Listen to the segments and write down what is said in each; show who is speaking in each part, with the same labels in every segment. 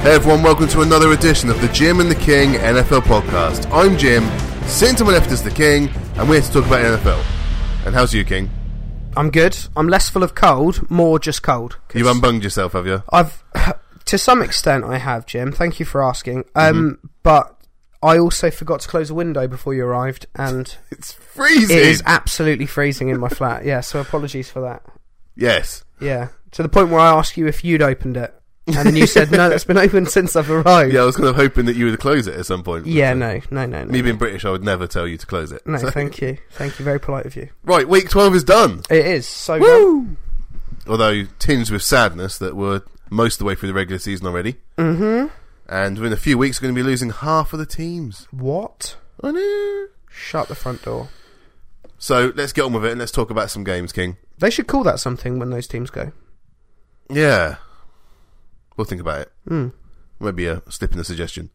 Speaker 1: Hey everyone, welcome to another edition of the Jim and the King NFL podcast. I'm Jim, sitting to my left is the King, and we're here to talk about NFL. And how's you, King?
Speaker 2: I'm good. I'm less full of cold, more just cold. 'Cause
Speaker 1: You've unbunged yourself, have you?
Speaker 2: I've, to some extent, I have, Jim. Thank you for asking. Um,
Speaker 1: Mm-hmm.
Speaker 2: But I also forgot to close a window before you arrived, and
Speaker 1: It's freezing!
Speaker 2: it is absolutely freezing in my flat. Yeah, so apologies for that.
Speaker 1: yes.
Speaker 2: Yeah, to the point where I asked you if you'd opened it, and then you said no, that's been open since I've arrived.
Speaker 1: Yeah, I was kind of hoping that you would close it at some point.
Speaker 2: Yeah, no, no, no,
Speaker 1: Me
Speaker 2: no.
Speaker 1: being British, I would never tell you to close it.
Speaker 2: No,
Speaker 1: So-
Speaker 2: thank you, thank you. Very polite of you.
Speaker 1: Right, week 12 is done.
Speaker 2: It is so.
Speaker 1: Although tinged with sadness that we're most of the way through the regular season already. Mm-hmm. And within a few weeks, we're going to be losing half of the teams.
Speaker 2: What?
Speaker 1: I know.
Speaker 2: Shut the front door.
Speaker 1: So let's get on with it and let's talk about some games, King.
Speaker 2: They should call that something when those teams go.
Speaker 1: Yeah. We'll think about it.
Speaker 2: Hmm.
Speaker 1: Maybe a slip in the suggestion.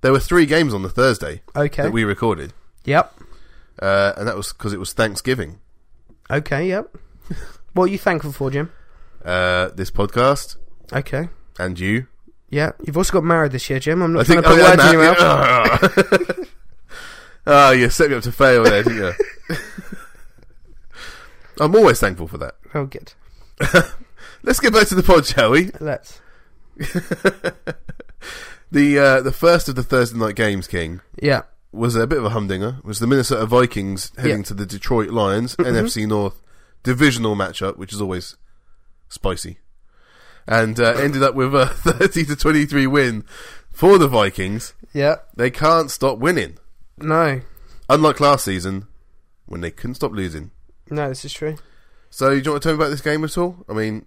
Speaker 1: There were three games on the Thursday
Speaker 2: Okay.
Speaker 1: that we recorded,
Speaker 2: Yep.
Speaker 1: uh, and that was because it was Thanksgiving.
Speaker 2: Okay, yep. what are you thankful for, Jim?
Speaker 1: Uh, this podcast
Speaker 2: Okay.
Speaker 1: and you.
Speaker 2: Yeah. You've also got married this year, Jim. I'm not
Speaker 1: I
Speaker 2: trying
Speaker 1: think.
Speaker 2: to put
Speaker 1: oh, and
Speaker 2: words in your mouth.
Speaker 1: that- oh, you set me up to fail there, didn't you? I'm always thankful for that.
Speaker 2: Oh, good.
Speaker 1: Let's get back to the pod, shall we?
Speaker 2: Let's.
Speaker 1: The uh, the first of the Thursday night games, King.
Speaker 2: Yeah.
Speaker 1: was a bit of a humdinger was the Minnesota Vikings heading
Speaker 2: Yeah.
Speaker 1: to the Detroit Lions NFC North divisional matchup, which is always spicy, and uh, ended up with a thirty to twenty three win for the Vikings.
Speaker 2: Yeah.
Speaker 1: They can't stop winning,
Speaker 2: No.
Speaker 1: unlike last season when they couldn't stop losing.
Speaker 2: No, this is true.
Speaker 1: So, do you want to tell me about this game at all? I mean,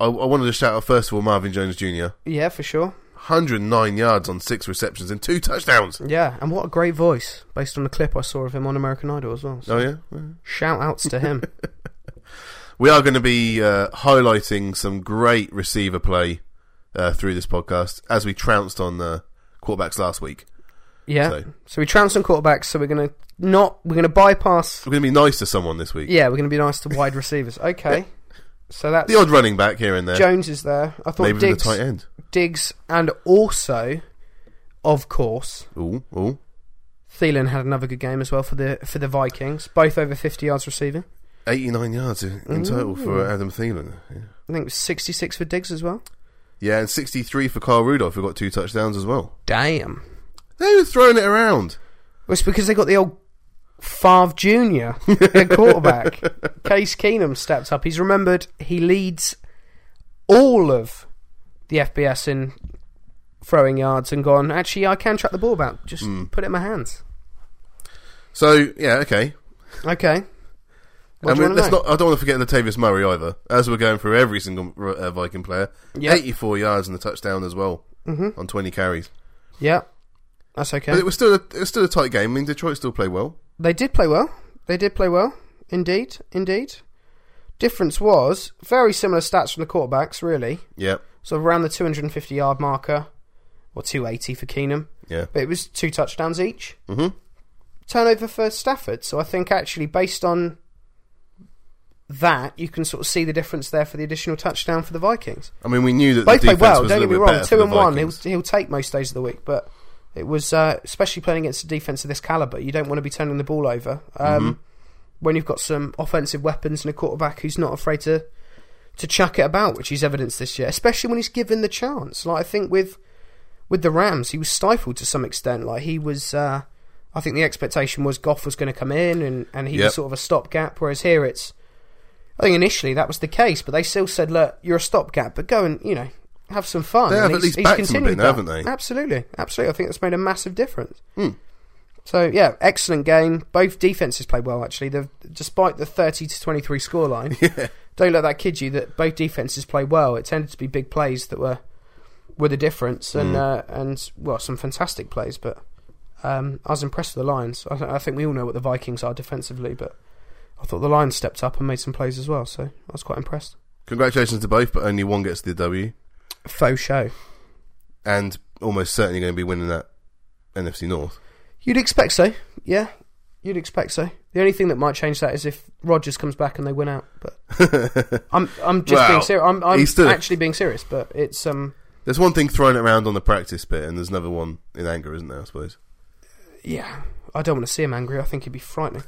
Speaker 1: I, I wanted to shout out first of all Marvin Jones Jr.
Speaker 2: Yeah, for sure.
Speaker 1: 109 yards on six receptions and two touchdowns.
Speaker 2: Yeah, and what a great voice based on the clip I saw of him on American Idol as well.
Speaker 1: Oh
Speaker 2: So
Speaker 1: yeah,
Speaker 2: shout outs to him.
Speaker 1: We are going to be uh, highlighting some great receiver play uh, through this podcast, as we trounced on the quarterbacks last week.
Speaker 2: Yeah.
Speaker 1: So-
Speaker 2: So, we trounced some quarterbacks, so we're going to not, we're going to bypass,
Speaker 1: We're going to be nice to someone this week.
Speaker 2: yeah, we're going to be nice to wide receivers. Okay. So that's,
Speaker 1: The odd running back here and there,
Speaker 2: Jones is there. I thought
Speaker 1: maybe the
Speaker 2: Diggs,
Speaker 1: tight end.
Speaker 2: Diggs, and also, of course,
Speaker 1: Ooh, ooh,
Speaker 2: Thielen had another good game as well for the for the Vikings, both over 50 yards receiving.
Speaker 1: eighty-nine yards in, in total for Adam Thielen. Yeah.
Speaker 2: I think it was 66 for Diggs as well.
Speaker 1: yeah, and sixty-three for Carl Rudolph, who got two touchdowns as well.
Speaker 2: Damn.
Speaker 1: They were throwing it around.
Speaker 2: Well, it's because they got the old Favre Jr. at quarterback. Case Keenum stepped up. He's remembered he leads all of the FBS in throwing yards and gone, actually, I can track the ball about. Just
Speaker 1: Hmm.
Speaker 2: put it in my hands.
Speaker 1: So yeah, okay.
Speaker 2: Okay. What
Speaker 1: and we,
Speaker 2: do you wanna
Speaker 1: let's
Speaker 2: know?
Speaker 1: not. I don't want to forget Latavius Murray either, as we're going through every single uh, Viking player.
Speaker 2: Yeah.
Speaker 1: Eighty-four yards and a touchdown as well
Speaker 2: Mm-hmm.
Speaker 1: on twenty carries.
Speaker 2: Yeah. That's okay.
Speaker 1: But it was still a, it was still a tight game. I mean, Detroit still play well.
Speaker 2: They did play well. They did play well. Indeed, indeed. Difference was very similar stats from the quarterbacks, really.
Speaker 1: Yeah,
Speaker 2: So around the 250 yard marker, or 280 for Keenum.
Speaker 1: yeah,
Speaker 2: But it was two touchdowns each.
Speaker 1: hmm
Speaker 2: Turnover for Stafford. So I think actually, based on that, you can sort of see the difference there for the additional touchdown for the Vikings.
Speaker 1: I mean, we knew that
Speaker 2: Both
Speaker 1: the
Speaker 2: played
Speaker 1: defense
Speaker 2: well.
Speaker 1: was
Speaker 2: Don't
Speaker 1: a
Speaker 2: get me
Speaker 1: little bit
Speaker 2: wrong.
Speaker 1: better for
Speaker 2: Two
Speaker 1: the
Speaker 2: and one. He'll,
Speaker 1: Vikings.
Speaker 2: he'll take most days of the week, but it was uh, especially playing against a defense of this caliber. You don't want to be turning the ball over
Speaker 1: Mm-hmm.
Speaker 2: um, when you've got some offensive weapons and a quarterback who's not afraid to to chuck it about, which he's evidenced this year, especially when he's given the chance. Like I think with with the Rams, he was stifled to some extent. Like he was. Uh, I think the expectation was Goff was going to come in and, and he
Speaker 1: Yep.
Speaker 2: was sort of a stopgap, whereas here it's I think initially that was the case, but they still said, "Look, you're a stopgap, but go and you know have some fun."
Speaker 1: They
Speaker 2: And
Speaker 1: have at
Speaker 2: he's-
Speaker 1: least
Speaker 2: he's
Speaker 1: backed them a
Speaker 2: continued
Speaker 1: bit now,
Speaker 2: that.
Speaker 1: haven't they? Hmm.
Speaker 2: Absolutely, absolutely. I think that's made a massive difference. So yeah, excellent game. Both defenses played well actually. The, despite the thirty to twenty three scoreline, don't let that kid you that both defenses played well. It tended to be big plays that were were the difference,
Speaker 1: Mm.
Speaker 2: and uh, and well, some fantastic plays. But um, I was impressed with the Lions. I, th- I think we all know what the Vikings are defensively, but I thought the Lions stepped up and made some plays as well. So I was quite impressed.
Speaker 1: Congratulations to both, but only one gets the W,
Speaker 2: Faux show.
Speaker 1: and almost certainly going to be winning that NFC North.
Speaker 2: You'd expect so, yeah. You'd expect so. The only thing that might change that is if Rogers comes back and they win out. But I'm I'm just
Speaker 1: Well,
Speaker 2: being serious. I'm, I'm
Speaker 1: he's still-
Speaker 2: actually being serious. But it's um
Speaker 1: There's one thing thrown around on the practice bit, and there's another one in anger, isn't there? I suppose.
Speaker 2: Yeah, I don't want to see him angry. I think he'd be frightening.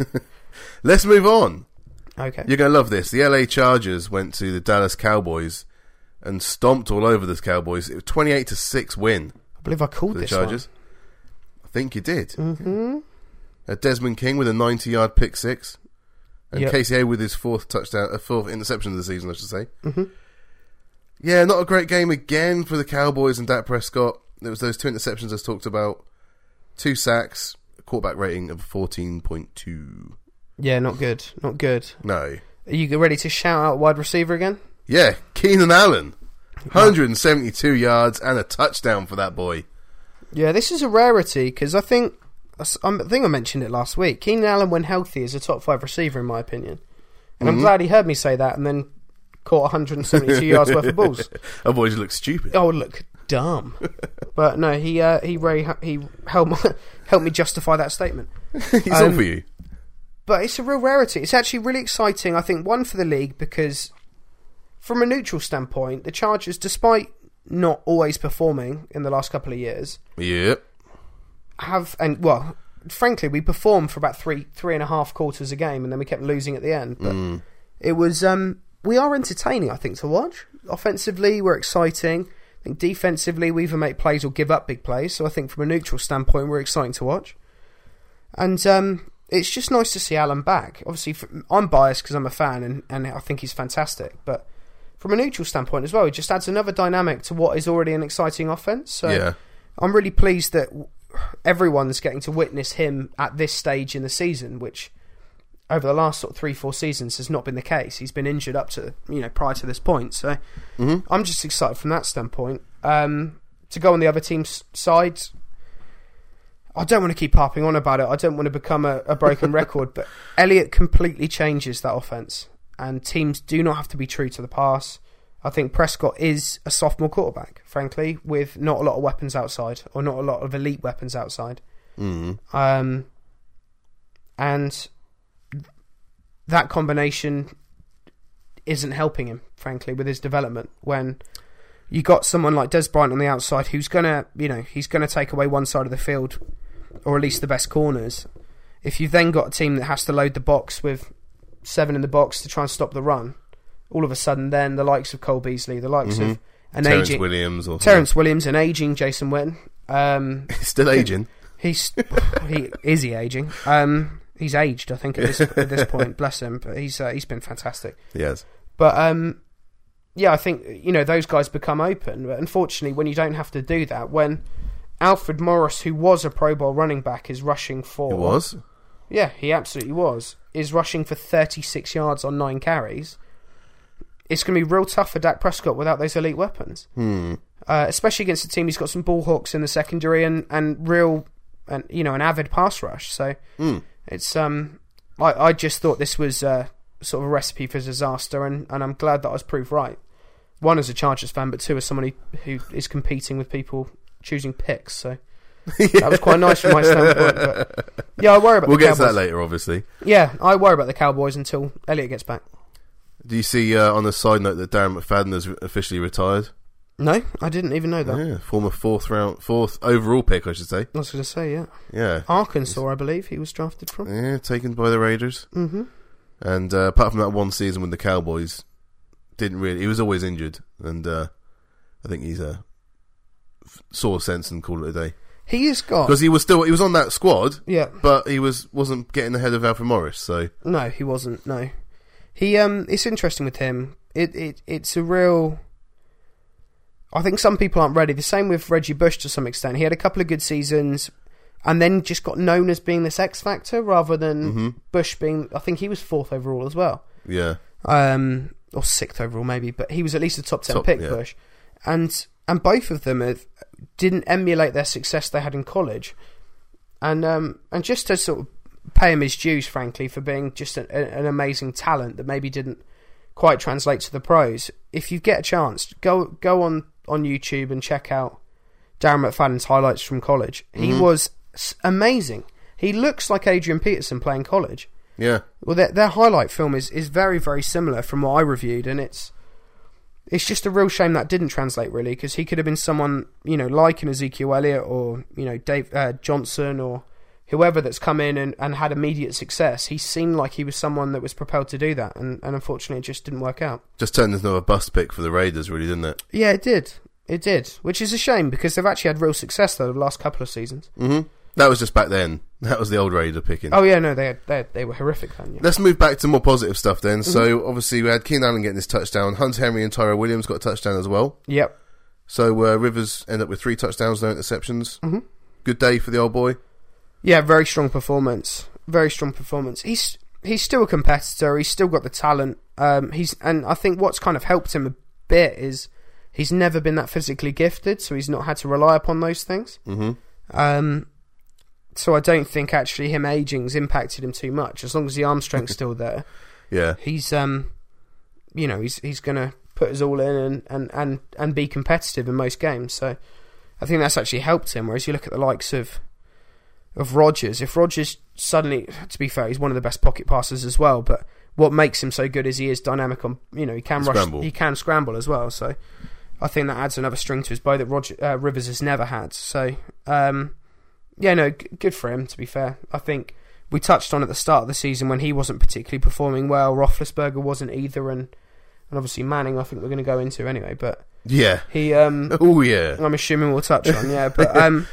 Speaker 1: Let's move on.
Speaker 2: Okay.
Speaker 1: You're going to love this. The LA Chargers went to the Dallas Cowboys and stomped all over the Cowboys. It was 28 to 6 win
Speaker 2: I believe I called
Speaker 1: for the
Speaker 2: this
Speaker 1: Chargers. I think you did. Mm-hmm. Desmond King with a 90 yard pick six. And
Speaker 2: Yep.
Speaker 1: KCA with his fourth touchdown, uh, fourth interception of the season, I should say. Mm-hmm. Yeah, not a great game again for the Cowboys and Dak Prescott. There was those two interceptions I talked about, two sacks, a quarterback rating of 14.2.
Speaker 2: one. Yeah, not good. Not good.
Speaker 1: No.
Speaker 2: Are you ready to shout out wide receiver again?
Speaker 1: Yeah, Keenan Allen. 172 yards and a touchdown for that boy.
Speaker 2: Yeah, this is a rarity because I think I s- I think I mentioned it last week. Keenan Allen, when healthy, is a top five receiver in my opinion, and I'm glad he heard me say that and then caught 172 yards worth of balls.
Speaker 1: Otherwise, you look stupid.
Speaker 2: I would look dumb, but no, he uh, he re- he helped my, helped me justify that statement.
Speaker 1: He's all
Speaker 2: um,
Speaker 1: for you.
Speaker 2: But it's a real rarity. It's actually really exciting. I think one for the league because, from a neutral standpoint, the Chargers, despite not always performing in the last couple of years,
Speaker 1: Yep.
Speaker 2: have and well, frankly, we performed for about three three and a half quarters a game, and then we kept losing at the end. But it was um, we are entertaining, I think, to watch. Offensively, we're exciting. I think defensively, we either make plays or give up big plays. So I think from a neutral standpoint, we're exciting to watch. And um, it's just nice to see Alan back. Obviously, f I'm biased because I'm a fan, and, and I think he's fantastic. But from a neutral standpoint as well, it just adds another dynamic to what is already an exciting offense. So
Speaker 1: Yeah.
Speaker 2: I'm really pleased that w- everyone's getting to witness him at this stage in the season, which over the last sort of three, four seasons has not been the case. He's been injured up to you know prior to this point, so I'm just excited from that standpoint. Um, to go on the other team's side, I don't want to keep harping on about it. I don't want to become a, a broken record, but Elliot completely changes that offense, and teams do not have to be true to the pass. I think Prescott is a sophomore quarterback, frankly, with not a lot of weapons outside, or not a lot of elite weapons outside. Um, and that combination isn't helping him, frankly, with his development. When you got someone like Des Bryant on the outside, who's gonna, you know, he's gonna take away one side of the field, or at least the best corners. If you've then got a team that has to load the box with seven in the box to try and stop the run, all of a sudden, then the likes of Cole Beasley, the likes of an
Speaker 1: Mm-hmm. Terrence
Speaker 2: aging
Speaker 1: Williams. Or
Speaker 2: Terrence Williams, an aging Jason Witten, um,
Speaker 1: Still aging.
Speaker 2: He's he is he aging? Um, he's aged, I think, at this, at this point. Bless him, but he's uh, he's been fantastic.
Speaker 1: Yes.
Speaker 2: But um, yeah, I think you know those guys become open. But unfortunately, when you don't have to do that, when Alfred Morris, who was a Pro Bowl running back, is rushing for
Speaker 1: It was.
Speaker 2: yeah, he absolutely was. Is rushing for 36 yards on nine carries. It's going to be real tough for Dak Prescott without those elite weapons,
Speaker 1: Hmm.
Speaker 2: uh, especially against a team who's got some ball hawks in the secondary and and real and you know an avid pass rush. So
Speaker 1: Hmm.
Speaker 2: it's um I I just thought this was uh, sort of a recipe for disaster, and and I'm glad that I was proved right. One as a Chargers fan, but two as someone who, who is competing with people choosing picks. So. That was quite nice from my standpoint. But yeah, I worry about
Speaker 1: We'll
Speaker 2: the
Speaker 1: get to
Speaker 2: Cowboys.
Speaker 1: that later, obviously.
Speaker 2: Yeah, I worry about the Cowboys until Elliot gets back.
Speaker 1: Do you see uh, on a side note that Darren McFadden has officially retired?
Speaker 2: No, I didn't even know that.
Speaker 1: Yeah, former fourth round, fourth overall pick, I should say.
Speaker 2: I was going to say, yeah.
Speaker 1: Yeah,
Speaker 2: Arkansas, I believe he was drafted from.
Speaker 1: yeah, taken by the Raiders. Mm-hmm. And uh, apart from that one season with the Cowboys, didn't really. He was always injured, and uh, I think he's a f- saw sense and call it a day
Speaker 2: He has got.
Speaker 1: because he was still he was on that squad,
Speaker 2: Yeah.
Speaker 1: but he was wasn't getting ahead of Alfred Morris. So
Speaker 2: No, he wasn't. No. He, um, it's interesting with him. It, it, it's a real. I think some people aren't ready. The same with Reggie Bush to some extent. He had a couple of good seasons and then just got known as being this X Factor rather than Bush being. I think he was fourth overall as well.
Speaker 1: yeah,
Speaker 2: um, or sixth overall maybe, but he was at least a top ten
Speaker 1: Top,
Speaker 2: pick
Speaker 1: yeah.
Speaker 2: push, and and both of them have, didn't emulate their success they had in college, and um, and just to sort of pay him his dues, frankly, for being just an, an amazing talent that maybe didn't quite translate to the pros. If you get a chance, go go on on YouTube and check out Darren McFadden's highlights from college. He was s- amazing. He looks like Adrian Peterson playing college.
Speaker 1: yeah,
Speaker 2: Well, their, their highlight film is, is very, very similar from what I reviewed, and it's It's just a real shame that didn't translate really because he could have been someone you know like an Ezekiel Elliott or you know Dave uh, Johnson or whoever that's come in and, and had immediate success. He seemed like he was someone that was propelled to do that, and, and unfortunately, it just didn't work out.
Speaker 1: Just turned into a bust pick for the Raiders, really, didn't it?
Speaker 2: Yeah, it did. It did, which is a shame because they've actually had real success though the last couple of seasons.
Speaker 1: Mm-hmm. That was just back then. That was the old Raider picking.
Speaker 2: Oh yeah, no, they had, they they were horrific then. Yeah.
Speaker 1: Let's move back to more positive stuff then. So obviously we had Keenan Allen getting his touchdown. Hunt Henry and Tyra Williams got a touchdown as well.
Speaker 2: Yep.
Speaker 1: So uh, Rivers end up with three touchdowns, no interceptions.
Speaker 2: Mhm.
Speaker 1: Good day for the old boy.
Speaker 2: Yeah, very strong performance. Very strong performance. He's he's still a competitor. He's still got the talent. Um, he's and I think what's kind of helped him a bit is he's never been that physically gifted, so he's not had to rely upon those things.
Speaker 1: Mm-hmm.
Speaker 2: Um, so I don't think actually him aging's impacted him too much. As long as the arm strength's still there,
Speaker 1: Yeah.
Speaker 2: he's um, you know, he's he's gonna put us all in and and and and be competitive in most games. So I think that's actually helped him. Whereas you look at the likes of of Rogers, if Rogers suddenly, to be fair, he's one of the best pocket passers as well. But what makes him so good is he is dynamic on. You know, he can rush,
Speaker 1: Scramble.
Speaker 2: he can scramble as well. So I think that adds another string to his bow that Roger, uh, Rivers has never had. So um, yeah, no, g- good for him. To be fair, I think we touched on at the start of the season when he wasn't particularly performing well. Roethlisberger wasn't either, and and obviously Manning. I think we're going to go into anyway, but
Speaker 1: Yeah.
Speaker 2: he um,
Speaker 1: Oh yeah.
Speaker 2: I'm assuming we'll touch on, yeah. But um,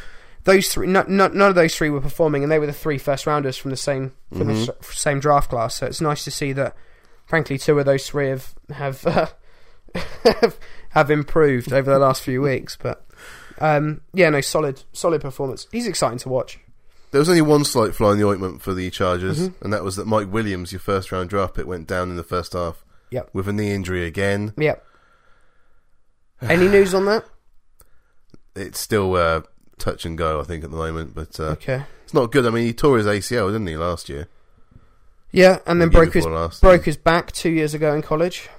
Speaker 2: those three, no, no, none of those three were performing, and they were the three first rounders from the same from the
Speaker 1: Mm-hmm.
Speaker 2: s- same draft class. So it's nice to see that, frankly, two of those three have have uh, have improved over the last few weeks. But um, yeah, no, solid solid performance. He's exciting to watch.
Speaker 1: There was only one slight fly in the ointment for the Chargers,
Speaker 2: Mm-hmm.
Speaker 1: and that was that Mike Williams, your first round draft pick, went down in the first half.
Speaker 2: Yep.
Speaker 1: With a knee injury again.
Speaker 2: Yep. Any news on that?
Speaker 1: It's still uh, touch and go, I think, at the moment, but uh,
Speaker 2: Okay.
Speaker 1: it's not good. I mean, he tore his ACL, didn't he, last year?
Speaker 2: Yeah, and then
Speaker 1: The year
Speaker 2: broke his
Speaker 1: before last.
Speaker 2: broke his back two years ago in college,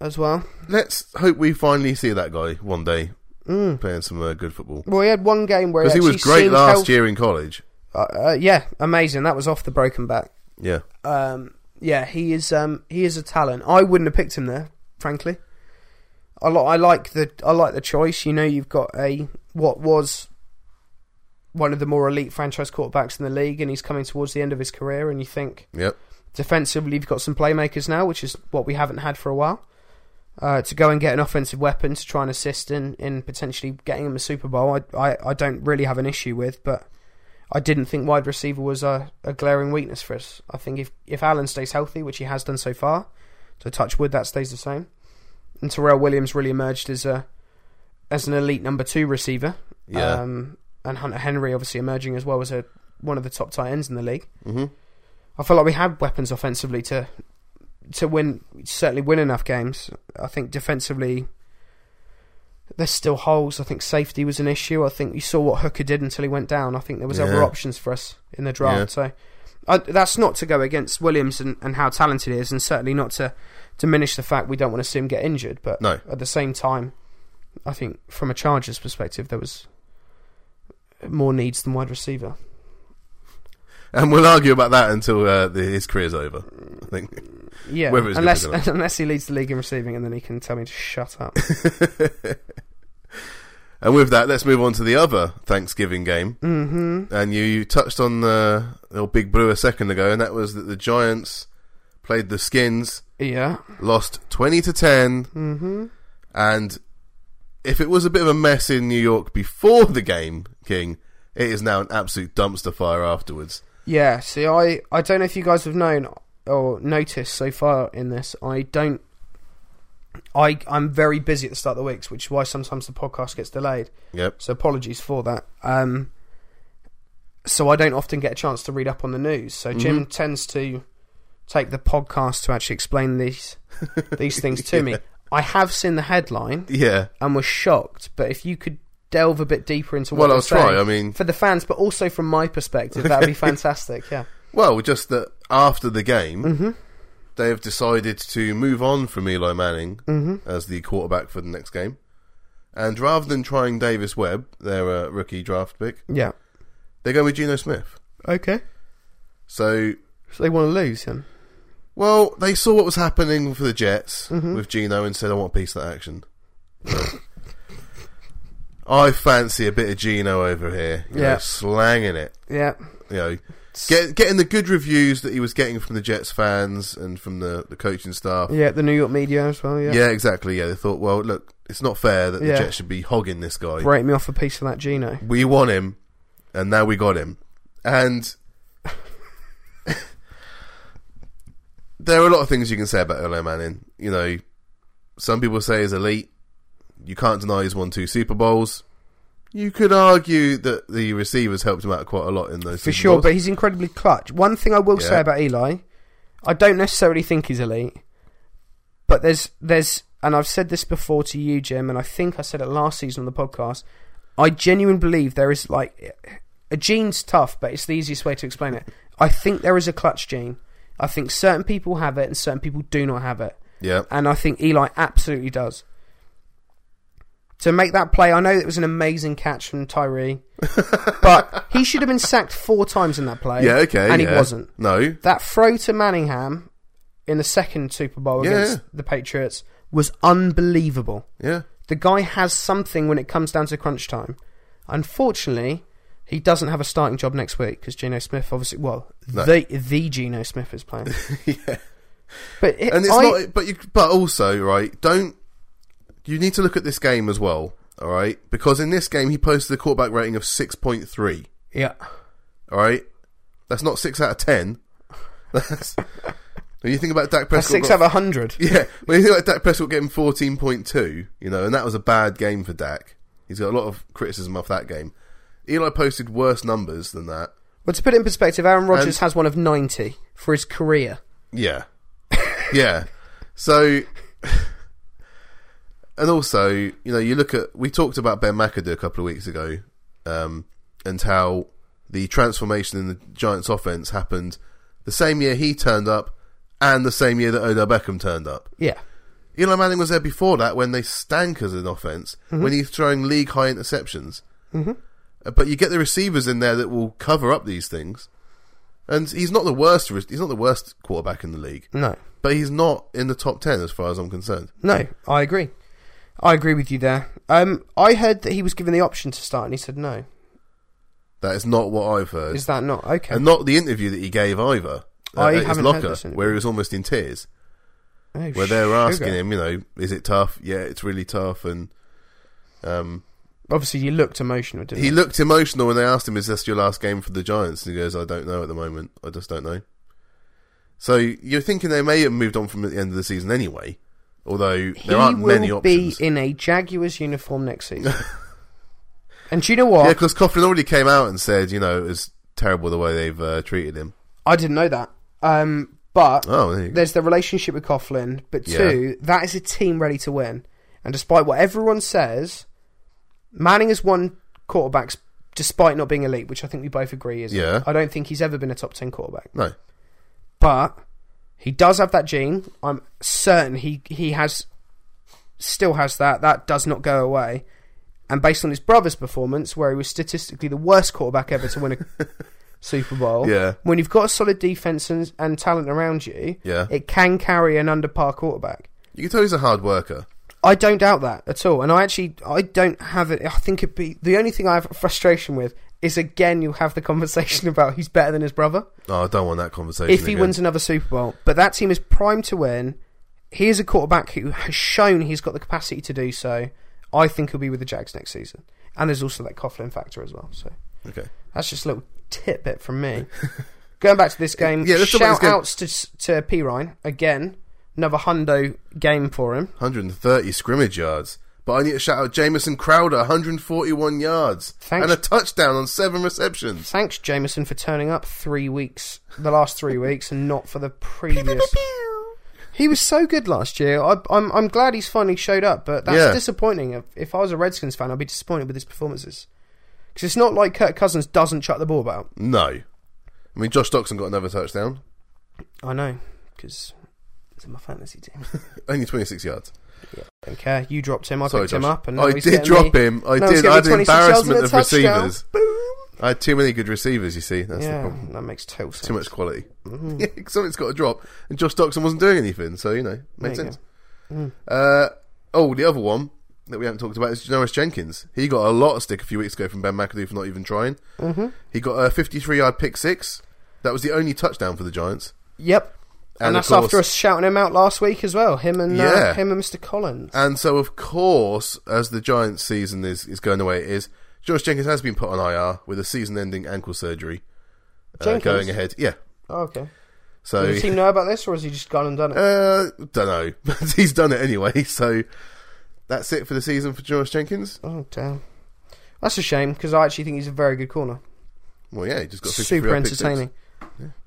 Speaker 2: as well.
Speaker 1: Let's hope we finally see that guy one day
Speaker 2: Mm.
Speaker 1: playing some uh, good football.
Speaker 2: Well, he had one game where
Speaker 1: Because he
Speaker 2: actually
Speaker 1: was great
Speaker 2: seemed
Speaker 1: last
Speaker 2: healthy.
Speaker 1: year in college.
Speaker 2: Uh, uh, yeah, amazing. That was off the broken back.
Speaker 1: Yeah.
Speaker 2: Um, yeah, he is. Um, he is a talent. I wouldn't have picked him there, frankly. I, li- I like the. I like the choice. You know, you've got a what was one of the more elite franchise quarterbacks in the league, and he's coming towards the end of his career, and you think
Speaker 1: Yep.
Speaker 2: defensively you've got some playmakers now, which is what we haven't had for a while. Uh, to go and get an offensive weapon to try and assist in, in potentially getting him a Super Bowl, I, I, I don't really have an issue with, but I didn't think wide receiver was a, a glaring weakness for us. I think if, if Allen stays healthy, which he has done so far, so touch wood, that stays the same. And Terrell Williams really emerged as a as an elite number two receiver.
Speaker 1: Yeah.
Speaker 2: Um, and Hunter Henry obviously emerging as well as a one of the top tight ends in the league.
Speaker 1: hmm
Speaker 2: I feel like we had weapons offensively to to win certainly win enough games. I think defensively there's still holes. I think safety was an issue. I think you saw what Hooker did until he went down. I think there was
Speaker 1: Yeah.
Speaker 2: other options for us in the draft. So I, that's not to go against Williams and, and how talented he is, and certainly not to diminish the fact we don't want to see him get injured. But
Speaker 1: No.
Speaker 2: at the same time, I think from a Chargers perspective, there was more needs than wide receiver.
Speaker 1: And we'll argue about that until uh, the, his career's over, I think.
Speaker 2: Yeah,
Speaker 1: Whether it's
Speaker 2: unless
Speaker 1: good or
Speaker 2: unless he leads the league in receiving, and then he can tell me to shut up.
Speaker 1: and with that, let's move on to the other Thanksgiving game.
Speaker 2: hmm
Speaker 1: And you, you touched on the little Big Brew a second ago, and that was that the Giants played the Skins,
Speaker 2: Yeah.
Speaker 1: lost 20 to 10,
Speaker 2: hmm
Speaker 1: and if it was a bit of a mess in New York before the game, King, it is now an absolute dumpster fire afterwards.
Speaker 2: Yeah. See, I I don't know if you guys have known or noticed so far in this. I don't. I I'm very busy at the start of the weeks, which is why sometimes the podcast gets delayed.
Speaker 1: Yep.
Speaker 2: So apologies for that. Um, so I don't often get a chance to read up on the news. So Jim tends to take the podcast to actually explain these these things to me. I have seen the headline.
Speaker 1: Yeah.
Speaker 2: and was shocked. But if you could delve a bit deeper into what
Speaker 1: Well, I'll
Speaker 2: they're saying,
Speaker 1: try. um, I mean,
Speaker 2: for the fans, but also from my perspective, that'd be fantastic. Yeah,
Speaker 1: well, just that after the game,
Speaker 2: Mhm.
Speaker 1: they have decided to move on from Eli Manning
Speaker 2: mm-hmm.
Speaker 1: as the quarterback for the next game. And rather than trying Davis Webb, their uh, rookie draft pick,
Speaker 2: yeah,
Speaker 1: they're going with Geno Smith.
Speaker 2: okay.
Speaker 1: So,
Speaker 2: So they want to lose him.
Speaker 1: Well, they saw what was happening for the Jets
Speaker 2: Mm-hmm.
Speaker 1: with Gino and said, "I want a piece of that action." I fancy a bit of Gino over here, you know,
Speaker 2: Yeah.
Speaker 1: slanging it.
Speaker 2: Yeah.
Speaker 1: You know, get, getting the good reviews that he was getting from the Jets fans and from the, the coaching staff.
Speaker 2: Yeah, the New York media as well. Yeah.
Speaker 1: Yeah. exactly. Yeah, they thought, well, look, it's not fair that the
Speaker 2: Yeah.
Speaker 1: Jets should be hogging this guy.
Speaker 2: Break me off a piece of that Gino.
Speaker 1: We want him, and now we got him. And there are a lot of things you can say about Ole Manning. You know, some people say he's elite. You can't deny he's won two Super Bowls. You could argue that the receivers helped him out quite a lot in those Super
Speaker 2: For sure,
Speaker 1: Bowls.
Speaker 2: but he's incredibly clutch. One thing I will
Speaker 1: Yeah.
Speaker 2: say about Eli, I don't necessarily think he's elite, but there's there's and I've said this before to you, Jim, and I think I said it last season on the podcast. I genuinely believe there is like a gene's tough, but it's the easiest way to explain it. I think there is a clutch gene. I think certain people have it and certain people do not have it.
Speaker 1: yeah,
Speaker 2: and I think Eli absolutely does. To make that play, I know it was an amazing catch from Tyree, but he should have been sacked four times in that play.
Speaker 1: yeah, okay,
Speaker 2: and he
Speaker 1: yeah.
Speaker 2: wasn't.
Speaker 1: No,
Speaker 2: That throw to Manningham in the second Super Bowl
Speaker 1: Yeah.
Speaker 2: against the Patriots was unbelievable.
Speaker 1: yeah,
Speaker 2: The guy has something when it comes down to crunch time. Unfortunately, he doesn't have a starting job next week because Geno Smith, obviously, well,
Speaker 1: No.
Speaker 2: the the Geno Smith is playing.
Speaker 1: yeah.
Speaker 2: But it,
Speaker 1: and it's
Speaker 2: I-
Speaker 1: not. But you, but also, right? Don't you need to look at this game as well? All right, because in this game he posted a quarterback rating of six point three.
Speaker 2: yeah,
Speaker 1: All right, that's not six out of ten. That's when you think about Dak
Speaker 2: a
Speaker 1: Prescott.
Speaker 2: six
Speaker 1: got-
Speaker 2: out of hundred.
Speaker 1: yeah, when you think about Dak Prescott getting fourteen point two, you know, and that was a bad game for Dak. He's got a lot of criticism off that game. Eli posted worse numbers than that.
Speaker 2: Well, to put it in perspective, Aaron Rodgers
Speaker 1: And-
Speaker 2: has one of 90 for his career.
Speaker 1: Yeah. yeah. So and also, you know, you look at we talked about Ben McAdoo a couple of weeks ago, um, and how the transformation in the Giants offense happened the same year he turned up and the same year that Odell Beckham turned up.
Speaker 2: Yeah.
Speaker 1: Eli Manning was there before that when they stank as an offense, when he's throwing league high interceptions. Uh, But you get the receivers in there that will cover up these things, and he's not the worst. re- He's not the worst quarterback in the league,
Speaker 2: No.
Speaker 1: but he's not in the top ten as far as I'm concerned.
Speaker 2: No, I agree. I agree with you there. Um, I heard that he was given the option to start and he said no.
Speaker 1: That is not what I've heard,
Speaker 2: Is that not? Okay.
Speaker 1: and not the interview that he gave either. uh,
Speaker 2: I
Speaker 1: at his
Speaker 2: haven't heard
Speaker 1: locker,
Speaker 2: this interview.
Speaker 1: where he was almost in tears,
Speaker 2: Oh,
Speaker 1: where they're
Speaker 2: sugar.
Speaker 1: asking him, you know, is it tough? Yeah, it's really tough, and um,
Speaker 2: Obviously, you looked emotional, didn't
Speaker 1: He
Speaker 2: you?
Speaker 1: looked emotional when they asked him, "Is this your last game for the Giants?" And he goes, "I don't know at the moment. I just don't know." So you're thinking they may have moved on from at the end of the season anyway, although
Speaker 2: He
Speaker 1: there aren't
Speaker 2: will
Speaker 1: many
Speaker 2: be
Speaker 1: options.
Speaker 2: in a Jaguars uniform next season. and do you know what?
Speaker 1: yeah, because Coughlin already came out and said, you know, it was terrible the way they've uh, treated him.
Speaker 2: I didn't know that. Um, but
Speaker 1: Oh, there you go.
Speaker 2: there's the relationship with Coughlin, but
Speaker 1: Yeah.
Speaker 2: two, that is a team ready to win. And despite what everyone says, Manning has won quarterbacks despite not being elite, which I think we both agree is.
Speaker 1: Yeah.
Speaker 2: I don't think he's ever been a top 10 quarterback.
Speaker 1: no,
Speaker 2: But he does have that gene. I'm certain he, he has, still has that. That does not go away. And based on his brother's performance, where he was statistically the worst quarterback ever to win a Super Bowl,
Speaker 1: Yeah.
Speaker 2: when you've got a solid defense and, and talent around you,
Speaker 1: yeah,
Speaker 2: it can carry an under par quarterback.
Speaker 1: you can tell he's a hard worker.
Speaker 2: I don't doubt that at all. And I actually, I don't have it. I think it'd be the only thing I have frustration with is again, you have the conversation about he's better than his brother
Speaker 1: Oh, I don't want that conversation.
Speaker 2: if he
Speaker 1: again.
Speaker 2: wins another Super Bowl. But that team is primed to win. He is a quarterback who has shown he's got the capacity to do so. I think he'll be with the Jags next season. And there's also that Coughlin factor as well. So
Speaker 1: okay,
Speaker 2: that's just a little tidbit from me. Going back to this game,
Speaker 1: Yeah, let's talk about this
Speaker 2: shout
Speaker 1: game.
Speaker 2: outs to, to P. Ryan again. Another hundo game for him.
Speaker 1: 130 scrimmage yards. But I need to shout out Jameson Crowder, 141 yards
Speaker 2: Thanks.
Speaker 1: and a touchdown on seven receptions.
Speaker 2: Thanks, Jameson, for turning up three weeks, the last three weeks, and not for the previous. He was so good last year. I, I'm, I'm glad he's finally showed up, but that's
Speaker 1: Yeah.
Speaker 2: disappointing. If, if I was a Redskins fan, I'd be disappointed with his performances. Because it's not like Kirk Cousins doesn't chuck the ball about.
Speaker 1: No. I mean, Josh Doxson got another touchdown,
Speaker 2: I know, because it's in my fantasy team.
Speaker 1: only 26 yards.
Speaker 2: Don't care. You dropped him. I
Speaker 1: Sorry,
Speaker 2: picked
Speaker 1: Josh.
Speaker 2: him up, and now
Speaker 1: I
Speaker 2: he's
Speaker 1: did
Speaker 2: getting
Speaker 1: drop
Speaker 2: me-
Speaker 1: him. I
Speaker 2: now he's
Speaker 1: did.
Speaker 2: getting
Speaker 1: I
Speaker 2: me
Speaker 1: had an
Speaker 2: 26 yards and
Speaker 1: embarrassment
Speaker 2: a
Speaker 1: of
Speaker 2: touchdown.
Speaker 1: receivers.
Speaker 2: Boom.
Speaker 1: I had too many good receivers. You see, that's the
Speaker 2: yeah,
Speaker 1: problem.
Speaker 2: that makes total sense.
Speaker 1: Too much quality. Something's got to drop, and Josh Doxon wasn't doing anything, so you know makes
Speaker 2: There you Mm.
Speaker 1: sense. Uh, oh, the other one that we haven't talked about is Janoris Jenkins. He got a lot of stick a few weeks ago from Ben McAdoo for not even trying. Mm-hmm. He got a 53-yard pick six. That was the only touchdown for the Giants.
Speaker 2: Yep. And,
Speaker 1: of
Speaker 2: that's
Speaker 1: course-
Speaker 2: after us shouting him out last week as well. Him and
Speaker 1: Yeah. Uh,
Speaker 2: uh, him and Mr. Collins.
Speaker 1: And so, of course, as the Giants' season is, is going the way it is, Josh Jenkins has been put on IR with a season-ending ankle surgery. Uh,
Speaker 2: Jenkins?
Speaker 1: going ahead, yeah.
Speaker 2: Oh, okay.
Speaker 1: So
Speaker 2: Does the team know about this, or has he just gone and done it?
Speaker 1: Uh, don't know, but he's done it anyway. So that's it for the season for Jonas Jenkins.
Speaker 2: oh damn. That's a shame because I actually think he's a very good corner.
Speaker 1: Well, yeah, he just got 53
Speaker 2: Super
Speaker 1: odd pick six.
Speaker 2: entertaining.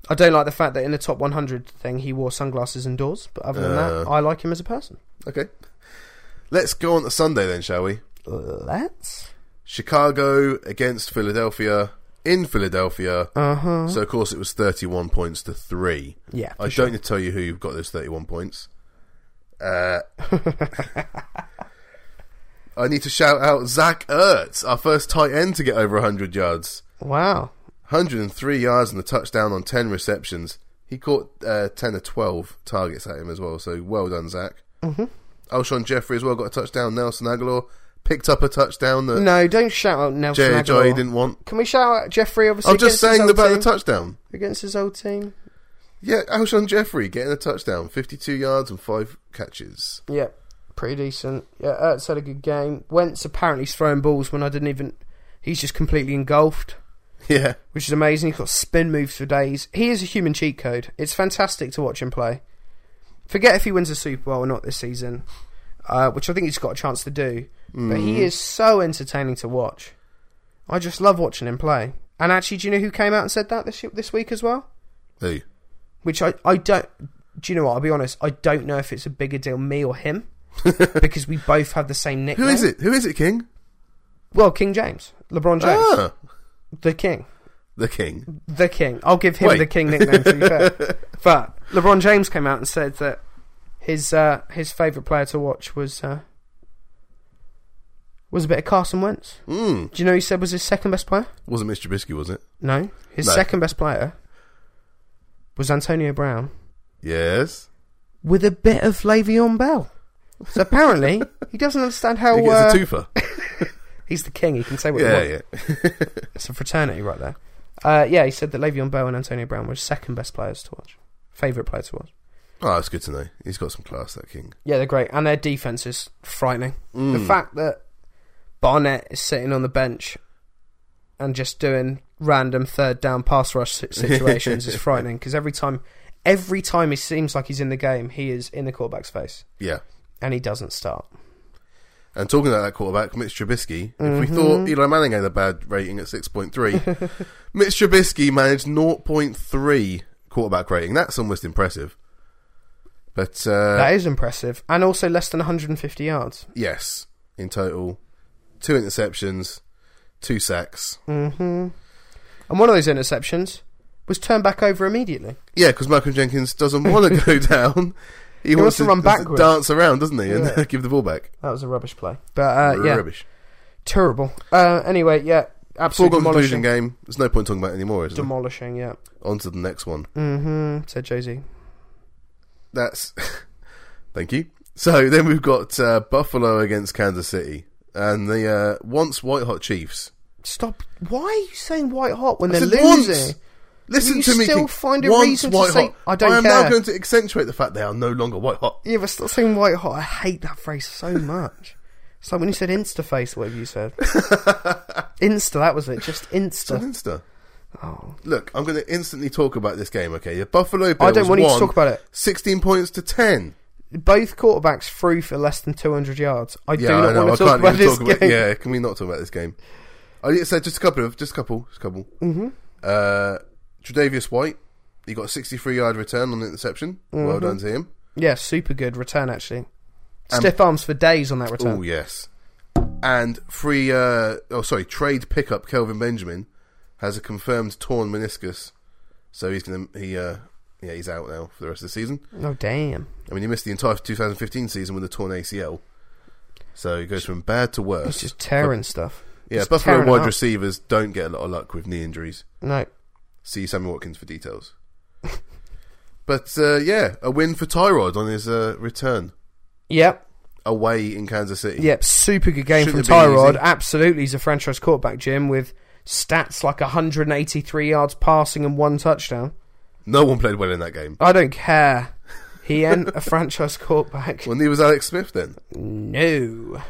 Speaker 2: I don't like the fact that in the top 100 thing he wore sunglasses indoors, but other than that,
Speaker 1: Uh.
Speaker 2: I like him as a person.
Speaker 1: Okay, let's go on to Sunday then, shall we?
Speaker 2: Let's.
Speaker 1: Chicago against Philadelphia in Philadelphia.
Speaker 2: Uh huh.
Speaker 1: So of course it was 31 points to three.
Speaker 2: Yeah.
Speaker 1: I
Speaker 2: for sure.
Speaker 1: don't need to tell you who got those 31 points. Uh, I need to shout out Zach Ertz, our first tight end to get over 100 yards.
Speaker 2: Wow.
Speaker 1: 103 yards and a touchdown on 10 receptions. He caught uh, 10 or 12 targets at him as well, so well done, Zach. Mm-hmm. Alshon Jeffrey as well got a touchdown. Nelson Aguilar picked up a touchdown that
Speaker 2: No, don't shout out Nelson Aguilar.
Speaker 1: JHI Uh, didn't want.
Speaker 2: Can we shout out Jeffrey? Obviously,
Speaker 1: I'm just
Speaker 2: against his
Speaker 1: saying
Speaker 2: old
Speaker 1: about
Speaker 2: team,
Speaker 1: the touchdown.
Speaker 2: against his old team.
Speaker 1: Yeah, Alshon Jeffrey getting a touchdown, 52 yards and 5 catches.
Speaker 2: Yeah, pretty decent. Yeah, Ertz had a good game. Wentz apparently is throwing balls when I didn't even. He's just completely engulfed,
Speaker 1: Yeah,
Speaker 2: which is amazing. He's got spin moves for days. He is a human cheat code. It's fantastic to watch him play. Forget if he wins the Super Bowl or not this season, uh, which I think he's got a chance to do. But
Speaker 1: Mm.
Speaker 2: he is so entertaining to watch. I just love watching him play. And actually, do you know who came out and said that this this week as well?
Speaker 1: Hey.
Speaker 2: which I, I don't. Do you know what? I'll be honest. I don't know if it's a bigger deal, me or him, because we both have the same
Speaker 1: Who
Speaker 2: nickname.
Speaker 1: is it? Who is it, King?
Speaker 2: Well, King James, LeBron James,
Speaker 1: Ah,
Speaker 2: the King,
Speaker 1: the King.
Speaker 2: the King. I'll give him
Speaker 1: Wait.
Speaker 2: the King nickname. To be fair, but LeBron James came out and said that his uh, his favorite player to watch was uh, was a bit of Carson Wentz.
Speaker 1: Mm.
Speaker 2: Do you know who he said was his second best player?
Speaker 1: Wasn't Mr. Trubisky, was it?
Speaker 2: No, his
Speaker 1: No.
Speaker 2: second best player was Antonio Brown.
Speaker 1: Yes.
Speaker 2: with a bit of Le'Veon Bell. So apparently, he doesn't understand how
Speaker 1: He
Speaker 2: uh,
Speaker 1: gets a twofer.
Speaker 2: he's the king. He can say what he
Speaker 1: yeah,
Speaker 2: wants.
Speaker 1: yeah.
Speaker 2: It's a fraternity right there. Uh, yeah, he said that Le'Veon Bell and Antonio Brown were his second best players to watch, favorite player to watch.
Speaker 1: Oh, it's good to know. He's got some class, that King.
Speaker 2: Yeah, they're great, and their defense is frightening.
Speaker 1: Mm.
Speaker 2: The fact that Barnett is sitting on the bench and just doing random third down pass rush si- situations is frightening because every time, every time he seems like he's in the game, he is in the quarterback's face,
Speaker 1: Yeah.
Speaker 2: and he doesn't start.
Speaker 1: And talking about that quarterback, Mitch Trubisky, if we
Speaker 2: Mm-hmm.
Speaker 1: thought Eli Manning had a bad rating at 6.3, Mitch Trubisky managed 0.3 quarterback rating. That's almost impressive. But, uh,
Speaker 2: That is impressive. And also less than 150 yards.
Speaker 1: yes, in total, two interceptions, two sacks.
Speaker 2: Mm-hmm. And one of those interceptions was turned back over immediately.
Speaker 1: Yeah, because Malcolm Jenkins doesn't want to go down. He,
Speaker 2: wants to run
Speaker 1: just
Speaker 2: backwards.
Speaker 1: dance around, doesn't he, and
Speaker 2: Yeah.
Speaker 1: give the ball back.
Speaker 2: That was a rubbish play. But uh, yeah,
Speaker 1: Rubbish.
Speaker 2: terrible. Uh, anyway, yeah, absolutely
Speaker 1: Foregone conclusion
Speaker 2: demolishing.
Speaker 1: game. There's no point talking about it anymore, is there?
Speaker 2: Demolishing, yeah.
Speaker 1: On to the next one.
Speaker 2: hmm
Speaker 1: Mm-hmm,
Speaker 2: said Jay-Z.
Speaker 1: That's thank you. So then we've got uh, Buffalo against Kansas City, and the uh, once white hot Chiefs.
Speaker 2: Stop. Why are you saying white hot when
Speaker 1: I
Speaker 2: they're
Speaker 1: said once.
Speaker 2: losing?
Speaker 1: Listen
Speaker 2: You
Speaker 1: to me.
Speaker 2: still
Speaker 1: King.
Speaker 2: find a
Speaker 1: once
Speaker 2: reason to
Speaker 1: white
Speaker 2: say-
Speaker 1: hot.
Speaker 2: I don't
Speaker 1: am now
Speaker 2: care.
Speaker 1: going to accentuate the fact they are no longer white hot.
Speaker 2: Yeah, but stop saying white hot. I hate that phrase so much. It's like when you said Insta face, whatever you said. Insta, that was it. Just
Speaker 1: It's
Speaker 2: Insta.
Speaker 1: on Insta.
Speaker 2: Oh.
Speaker 1: Look, I'm going to instantly talk about this game. Okay, the Buffalo Bills.
Speaker 2: I don't want you to
Speaker 1: won
Speaker 2: talk about it.
Speaker 1: Sixteen points to ten.
Speaker 2: Both quarterbacks threw for less than 200 yards. I do
Speaker 1: Yeah,
Speaker 2: not
Speaker 1: I know. I
Speaker 2: want to talk
Speaker 1: can't
Speaker 2: about
Speaker 1: even
Speaker 2: this
Speaker 1: talk about.
Speaker 2: game.
Speaker 1: Yeah, can we not talk about this game? I so just a couple of just a couple, just a couple. Mm-hmm. Uh, Tre'Davious White, he got a 63 yard return on the interception. Well done
Speaker 2: Mm-hmm.
Speaker 1: to him.
Speaker 2: Yeah, super good return actually. Stiff arms for days on that return.
Speaker 1: Oh yes, and free. Uh, oh, sorry, trade pickup. Kelvin Benjamin has a confirmed torn meniscus, so he's gonna he uh yeah he's out now for the rest of the season.
Speaker 2: Oh damn!
Speaker 1: I mean, he missed the entire 2015 season with a torn ACL, so it goes from bad to worse.
Speaker 2: It's just tearing stuff.
Speaker 1: Yeah,
Speaker 2: Just
Speaker 1: Buffalo
Speaker 2: tearing it
Speaker 1: wide
Speaker 2: up.
Speaker 1: receivers don't get a lot of luck with knee injuries.
Speaker 2: No.
Speaker 1: See Sammy Watkins for details. but uh, yeah, a win for Tyrod on his uh, return
Speaker 2: Yep.
Speaker 1: away in Kansas City.
Speaker 2: Yep. Super good game
Speaker 1: Shouldn't
Speaker 2: from
Speaker 1: have been
Speaker 2: Tyrod.
Speaker 1: easy.
Speaker 2: Absolutely, he's a franchise quarterback, Jim, with stats like 183 yards passing and one touchdown.
Speaker 1: No one played well in that game.
Speaker 2: I don't care. He ain't a franchise quarterback.
Speaker 1: Well, neither was Alex Smith then.
Speaker 2: No.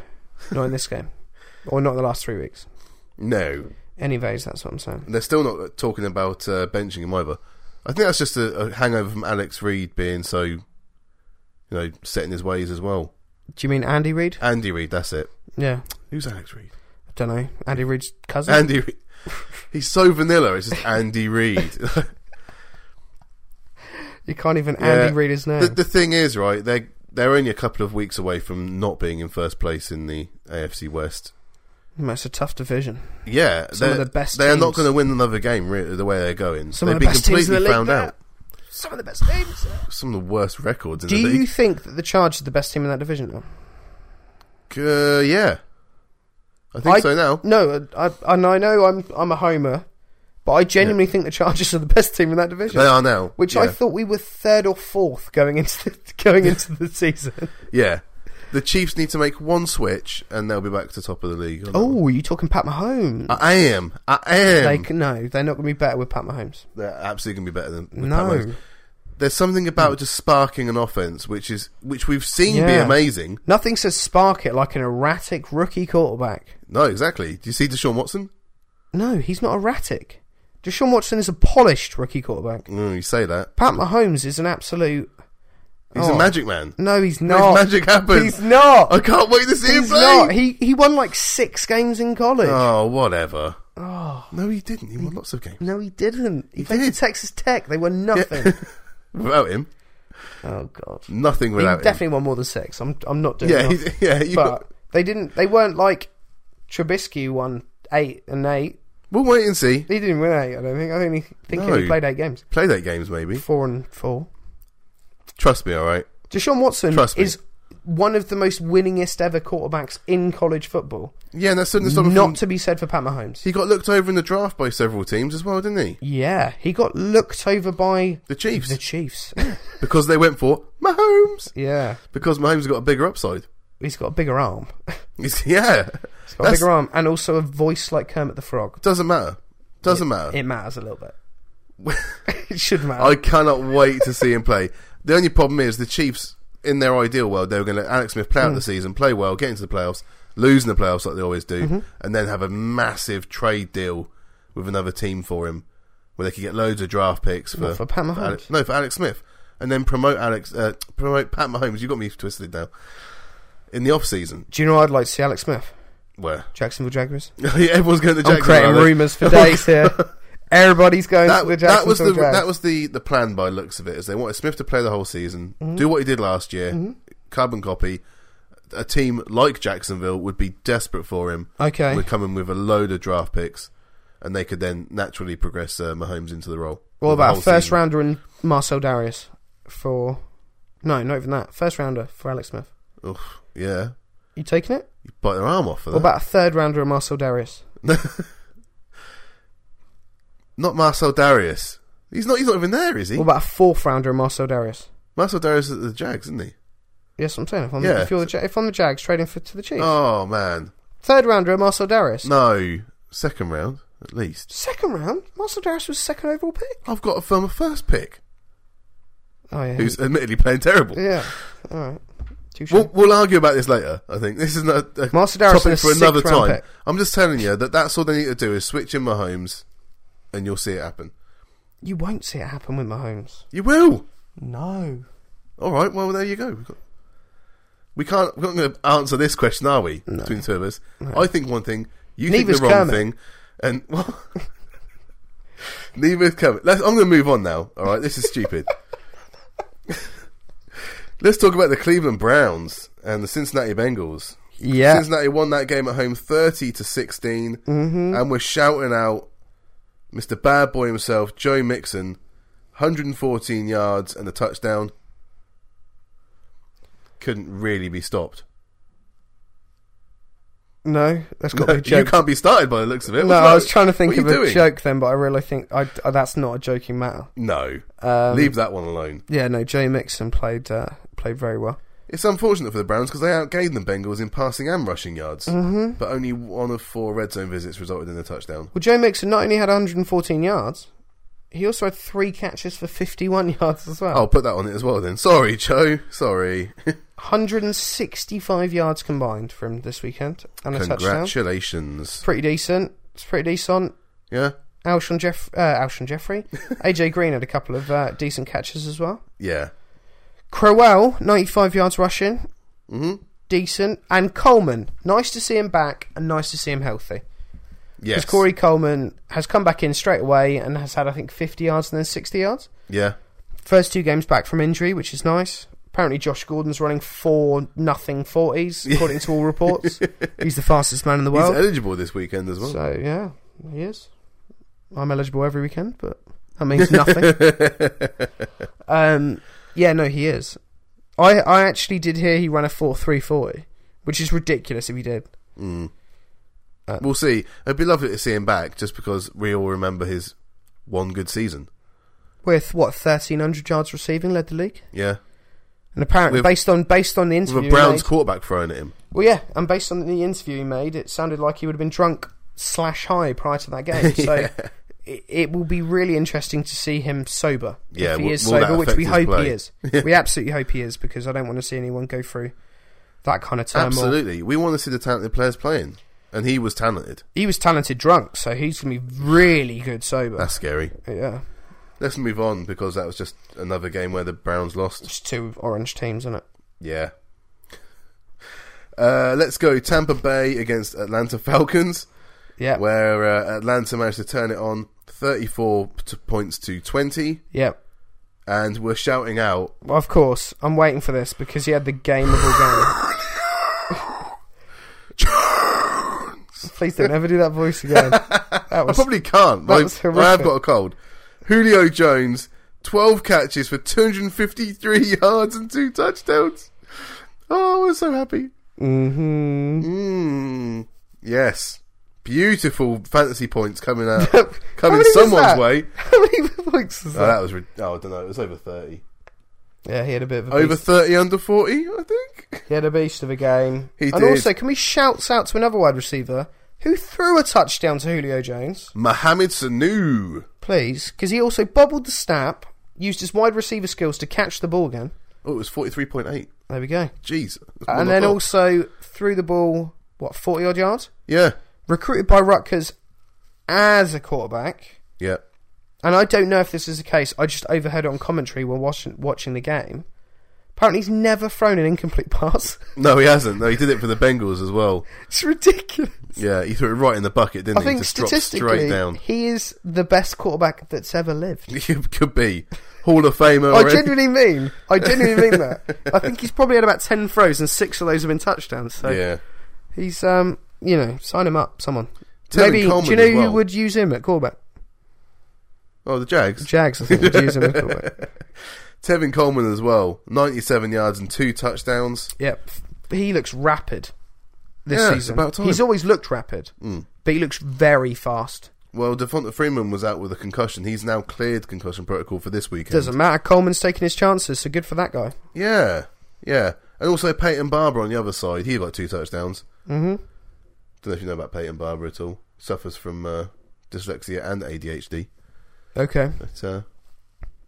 Speaker 2: Not in this game. Or not the last three weeks.
Speaker 1: No,
Speaker 2: Anyways, that's what I'm saying.
Speaker 1: And they're still not talking about uh, benching him either. I think that's just a, a hangover from Alex Reed being so, you know, set in his ways as well.
Speaker 2: Do you mean Andy Reid?
Speaker 1: Andy Reed, that's it.
Speaker 2: Yeah.
Speaker 1: Who's Alex Reed?
Speaker 2: I don't know. Andy Reid's cousin?
Speaker 1: Andy Reed. He's so vanilla. It's just Andy Reed.
Speaker 2: you can't even
Speaker 1: Yeah.
Speaker 2: Andy Reid his name.
Speaker 1: the, the thing is, right? They're they're only a couple of weeks away from not being in first place in the AFC West.
Speaker 2: That's a tough division.
Speaker 1: Yeah,
Speaker 2: Some of
Speaker 1: they're-
Speaker 2: the best
Speaker 1: They're not
Speaker 2: teams.
Speaker 1: going to win another game really, the way they're going.
Speaker 2: Some
Speaker 1: They'd
Speaker 2: of
Speaker 1: be
Speaker 2: the best teams
Speaker 1: completely
Speaker 2: in the league.
Speaker 1: found
Speaker 2: there.
Speaker 1: out.
Speaker 2: Some of the best teams.
Speaker 1: Some of the worst records in
Speaker 2: Do
Speaker 1: the
Speaker 2: you
Speaker 1: league.
Speaker 2: think that the Chargers are the best team in that division? Now?
Speaker 1: Uh, yeah, I think
Speaker 2: I-
Speaker 1: so now.
Speaker 2: No, I, I, and I know I'm I'm a homer, but I genuinely think the Chargers are the best team in that division.
Speaker 1: They are now.
Speaker 2: which
Speaker 1: yeah.
Speaker 2: I thought we were third or fourth going into the, going into the season.
Speaker 1: yeah. The Chiefs need to make one switch and they'll be back to top of the league. on that one.
Speaker 2: Oh, you talking Pat Mahomes?
Speaker 1: I am. I am.
Speaker 2: Uh, they, c- no, they're not going to be better with Pat Mahomes.
Speaker 1: They're absolutely going to be better than with Pat
Speaker 2: No,
Speaker 1: Mahomes. There's something about just sparking an offense, which is which we've seen be
Speaker 2: Yeah.
Speaker 1: amazing.
Speaker 2: nothing says spark it like an erratic rookie quarterback.
Speaker 1: No, exactly. Do you see Deshaun Watson?
Speaker 2: No, he's not erratic. Deshaun Watson is a polished rookie quarterback.
Speaker 1: Mm, you say that.
Speaker 2: Pat Mahomes is an absolute.
Speaker 1: He's
Speaker 2: Oh.
Speaker 1: a magic man.
Speaker 2: No, he's
Speaker 1: When
Speaker 2: not.
Speaker 1: magic Oh, happens.
Speaker 2: He's not.
Speaker 1: I can't wait to see him
Speaker 2: He's
Speaker 1: play.
Speaker 2: not. He he won like six games in college.
Speaker 1: oh, whatever. No, he didn't. He won lots of games
Speaker 2: Oh, No, he didn't. He,
Speaker 1: He
Speaker 2: played for
Speaker 1: did.
Speaker 2: Texas Tech. They won nothing.
Speaker 1: without him.
Speaker 2: oh god.
Speaker 1: Nothing without
Speaker 2: he
Speaker 1: him.
Speaker 2: definitely won more than six. I'm I'm not doing.
Speaker 1: yeah,
Speaker 2: that.
Speaker 1: he, yeah. You,
Speaker 2: but they didn't. They weren't like Trubisky won eight and eight.
Speaker 1: we'll wait and see.
Speaker 2: He didn't win eight. I don't think. I think he, think he
Speaker 1: No.
Speaker 2: only played eight games.
Speaker 1: Play that games, maybe.
Speaker 2: Four and four.
Speaker 1: Trust me, all right.
Speaker 2: Deshaun Watson
Speaker 1: Trust me.
Speaker 2: is one of the most winningest ever quarterbacks in college football.
Speaker 1: Yeah, and that's something that's
Speaker 2: Not
Speaker 1: not.
Speaker 2: to be said for Pat Mahomes.
Speaker 1: He got looked over in the draft by several teams as well, didn't he?
Speaker 2: Yeah, he got looked over by
Speaker 1: The Chiefs
Speaker 2: the Chiefs.
Speaker 1: because they went for Mahomes
Speaker 2: yeah,
Speaker 1: because Mahomes got a bigger upside.
Speaker 2: he's got a bigger arm.
Speaker 1: It's- yeah,
Speaker 2: He's got a
Speaker 1: That's-
Speaker 2: bigger arm and also a voice like Kermit the Frog.
Speaker 1: doesn't matter. Doesn't matter.
Speaker 2: It matters a little bit. it should matter.
Speaker 1: I cannot wait to see him play. The only problem is the Chiefs, in their ideal world, they were going to let Alex Smith play
Speaker 2: Hmm.
Speaker 1: out the season, play well, get into the playoffs, lose in the playoffs like they always do,
Speaker 2: Mm-hmm.
Speaker 1: and then have a massive trade deal with another team for him, where they could get loads of draft picks for,
Speaker 2: Not for Pat Mahomes.
Speaker 1: Alex, no for Alex Smith, and then promote Alex, uh, promote Pat Mahomes. You got me twisted now. In the off season,
Speaker 2: Do you know what I'd like to see Alex Smith?
Speaker 1: where
Speaker 2: Jacksonville Jaguars.
Speaker 1: everyone's going to
Speaker 2: I'm
Speaker 1: Jacksonville,
Speaker 2: creating
Speaker 1: aren't they?
Speaker 2: rumours for days here. Everybody's going to the
Speaker 1: that, that was
Speaker 2: Jacksonville
Speaker 1: the
Speaker 2: Jags.
Speaker 1: that was the the plan by looks of it is they wanted Smith to play the whole season,
Speaker 2: Mm-hmm.
Speaker 1: do what he did last year, carbon copy. A team like Jacksonville would be desperate for him.
Speaker 2: Okay.
Speaker 1: would come in with a load of draft picks, and they could then naturally progress uh, Mahomes into the role.
Speaker 2: what
Speaker 1: Or the
Speaker 2: about a
Speaker 1: whole
Speaker 2: first
Speaker 1: season.
Speaker 2: rounder and Marcel Darius for... No, not even that. First rounder for Alex Smith.
Speaker 1: Oof, yeah,
Speaker 2: You taking it?
Speaker 1: you bite their arm off for
Speaker 2: What
Speaker 1: that.
Speaker 2: about a third rounder and Marcel Darius?
Speaker 1: not Marcel Darius. He's not. He's not even there, is he?
Speaker 2: What about a fourth rounder and Marcel Darius?
Speaker 1: Marcel Darius is at the Jags, isn't he?
Speaker 2: Yes, I'm saying. If I'm,
Speaker 1: Yeah.
Speaker 2: if, you're the, Ja- if I'm the Jags trading for to the Chiefs.
Speaker 1: Oh man,
Speaker 2: Third rounder and Marcel Darius.
Speaker 1: no. Second round, at least.
Speaker 2: Second round? Marcel Darius was second overall pick.
Speaker 1: I've got a firm first pick.
Speaker 2: Oh, yeah.
Speaker 1: who's admittedly playing terrible.
Speaker 2: Yeah. All right. Touche.
Speaker 1: We'll, we'll argue about this later. I think this is not a
Speaker 2: Marcel Darius in a
Speaker 1: topic for another
Speaker 2: sixth round
Speaker 1: time.
Speaker 2: pick.
Speaker 1: I'm just telling you that that's all they need to do is switch in Mahomes, and you'll see it happen.
Speaker 2: you won't see it happen with Mahomes.
Speaker 1: You will.
Speaker 2: No.
Speaker 1: All right. Well, there you go. We've got- We can't. We're not going to answer this question, are we? Between the two of us, I think one thing. You
Speaker 2: Neither's
Speaker 1: think the wrong
Speaker 2: Kermit.
Speaker 1: thing, and well, neither is Kermit. Let's, I'm going to move on now. All right. This is stupid. Let's talk about the Cleveland Browns and the Cincinnati Bengals.
Speaker 2: Yeah.
Speaker 1: Cincinnati won that game at home, thirty to 16
Speaker 2: Mm-hmm.
Speaker 1: and we're shouting out Mr. Bad Boy himself, Joe Mixon, 114 yards and a touchdown. Couldn't really be stopped.
Speaker 2: No, that's got
Speaker 1: No,
Speaker 2: to be a
Speaker 1: you
Speaker 2: joke.
Speaker 1: can't be started by the looks of it.
Speaker 2: No,
Speaker 1: What's
Speaker 2: I
Speaker 1: that?
Speaker 2: was trying to think
Speaker 1: What are
Speaker 2: of
Speaker 1: you
Speaker 2: a
Speaker 1: doing?
Speaker 2: joke then, but I really think I, uh, that's not a joking matter.
Speaker 1: No,
Speaker 2: Um,
Speaker 1: leave that one alone.
Speaker 2: Yeah, no, Jay Mixon played uh, played very well.
Speaker 1: It's unfortunate for the Browns because they outgained the Bengals in passing and rushing yards,
Speaker 2: Mm-hmm.
Speaker 1: but only one of four red zone visits resulted in a touchdown.
Speaker 2: Well, Joe Mixon not only had 114 yards, he also had three catches for 51 yards as well.
Speaker 1: I'll put that on it as well then. Sorry, Joe. Sorry.
Speaker 2: 165 yards combined from this weekend and a touchdown.
Speaker 1: Congratulations.
Speaker 2: Pretty decent. It's pretty decent.
Speaker 1: Yeah,
Speaker 2: Alshon Jeff, uh, Alshon Jeffrey, AJ Green had a couple of uh, decent catches as well.
Speaker 1: yeah.
Speaker 2: Crowell, 95 yards rushing,
Speaker 1: hmm
Speaker 2: decent. And Coleman, nice to see him back and nice to see him healthy.
Speaker 1: Yes.
Speaker 2: Because Corey Coleman has come back in straight away and has had, I think, 50 yards and then 60 yards.
Speaker 1: Yeah.
Speaker 2: First two games back from injury, which is nice. Apparently, Josh Gordon's running four nothing 40s, according to all reports. He's the fastest man in the
Speaker 1: He's
Speaker 2: world.
Speaker 1: eligible this weekend as well.
Speaker 2: So, yeah, he is. I'm eligible every weekend, but that means nothing. um, yeah, no, he is. I, I actually did hear he ran a 4 3 40, which is ridiculous if he did.
Speaker 1: Mm. we'll see. It'd be lovely to see him back just because we all remember his one good season.
Speaker 2: With, what, 1,300 yards receiving, led the league?
Speaker 1: Yeah.
Speaker 2: And apparently,
Speaker 1: With-
Speaker 2: based on based on the interview,
Speaker 1: With a
Speaker 2: he
Speaker 1: Browns
Speaker 2: made-
Speaker 1: quarterback thrown at him.
Speaker 2: well, yeah, and based on the interview he made, it sounded like he would have been drunk slash high prior to that game. So it, it will be really interesting to see him sober.
Speaker 1: Yeah,
Speaker 2: if he
Speaker 1: will-
Speaker 2: is
Speaker 1: will that
Speaker 2: sober, which
Speaker 1: affect
Speaker 2: we
Speaker 1: his
Speaker 2: hope
Speaker 1: play?
Speaker 2: he is. we absolutely hope he is because I don't want to see anyone go through that kind of turmoil.
Speaker 1: Absolutely. We want to see the talented players playing. And he was talented.
Speaker 2: He was talented drunk, so he's gonna be really good sober.
Speaker 1: That's scary.
Speaker 2: yeah,
Speaker 1: Let's move on because that was just another game where the Browns lost.
Speaker 2: it's two orange teams, isn't it?
Speaker 1: Yeah. Uh, let's go Tampa Bay against Atlanta Falcons,
Speaker 2: Yeah,
Speaker 1: where uh, Atlanta managed to turn it on 34 to points to 20,
Speaker 2: yeah.
Speaker 1: and we're shouting out.
Speaker 2: Well, of course, I'm waiting for this because he had the game of all games. Please don't ever do that voice again. That
Speaker 1: I
Speaker 2: was
Speaker 1: probably can't.
Speaker 2: that
Speaker 1: I-
Speaker 2: was
Speaker 1: I have
Speaker 2: horrific.
Speaker 1: got a cold. Julio Jones, 12 catches for 253 yards and two touchdowns. Oh, we're so happy.
Speaker 2: hmm
Speaker 1: Mm, yes. Beautiful fantasy points coming out,
Speaker 2: How
Speaker 1: coming
Speaker 2: many was
Speaker 1: someone's
Speaker 2: that?
Speaker 1: way.
Speaker 2: How many voices is
Speaker 1: Oh,
Speaker 2: that?
Speaker 1: that was. Re- oh, I don't know. It was over thirty.
Speaker 2: Yeah, he had a bit of a
Speaker 1: Over
Speaker 2: beast.
Speaker 1: thirty, under forty, I think.
Speaker 2: He had a beast of a game.
Speaker 1: He
Speaker 2: and
Speaker 1: did.
Speaker 2: also, can we shout out to another wide receiver who threw a touchdown to Julio Jones,
Speaker 1: Mohamed Sanu.
Speaker 2: please? Because he also bobbled the snap, used his wide receiver skills to catch the ball again.
Speaker 1: Oh, it was forty-three point eight.
Speaker 2: There we go.
Speaker 1: Jeez. That's more than
Speaker 2: And
Speaker 1: I
Speaker 2: then
Speaker 1: thought.
Speaker 2: also threw the ball, what, 40 odd yards?
Speaker 1: yeah,
Speaker 2: recruited by Rutgers as a quarterback.
Speaker 1: yeah.
Speaker 2: And I don't know if this is the case. I just overheard it on commentary while watching watching the game. Apparently, he's never thrown an incomplete pass.
Speaker 1: No, he hasn't. No, he did it for the Bengals as well.
Speaker 2: it's ridiculous.
Speaker 1: Yeah, he threw it right in the bucket, didn't
Speaker 2: I
Speaker 1: he?
Speaker 2: think
Speaker 1: Just dropped straight
Speaker 2: statistically,
Speaker 1: down.
Speaker 2: he is the best quarterback that's ever lived.
Speaker 1: It could be Hall of Famer.
Speaker 2: I
Speaker 1: already.
Speaker 2: genuinely mean. I genuinely mean that. I think he's probably had about ten throws, and six of those have been touchdowns. So
Speaker 1: Yeah.
Speaker 2: he's, um, you know, sign him up, someone.
Speaker 1: Tevin
Speaker 2: Maybe
Speaker 1: Coleman
Speaker 2: do you know
Speaker 1: as
Speaker 2: who
Speaker 1: well.
Speaker 2: would use him at quarterback?
Speaker 1: Oh, the Jags.
Speaker 2: Jags, I think, would use him at quarterback.
Speaker 1: Tevin Coleman as well. Ninety-seven yards and two touchdowns.
Speaker 2: Yep. He looks rapid this
Speaker 1: Yeah, it's
Speaker 2: season.
Speaker 1: about time. Hmm.
Speaker 2: He's always looked rapid, but he looks very fast.
Speaker 1: Well, Devonta Freeman was out with a concussion. He's now cleared concussion protocol for this weekend.
Speaker 2: Doesn't matter. Coleman's taking his chances, so good for that guy.
Speaker 1: Yeah, yeah. And also Peyton Barber on the other side. He had like two touchdowns.
Speaker 2: Mm-hmm.
Speaker 1: Don't know if you know about Peyton Barber at all. Suffers from uh, dyslexia and ADHD.
Speaker 2: Okay.
Speaker 1: But uh,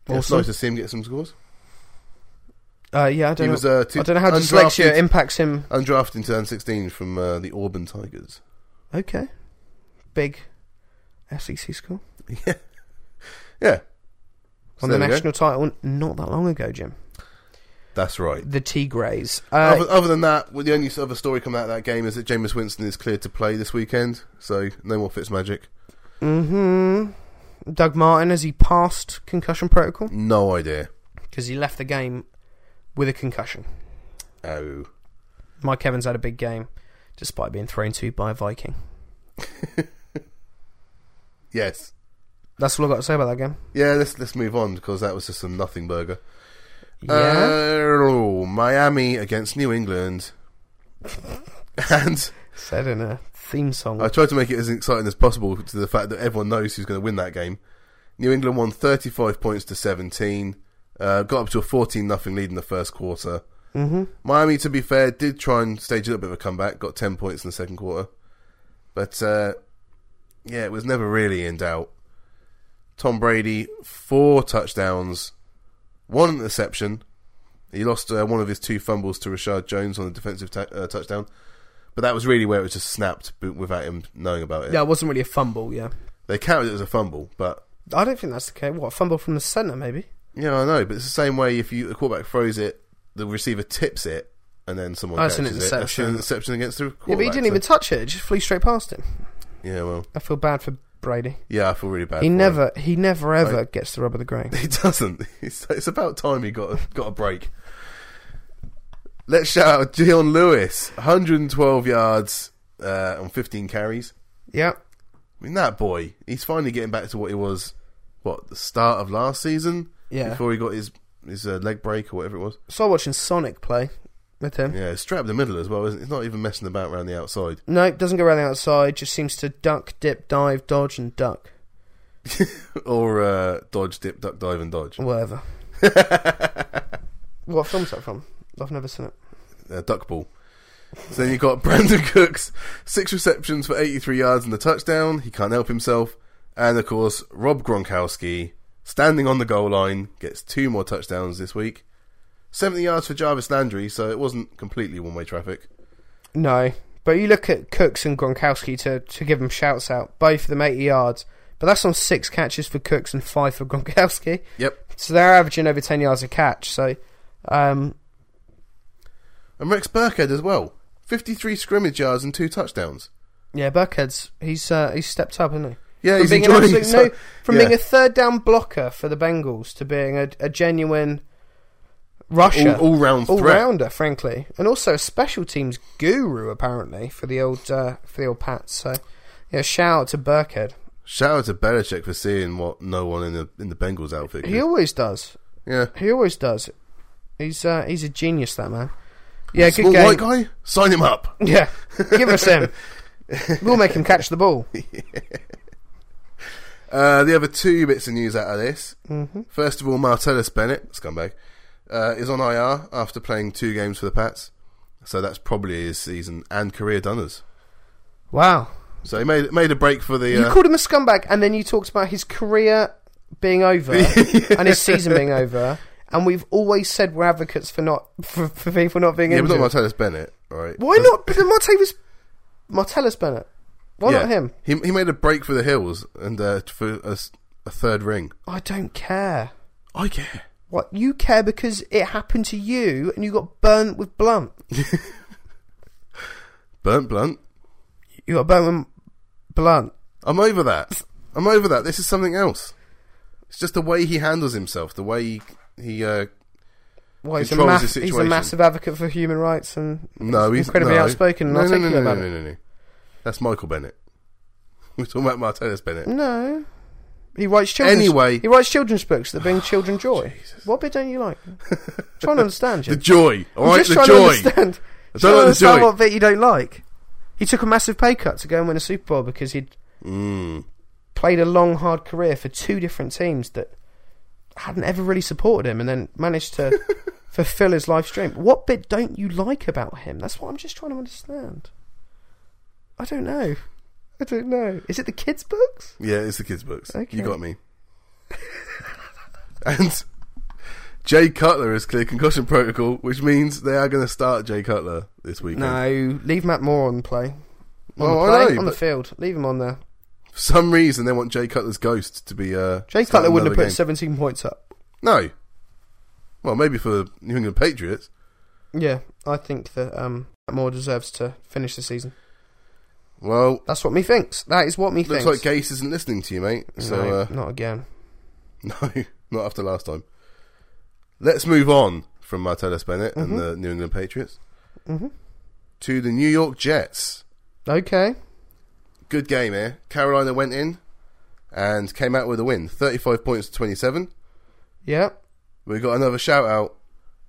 Speaker 1: yeah, it's
Speaker 2: Awesome.
Speaker 1: nice to see him get some scores.
Speaker 2: Uh, yeah, I don't
Speaker 1: He
Speaker 2: know.
Speaker 1: was uh, two,
Speaker 2: I don't know how dyslexia
Speaker 1: undrafted,
Speaker 2: impacts him.
Speaker 1: undrafted in turn 16 from uh, the Auburn Tigers.
Speaker 2: Okay. Big E SEC school.
Speaker 1: Yeah. So
Speaker 2: Won the
Speaker 1: there we go.
Speaker 2: national title not that long ago, Jim.
Speaker 1: That's right.
Speaker 2: The Tigres.
Speaker 1: other,
Speaker 2: Uh,
Speaker 1: other than that, well, the only other story coming out of that game is that Jameis Winston is cleared to play this weekend. So no more Fitzmagic.
Speaker 2: hmm Doug Martin, has he passed concussion protocol?
Speaker 1: No idea.
Speaker 2: Because he left the game with a concussion.
Speaker 1: Oh.
Speaker 2: Mike Evans had a big game, despite being thrown to by a Viking.
Speaker 1: Yes.
Speaker 2: That's all I got to say about that game.
Speaker 1: Yeah, let's let's move on because that was just some nothing burger.
Speaker 2: Yeah,
Speaker 1: Uh, Miami against New England. And
Speaker 2: Said in a theme song.
Speaker 1: I tried to make it as exciting as possible to the fact that everyone knows who's going to win that game. New England won 35 points to 17, uh, got up to a 14 nothing lead in the first quarter.
Speaker 2: hmm
Speaker 1: Miami, to be fair, did try and stage a little bit of a comeback, got 10 points in the second quarter. But, uh, yeah, it was never really in doubt. Tom Brady, four touchdowns, one interception. He lost uh, one of his two fumbles to Rashad Jones on the defensive ta- uh, touchdown. But that was really where it was just snapped b- without him knowing about it.
Speaker 2: Yeah, it wasn't really a fumble. Yeah,
Speaker 1: They counted it as a fumble, but,
Speaker 2: I don't think that's the case. What a fumble from the center, maybe?
Speaker 1: yeah, I know. But it's the same way if you the quarterback throws it, the receiver tips it, and then someone
Speaker 2: Oh, it's
Speaker 1: catches
Speaker 2: an
Speaker 1: it. That's an
Speaker 2: interception.
Speaker 1: interception against the quarterback.
Speaker 2: Yeah, but he didn't
Speaker 1: so-
Speaker 2: even touch it. It just flew straight past him.
Speaker 1: Yeah, well,
Speaker 2: I feel bad for Brady.
Speaker 1: yeah, I feel really bad.
Speaker 2: He
Speaker 1: for him.
Speaker 2: never, he never ever gets the rub of the grain.
Speaker 1: He doesn't. It's, it's about time he got a, got a break. Let's shout out Dion Lewis, 112 yards uh, on 15 carries.
Speaker 2: yeah,
Speaker 1: I mean, that boy, he's finally getting back to what he was, what, the start of last season?
Speaker 2: yeah.
Speaker 1: Before he got his his uh, leg break or whatever it was.
Speaker 2: Started watching Sonic play with him.
Speaker 1: Yeah, it's straight up the middle as well, isn't it? He's not even messing about around the outside.
Speaker 2: No, doesn't go around the outside. Just seems to duck, dip, dive, dodge, and duck.
Speaker 1: Or uh, dodge, dip, duck, dive, and dodge.
Speaker 2: Whatever. what film's that from? I've never seen it.
Speaker 1: uh, duck ball. So then you've got Brandon Cooks, six receptions for 83 yards and the touchdown. He can't help himself. And of course, Rob Gronkowski, standing on the goal line, gets two more touchdowns this week. 70 yards for Jarvis Landry, so it wasn't completely one way traffic.
Speaker 2: No, but you look at Cooks and Gronkowski to to give them shouts out. Both of them eighty yards, but that's on six catches for Cooks and five for Gronkowski.
Speaker 1: Yep.
Speaker 2: So they're averaging over ten yards a catch. So, um,
Speaker 1: And Rex Burkhead as well, 53 scrimmage yards and two touchdowns.
Speaker 2: yeah, Burkhead's he's uh, he's stepped up, hasn't he?
Speaker 1: Yeah,
Speaker 2: From
Speaker 1: he's
Speaker 2: being an
Speaker 1: enjoying
Speaker 2: absolute no-
Speaker 1: himself.
Speaker 2: from
Speaker 1: yeah.
Speaker 2: being a third down blocker for the Bengals to being a, a genuine rusher,
Speaker 1: all, all round
Speaker 2: all
Speaker 1: threat.
Speaker 2: rounder, frankly, and also a special teams guru apparently for the old uh, for the old Pats. So, yeah, shout out to Burkhead.
Speaker 1: Shout out to Belichick for seeing what no one in the in the Bengals outfit.
Speaker 2: He
Speaker 1: Could.
Speaker 2: always does.
Speaker 1: Yeah,
Speaker 2: He always does. He's uh, he's a genius, that man. Yeah, good
Speaker 1: small
Speaker 2: game.
Speaker 1: white guy, sign him up.
Speaker 2: Yeah, give us him. We'll make him catch the ball.
Speaker 1: Uh, the other two bits of news out of this.
Speaker 2: Mm-hmm.
Speaker 1: First of all, Martellus Bennett, scumbag, uh, is on IR after playing two games for the Pats. So that's probably his season and career donors.
Speaker 2: Wow,
Speaker 1: So he made made a break for the.
Speaker 2: you
Speaker 1: Uh,
Speaker 2: called him a scumbag, and then you talked about his career being over and his season being over. And we've always said we're advocates for not for, for people not being
Speaker 1: yeah, but
Speaker 2: injured.
Speaker 1: not Martellus Bennett, all right?
Speaker 2: Why not? But then Martavis, Martellus Bennett. Why
Speaker 1: Yeah.
Speaker 2: not him?
Speaker 1: He he made a break for the Hills and uh, for a, s- a third ring.
Speaker 2: I don't care.
Speaker 1: I care.
Speaker 2: What you care because it happened to you, and you got burnt with blunt.
Speaker 1: Burnt blunt.
Speaker 2: You got burnt with blunt.
Speaker 1: I'm over that. I'm over that. This is something else. It's just the way he handles himself, the way he he uh,
Speaker 2: Well, he's a,
Speaker 1: controls
Speaker 2: mass-
Speaker 1: the
Speaker 2: he's a
Speaker 1: situation.
Speaker 2: massive advocate for human rights, and
Speaker 1: No, he's
Speaker 2: incredibly
Speaker 1: no.
Speaker 2: outspoken and
Speaker 1: No, no, no,
Speaker 2: articulate
Speaker 1: no, no,
Speaker 2: about
Speaker 1: no,
Speaker 2: it.
Speaker 1: no, no. That's Michael Bennett. We're talking about Martellus Bennett.
Speaker 2: no, he writes children's.
Speaker 1: Anyway.
Speaker 2: he writes children's books that bring children joy. What bit don't you like? trying to understand
Speaker 1: The
Speaker 2: you.
Speaker 1: joy, all
Speaker 2: I'm
Speaker 1: right,
Speaker 2: just
Speaker 1: the
Speaker 2: trying to
Speaker 1: joy.
Speaker 2: understand.
Speaker 1: I don't
Speaker 2: trying to
Speaker 1: like the
Speaker 2: understand
Speaker 1: joy.
Speaker 2: what bit you don't like. He took a massive pay cut to go and win a Super Bowl because he'd
Speaker 1: Mm.
Speaker 2: played a long, hard career for two different teams that hadn't ever really supported him, and then managed to fulfill his life dream. What bit don't you like about him? That's what I'm just trying to understand. I don't know. I don't know. Is it the kids' books?
Speaker 1: Yeah, it's the kids' books.
Speaker 2: Okay.
Speaker 1: You got me. and Jay Cutler is clear concussion protocol, which means they are going to start Jay Cutler this weekend.
Speaker 2: No, leave Matt Moore on the play. On
Speaker 1: Well,
Speaker 2: the play,
Speaker 1: Oh, I know,
Speaker 2: on the
Speaker 1: but-
Speaker 2: field. Leave him on there.
Speaker 1: For some reason, they want Jay Cutler's ghost to be. Uh,
Speaker 2: Jay
Speaker 1: starting
Speaker 2: Cutler wouldn't have
Speaker 1: another
Speaker 2: put 17 points up.
Speaker 1: game. No. Well, maybe for the New England Patriots.
Speaker 2: Yeah, I think that um, Matt Moore deserves to finish the season.
Speaker 1: Well,
Speaker 2: That's what me thinks. That is what me
Speaker 1: looks
Speaker 2: thinks.
Speaker 1: like Gase isn't listening to you, mate. So
Speaker 2: no,
Speaker 1: uh,
Speaker 2: not again.
Speaker 1: No, not after last time. Let's move on from Martellus Bennett and the New England Patriots
Speaker 2: hmm
Speaker 1: to the New York Jets.
Speaker 2: Okay.
Speaker 1: Good game here. Carolina went in and came out with a win 35 points to 27.
Speaker 2: Yeah.
Speaker 1: We got another shout out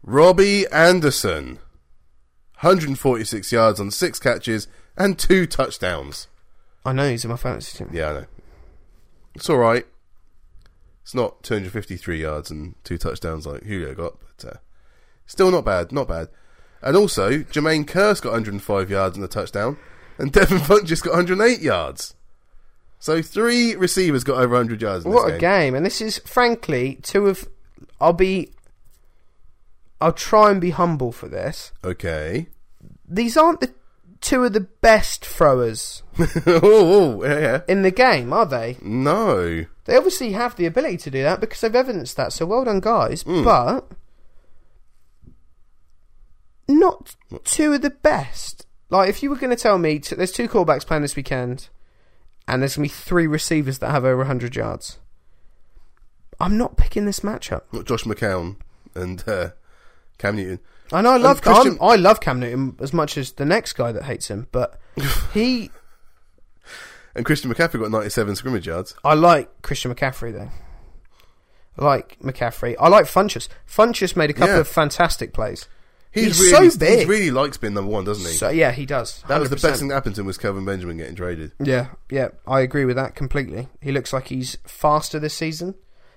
Speaker 1: Robbie Anderson. 146 yards on six catches and two touchdowns.
Speaker 2: I know he's in my fantasy team.
Speaker 1: Yeah, I know. It's all right. It's not 253 yards and two touchdowns like Julio got, but uh, still not bad, not bad. And also, Jermaine Curse got 105 yards and a touchdown, and Devin Funk just got 108 yards. So three receivers got over 100 yards. In
Speaker 2: What
Speaker 1: this
Speaker 2: a game! And this is frankly two of. I'll be. I'll try and be humble for this.
Speaker 1: Okay.
Speaker 2: These aren't the two of the best throwers
Speaker 1: oh, oh, yeah, yeah.
Speaker 2: in the game, are they?
Speaker 1: No.
Speaker 2: They obviously have the ability to do that because they've evidenced that. So well done, guys. But not two of the best. Like if you were going to tell me t- there's two callbacks playing this weekend, and there's going to be three receivers that have over 100 yards, I'm not picking this matchup.
Speaker 1: Not Josh McCown and uh, Cam Newton.
Speaker 2: I know I love
Speaker 1: Christian-
Speaker 2: I'm- I love Cam Newton as much as the next guy that hates him, but he
Speaker 1: And Christian McCaffrey got 97 scrimmage yards.
Speaker 2: I like Christian McCaffrey though. I like McCaffrey. I like Funchess. Funchess made a couple
Speaker 1: Yeah.
Speaker 2: of fantastic plays.
Speaker 1: He's,
Speaker 2: He's
Speaker 1: really,
Speaker 2: so big.
Speaker 1: He really likes being number one, doesn't he?
Speaker 2: So yeah, he does.
Speaker 1: that was the
Speaker 2: 100%.
Speaker 1: best thing that happened to him was Kelvin Benjamin getting traded.
Speaker 2: Yeah, yeah, I agree with that completely. He looks like he's faster this season.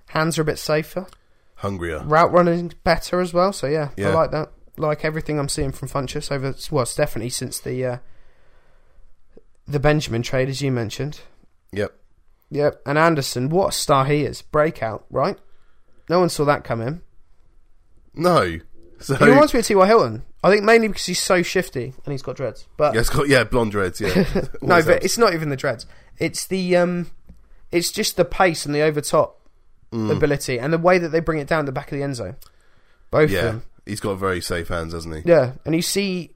Speaker 2: Hands are a bit safer.
Speaker 1: Hungrier.
Speaker 2: Route running's better as well. So yeah,
Speaker 1: Yeah.
Speaker 2: I like that. Like everything I'm seeing from Funchess over well, it's definitely since the uh, the Benjamin trade, as you mentioned.
Speaker 1: Yep.
Speaker 2: Yep, and Anderson, what a star he is! Breakout, right? No one saw that come in.
Speaker 1: No. So
Speaker 2: He reminds me of T.Y. Hilton. I think mainly because he's so shifty and he's got dreads. But
Speaker 1: yeah, it's got yeah blonde dreads. Yeah.
Speaker 2: no,
Speaker 1: Always
Speaker 2: but
Speaker 1: helps.
Speaker 2: it's not even the dreads. It's the um, it's just the pace and the over top
Speaker 1: Mm.
Speaker 2: ability and the way that they bring it down the back of the end zone. Both of
Speaker 1: yeah,
Speaker 2: them.
Speaker 1: he's got very safe hands, hasn't he?
Speaker 2: Yeah, and you see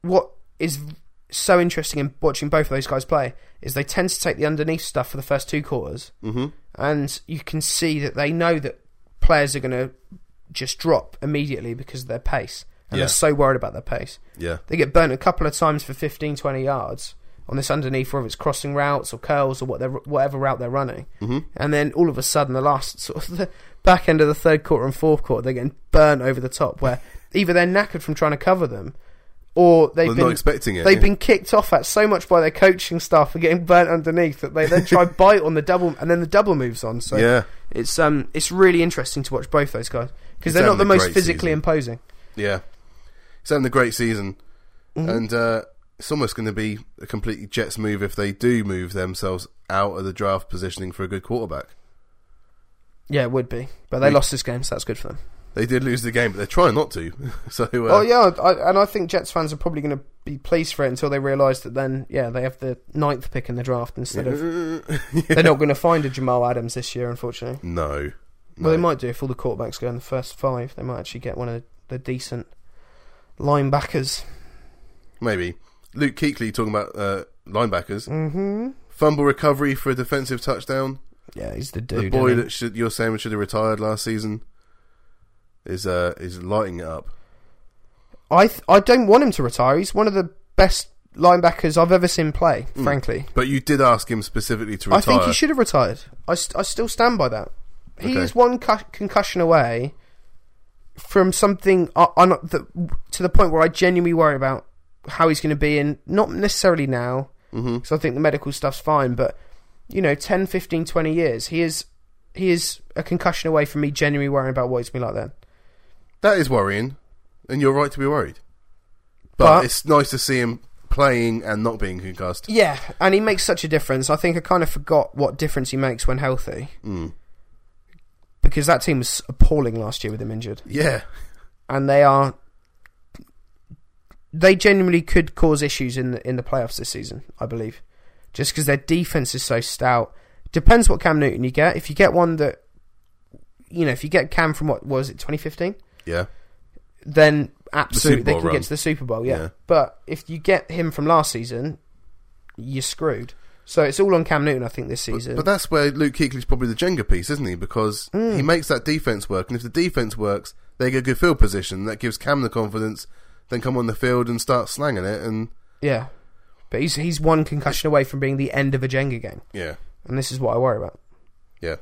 Speaker 2: what is so interesting in watching both of those guys play is they tend to take the underneath stuff for the first two quarters, mm-hmm. and you can see that they know that players are going to just drop immediately because of their pace, and
Speaker 1: Yeah.
Speaker 2: they're so worried about their pace.
Speaker 1: Yeah.
Speaker 2: They get burnt a couple of times for 15, 20 yards on this underneath, whether it's crossing routes or curls or what they're- whatever route they're running. Mm-hmm. And then all of a sudden, the last sort of the back end of the third quarter and fourth quarter, they're getting burnt over the top, where either they're knackered from trying to cover them, or they've
Speaker 1: They're
Speaker 2: been
Speaker 1: not expecting it.
Speaker 2: they've
Speaker 1: yeah.
Speaker 2: been kicked off at so much by their coaching staff for getting burnt underneath that they then try bite on the double, and then the double moves on. So
Speaker 1: yeah,
Speaker 2: it's um it's really interesting to watch both those guys because
Speaker 1: He's
Speaker 2: they're not
Speaker 1: having
Speaker 2: the
Speaker 1: a
Speaker 2: most
Speaker 1: great
Speaker 2: physically
Speaker 1: season.
Speaker 2: imposing.
Speaker 1: yeah. He's having a great season,
Speaker 2: Mm-hmm.
Speaker 1: and uh, it's almost going to be a completely Jets move if they do move themselves out of the draft positioning for a good quarterback.
Speaker 2: Yeah, it would be, but they lost this game, so that's good for them.
Speaker 1: They did lose the game, but they're trying not to. so, uh,
Speaker 2: Oh yeah, I, and I think Jets fans are probably going to be pleased for it until they realise that then, yeah, they have the ninth pick in the draft instead of they're not going to find a Jamal Adams this year, unfortunately.
Speaker 1: no,
Speaker 2: Well, they might do if all the quarterbacks go in the first five. They might actually get one of the decent linebackers.
Speaker 1: maybe Luke Keekley talking about uh, linebackers. Mm-hmm. Fumble recovery for a defensive touchdown.
Speaker 2: Yeah, he's the
Speaker 1: the
Speaker 2: dude.
Speaker 1: boy
Speaker 2: isn't he?
Speaker 1: that should you're saying should have retired last season is uh is lighting it up.
Speaker 2: I th- I don't want him to retire. He's one of the best linebackers I've ever seen play.
Speaker 1: Hmm.
Speaker 2: Frankly,
Speaker 1: But you did ask him specifically to retire.
Speaker 2: I think he should have retired. I, st- I still stand by that. He
Speaker 1: Okay.
Speaker 2: is one cu- concussion away from something I, I'm not the, to the point where I genuinely worry about how he's going to be in, not necessarily now, because I think the medical stuff's fine, but, you know, 10, 15, 20 years, he is he is a concussion away from me genuinely worrying about what he's going to be like then.
Speaker 1: That is worrying, and you're right to be worried. But,
Speaker 2: But-
Speaker 1: it's nice to see him playing and not being concussed.
Speaker 2: Yeah, and he makes such a difference. I think I kind of forgot what difference he makes when healthy. Because that team was appalling last year with him injured.
Speaker 1: Yeah,
Speaker 2: and they are they genuinely could cause issues in the in the playoffs this season, I believe, just because their defense is so stout. Depends what Cam Newton you get. If you get one that you know, if you get Cam from what was it 2015,
Speaker 1: yeah,
Speaker 2: then absolutely
Speaker 1: Super
Speaker 2: they
Speaker 1: Bowl
Speaker 2: can
Speaker 1: run.
Speaker 2: get to the Super Bowl. Yeah.
Speaker 1: Yeah.
Speaker 2: but if you get him from last season, you're screwed. So it's all on Cam Newton, I think, this season.
Speaker 1: but that's where Luke Kuechly's probably the Jenga piece, isn't he? Because he makes that defense work, and if the defense works, they get a good field position. That gives Cam the confidence. Then come on the field and start slanging it, and
Speaker 2: yeah, but he's he's one concussion away from being the end of a Jenga game,
Speaker 1: yeah,
Speaker 2: and this is what I worry about.
Speaker 1: yeah.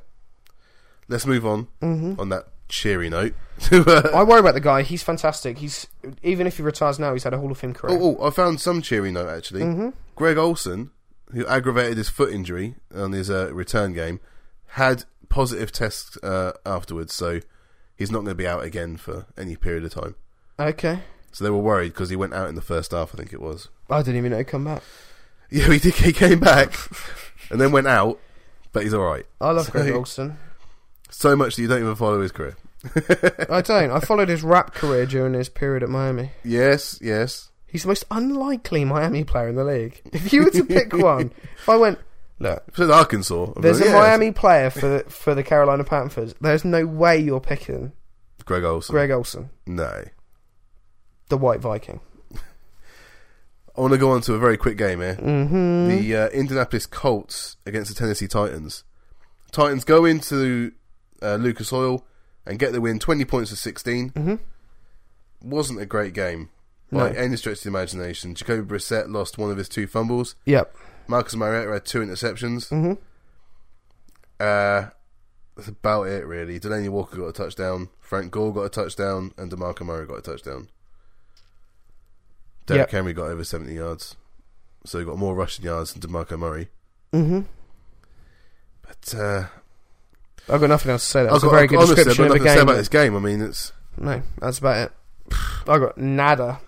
Speaker 1: Let's move on on that cheery note. to, uh,
Speaker 2: I worry about the guy. He's fantastic. He's even if he retires now, he's had a Hall of Fame career.
Speaker 1: oh, oh, I found some cheery note actually. Greg Olson, who aggravated his foot injury on his uh, return game, had positive tests uh, afterwards, so he's not going to be out again for any period of time.
Speaker 2: Okay,
Speaker 1: So they were worried because he went out in the first half, I think it was.
Speaker 2: I didn't even know he'd come back.
Speaker 1: Yeah, he did. He came back and then went out, but he's all right.
Speaker 2: I love
Speaker 1: So-
Speaker 2: Greg Olson.
Speaker 1: So much that you don't even follow his career.
Speaker 2: I don't. I followed his rap career during his period at Miami.
Speaker 1: Yes, yes.
Speaker 2: He's the most unlikely Miami player in the league. If you were to pick one, if I went, look,
Speaker 1: It says Arkansas. I'm
Speaker 2: there's
Speaker 1: like,
Speaker 2: a
Speaker 1: yeah,
Speaker 2: Miami player for the, for the Carolina Panthers. There's no way you're picking
Speaker 1: it's Greg Olson.
Speaker 2: Greg Olson,
Speaker 1: No.
Speaker 2: the White Viking.
Speaker 1: I want to go on to a very quick game here.
Speaker 2: Mm-hmm.
Speaker 1: The uh, Indianapolis Colts against the Tennessee Titans. Titans go into uh, Lucas Oil and get the win, 20 points to 16.
Speaker 2: Mm-hmm.
Speaker 1: Wasn't a great game
Speaker 2: No.
Speaker 1: by any stretch of the imagination. Jacoby Brissett lost one of his two fumbles.
Speaker 2: Yep.
Speaker 1: Marcus Mariota had two interceptions.
Speaker 2: Mm-hmm.
Speaker 1: Uh, that's about it, really. Delaney Walker got a touchdown. Frank Gore got a touchdown, and Demarco Murray got a touchdown. Derek
Speaker 2: Yep.
Speaker 1: Henry got over seventy yards, so he got more rushing yards than Demarco Murray.
Speaker 2: Mm-hmm.
Speaker 1: But uh,
Speaker 2: I've got nothing else to say. That
Speaker 1: I've
Speaker 2: was a
Speaker 1: got,
Speaker 2: very
Speaker 1: I've
Speaker 2: good
Speaker 1: got- honestly, I've
Speaker 2: description
Speaker 1: got
Speaker 2: of
Speaker 1: nothing
Speaker 2: a
Speaker 1: to say
Speaker 2: game.
Speaker 1: about this game. I mean, it's
Speaker 2: No, that's about it. I got nada.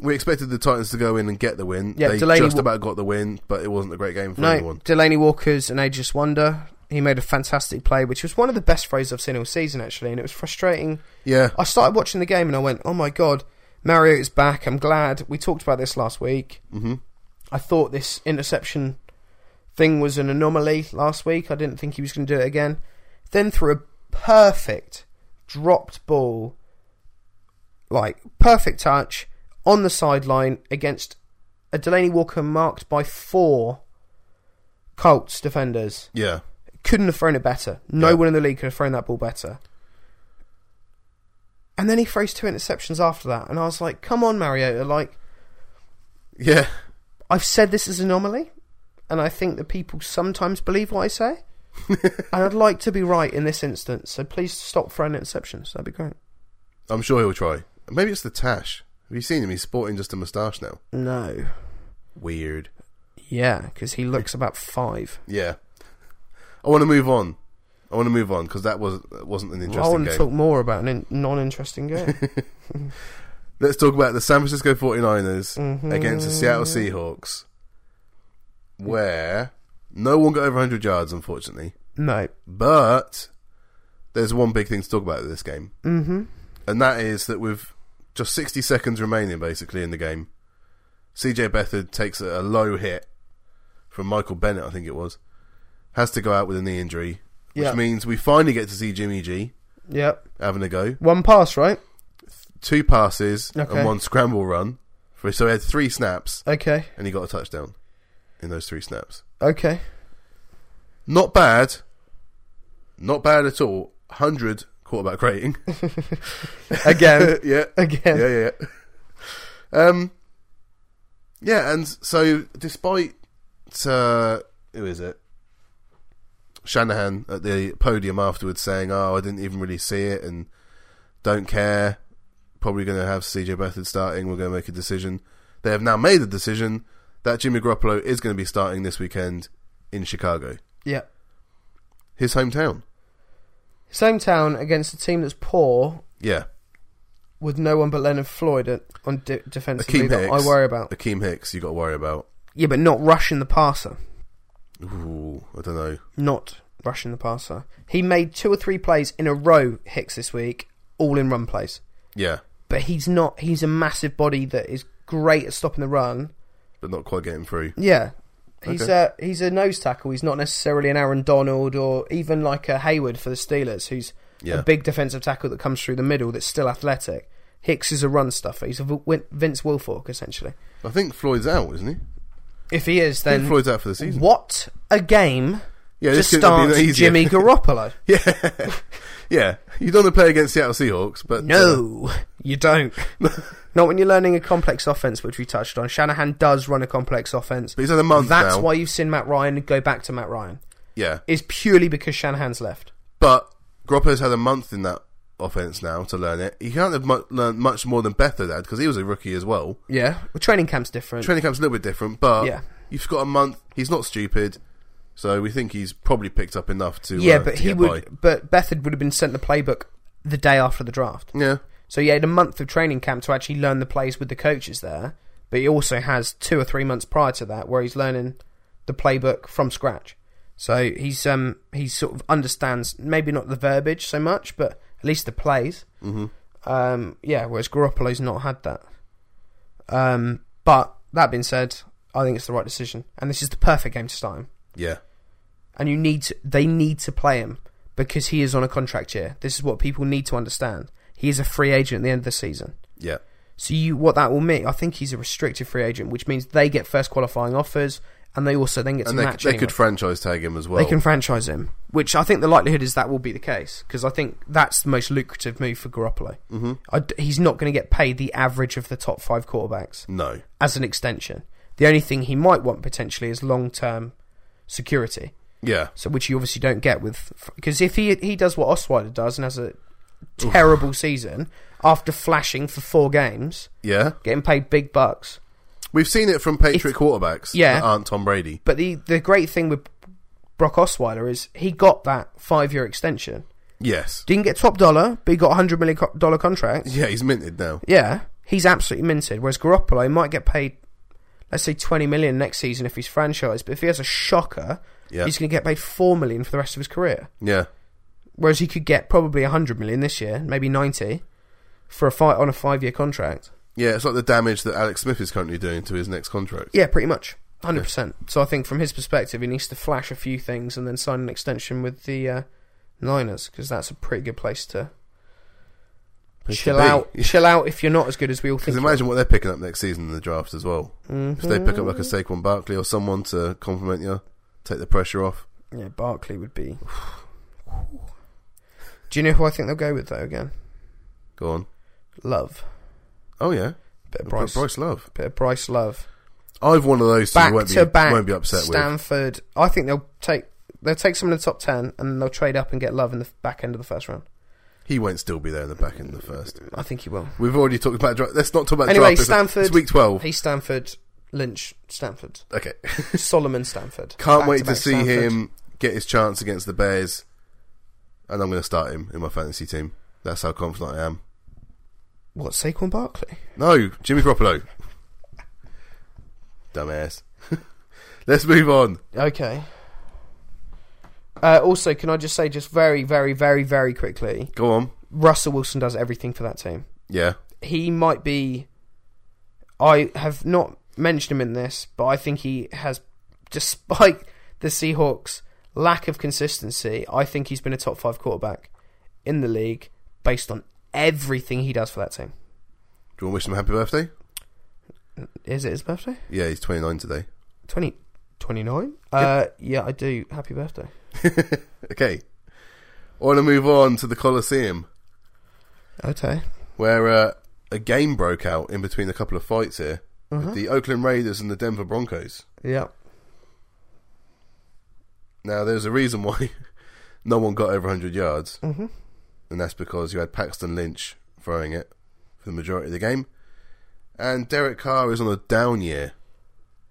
Speaker 1: we expected the Titans to go in and get the win.
Speaker 2: Yeah,
Speaker 1: they
Speaker 2: Delaney
Speaker 1: just
Speaker 2: Wa-
Speaker 1: about got the win, but it wasn't a great game for
Speaker 2: No,
Speaker 1: anyone.
Speaker 2: Delaney Walker's an ageless wonder. He made a fantastic play, which was one of the best throws I've seen all season, actually, and it was frustrating.
Speaker 1: Yeah,
Speaker 2: I started watching the game and I went, oh my god, Mario is back. I'm glad. We talked about this last week.
Speaker 1: hmm
Speaker 2: I thought this interception thing was an anomaly last week. I didn't think he was going to do it again. Then threw a perfect dropped ball, like perfect touch on the sideline against a Delaney Walker marked by four Colts defenders.
Speaker 1: yeah.
Speaker 2: Couldn't have thrown it better. No
Speaker 1: Yeah.
Speaker 2: one in the league could have thrown that ball better. And then he throws two interceptions after that, and I was like, "Come on, Mariota! Like,
Speaker 1: Yeah,
Speaker 2: I've said this is an anomaly, and I think that people sometimes believe what I say. and I'd like to be right in this instance, so please stop throwing interceptions. That'd be great.
Speaker 1: I'm sure he'll try. Maybe it's the Tash. Have you seen him? He's sporting just a moustache now.
Speaker 2: No.
Speaker 1: Weird.
Speaker 2: Yeah, because he looks about five.
Speaker 1: Yeah. I want to move on. I want to move on because that was that wasn't an
Speaker 2: I
Speaker 1: interesting
Speaker 2: want to
Speaker 1: game.
Speaker 2: talk more about a non-interesting game.
Speaker 1: Let's talk about the San Francisco 49ers against the Seattle Seahawks, where no one got over 100 yards, unfortunately.
Speaker 2: no.
Speaker 1: But there's one big thing to talk about in this game,
Speaker 2: Mm-hmm.
Speaker 1: and that is that with just 60 seconds remaining, basically, in the game, CJ Beathard takes a a low hit from Michael Bennett, I think it was, has to go out with a knee injury, which
Speaker 2: Yeah.
Speaker 1: means we finally get to see Jimmy G.
Speaker 2: Yep.
Speaker 1: having a go.
Speaker 2: One pass, right?
Speaker 1: Two passes
Speaker 2: Okay.
Speaker 1: and one scramble run. For, so he had three snaps
Speaker 2: Okay.
Speaker 1: and he got a touchdown in those three snaps.
Speaker 2: Okay.
Speaker 1: Not bad. Not bad at all. 100 quarterback rating. yeah.
Speaker 2: Again.
Speaker 1: Yeah,
Speaker 2: Again.
Speaker 1: yeah, yeah. Um, yeah, and so despite, uh, who is it? Shanahan at the podium afterwards saying, oh, I didn't even really see it and don't care. Probably going to have CJ Beathard starting. We're going to make a decision. They have now made the decision that Jimmy Garoppolo is going to be starting this weekend in Chicago,
Speaker 2: yeah.
Speaker 1: his hometown.
Speaker 2: Same town against a team that's poor
Speaker 1: Yeah,
Speaker 2: with no one but Leonard Floyd at- on de- defensively
Speaker 1: Akeem
Speaker 2: that I
Speaker 1: Hicks.
Speaker 2: worry about.
Speaker 1: Akeem Hicks, you got to worry about.
Speaker 2: Yeah, but not rushing the passer.
Speaker 1: Ooh, I don't know.
Speaker 2: not rushing the passer. He made two or three plays in a row, Hicks, this week, all in run plays.
Speaker 1: Yeah,
Speaker 2: But he's not, he's a massive body that is great at stopping the run.
Speaker 1: but not quite getting through.
Speaker 2: Yeah. He's a he's a nose tackle. He's not necessarily an Aaron Donald or even like a Hayward for the Steelers, who's
Speaker 1: Yeah.
Speaker 2: a big defensive tackle that comes through the middle that's still athletic. Hicks is a run stuffer. He's a Vin- Vince Wilfork essentially.
Speaker 1: I think Floyd's out, isn't he?
Speaker 2: If he is,
Speaker 1: I think
Speaker 2: then
Speaker 1: Floyd's out for the season.
Speaker 2: what a game
Speaker 1: Yeah,
Speaker 2: to
Speaker 1: this could have been
Speaker 2: start
Speaker 1: easier.
Speaker 2: Jimmy Garoppolo.
Speaker 1: yeah, yeah. You don't want to play against Seattle Seahawks, but uh,
Speaker 2: No, you don't. Not when you're learning a complex offense, which we touched on. Shanahan does run a complex offense.
Speaker 1: but he's had a month
Speaker 2: That's
Speaker 1: now.
Speaker 2: why you've seen Matt Ryan go back to Matt Ryan.
Speaker 1: Yeah,
Speaker 2: Is purely because Shanahan's left.
Speaker 1: but Garoppolo's had a month in that offense now to learn it. He can't have mu- learned much more than Bethard because he was a rookie as well.
Speaker 2: Yeah. Well, training camp's different.
Speaker 1: Training camp's a little bit different, but
Speaker 2: Yeah.
Speaker 1: you've got a month. He's not stupid, so we think he's probably picked up enough to
Speaker 2: yeah,
Speaker 1: uh,
Speaker 2: but
Speaker 1: to
Speaker 2: he
Speaker 1: get
Speaker 2: would.
Speaker 1: by.
Speaker 2: But Bethard would have been sent the playbook the day after the draft.
Speaker 1: yeah
Speaker 2: So he had a month of training camp to actually learn the plays with the coaches there. But he also has two or three months prior to that where he's learning the playbook from scratch. So he's um he sort of understands maybe not the verbiage so much, but at least the plays. Mm-hmm. Um, yeah, whereas Garoppolo's not had that. Um, but that being said, I think it's the right decision, and this is the perfect game to start him
Speaker 1: yeah
Speaker 2: and you need to, they need to play him because he is on a contract year. This is what people need to understand. He is a free agent at the end of the season.
Speaker 1: yeah
Speaker 2: So you what that will mean? I think he's a restricted free agent, which means they get first qualifying offers, and they also then get to
Speaker 1: and they,
Speaker 2: match.
Speaker 1: they
Speaker 2: anyone.
Speaker 1: could franchise tag him as well.
Speaker 2: They can franchise him, which I think the likelihood is that will be the case because I think that's the most lucrative move for Garoppolo. Mm-hmm. I d he's not going to get paid the average of the top five quarterbacks
Speaker 1: no,
Speaker 2: as an extension. The only thing he might want potentially is long term security.
Speaker 1: yeah,
Speaker 2: So which you obviously don't get with because if he he does what Osweiler does and has a terrible season after flashing for four games,
Speaker 1: yeah.
Speaker 2: getting paid big bucks.
Speaker 1: We've seen it from Patriot quarterbacks.
Speaker 2: yeah.
Speaker 1: that aren't Tom Brady.
Speaker 2: But the the great thing with Brock Osweiler is he got that five year extension.
Speaker 1: Yes,
Speaker 2: Didn't get top dollar, but he got a hundred million co- dollar contract.
Speaker 1: yeah, he's minted now.
Speaker 2: Yeah, he's absolutely minted. Whereas Garoppolo might get paid, let's say twenty million next season if he's franchised. But if he has a shocker,
Speaker 1: Yeah.
Speaker 2: he's going to get paid four million for the rest of his career.
Speaker 1: Yeah,
Speaker 2: Whereas he could get probably 100 million this year, maybe 90, for a fight on a five year contract.
Speaker 1: yeah. It's like the damage that Alex Smith is currently doing to his next contract.
Speaker 2: Yeah, pretty much. 100%. So I think from his perspective, he needs to flash a few things and then sign an extension with the uh, Niners because that's a pretty good place to
Speaker 1: Place to
Speaker 2: chill
Speaker 1: be.
Speaker 2: out. Chill out if you're not as good as we all think.
Speaker 1: Because
Speaker 2: you
Speaker 1: imagine what they're picking up next season in the draft as well. If they pick up like a
Speaker 2: Mm-hmm.
Speaker 1: Saquon Barkley or someone to compliment you, take the pressure off.
Speaker 2: are. Yeah, Barkley would be. Do you know who I think they'll go with though? Again,
Speaker 1: Go on.
Speaker 2: Love,
Speaker 1: Oh yeah,
Speaker 2: bit of
Speaker 1: Bryce,
Speaker 2: Bryce,
Speaker 1: put Bryce Love.
Speaker 2: bit of Bryce Love.
Speaker 1: I've one of those. Two
Speaker 2: back
Speaker 1: you won't
Speaker 2: to
Speaker 1: be,
Speaker 2: back.
Speaker 1: Won't be upset with.
Speaker 2: Stanford. I think they'll take they'll take someone in the top ten, and then they'll trade up and get Love in the back end of the first round.
Speaker 1: He won't still be there in the back end of the first.
Speaker 2: I think he will.
Speaker 1: We've already talked about. Dra- let's not talk about.
Speaker 2: Anyway,
Speaker 1: draft. It's-
Speaker 2: Stanford-
Speaker 1: It's week twelve.
Speaker 2: He's Stanford, Lynch, Stanford,
Speaker 1: Okay.
Speaker 2: Solomon, Stanford.
Speaker 1: Can't
Speaker 2: Back
Speaker 1: wait to
Speaker 2: back
Speaker 1: see
Speaker 2: Stanford.
Speaker 1: him get his chance against the Bears, and I'm going to start him in my fantasy team. That's how confident I am.
Speaker 2: What Saquon Barkley?
Speaker 1: No, Jimmy Garoppolo. Dumbass. let's move on.
Speaker 2: Okay. Uh, also, can I just say, just very, very, very, very quickly,
Speaker 1: Go on.
Speaker 2: Russell Wilson does everything for that team.
Speaker 1: Yeah.
Speaker 2: he might be. I have not mentioned him in this, but I think he has, despite the Seahawks' lack of consistency, I think he's been a top five quarterback in the league based on everything he does for that team.
Speaker 1: Do you want to wish him a happy birthday?
Speaker 2: Is it his birthday?
Speaker 1: Yeah, he's 29 today.
Speaker 2: 20, 29? Uh, yeah, I do. Happy birthday.
Speaker 1: Okay. I want to move on to the Coliseum,
Speaker 2: Okay.
Speaker 1: where uh, a game broke out in between a couple of fights here with the Oakland Raiders and the Denver Broncos.
Speaker 2: Yeah.
Speaker 1: Now, there's a reason why no one got over 100 yards, mm-hmm. and that's because you had Paxton Lynch throwing it for the majority of the game, and Derek Carr is on a down year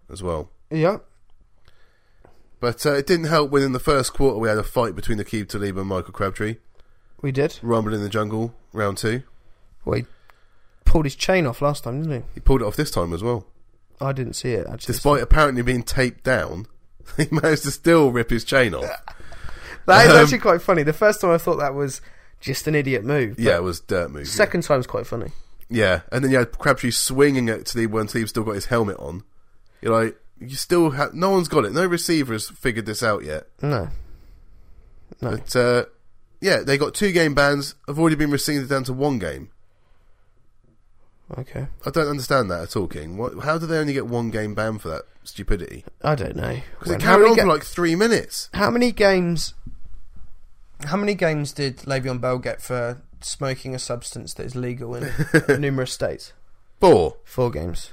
Speaker 1: as well.
Speaker 2: Yeah.
Speaker 1: But uh, it didn't help when in the first quarter we had a fight between Akib Talib and Michael Crabtree.
Speaker 2: We did.
Speaker 1: Rumble in the Jungle, round two.
Speaker 2: Well, he pulled his chain off last time, didn't
Speaker 1: He pulled it off this time as well.
Speaker 2: he? I didn't see it, actually.
Speaker 1: Despite apparently being taped down, he managed to still rip his chain off.
Speaker 2: That is
Speaker 1: Um,
Speaker 2: actually quite funny. The first time I thought that was just an idiot move. but
Speaker 1: Yeah, it was dirt move.
Speaker 2: Second time's quite funny.
Speaker 1: Yeah, and then you had Crabtree swinging at Talib when Talib still got his helmet on. You're like, you still have no one's got it. No receiver has figured this out yet.
Speaker 2: No. No.
Speaker 1: But uh, yeah, they got two game bans. Have already been rescinded down to one game.
Speaker 2: Okay.
Speaker 1: I don't understand that at all, King. What, how do they only get one game ban for that stupidity?
Speaker 2: I don't know.
Speaker 1: Because it
Speaker 2: When- how,
Speaker 1: carried
Speaker 2: many
Speaker 1: on
Speaker 2: ga-
Speaker 1: for like three minutes.
Speaker 2: how many games? How many games did Le'Veon Bell get for smoking a substance that is legal in numerous states?
Speaker 1: Four.
Speaker 2: Four games.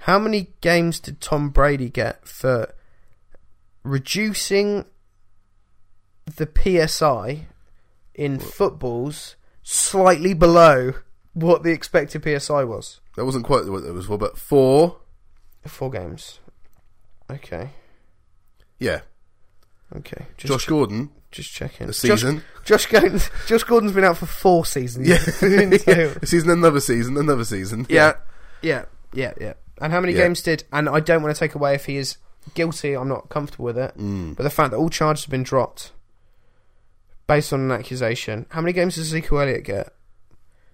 Speaker 2: How many games did Tom Brady get for reducing the PSI in footballs slightly below what the expected PSI was.
Speaker 1: That wasn't quite what it was for, but four.
Speaker 2: Four games. Okay.
Speaker 1: Yeah.
Speaker 2: Okay. Just
Speaker 1: Josh Gordon,
Speaker 2: just checking.
Speaker 1: a season.
Speaker 2: Josh, Josh Gordon. Josh Gordon's been out for four seasons.
Speaker 1: Yeah.
Speaker 2: In
Speaker 1: yeah.
Speaker 2: total.
Speaker 1: A season, another season, another season.
Speaker 2: Yeah. Yeah. Yeah. Yeah. And how many
Speaker 1: Yeah.
Speaker 2: games did? And I don't want to take away if he is guilty. I'm not comfortable with it.
Speaker 1: Mm.
Speaker 2: But the fact that all charges have been dropped based on an accusation. How many games does Ezekiel Elliott get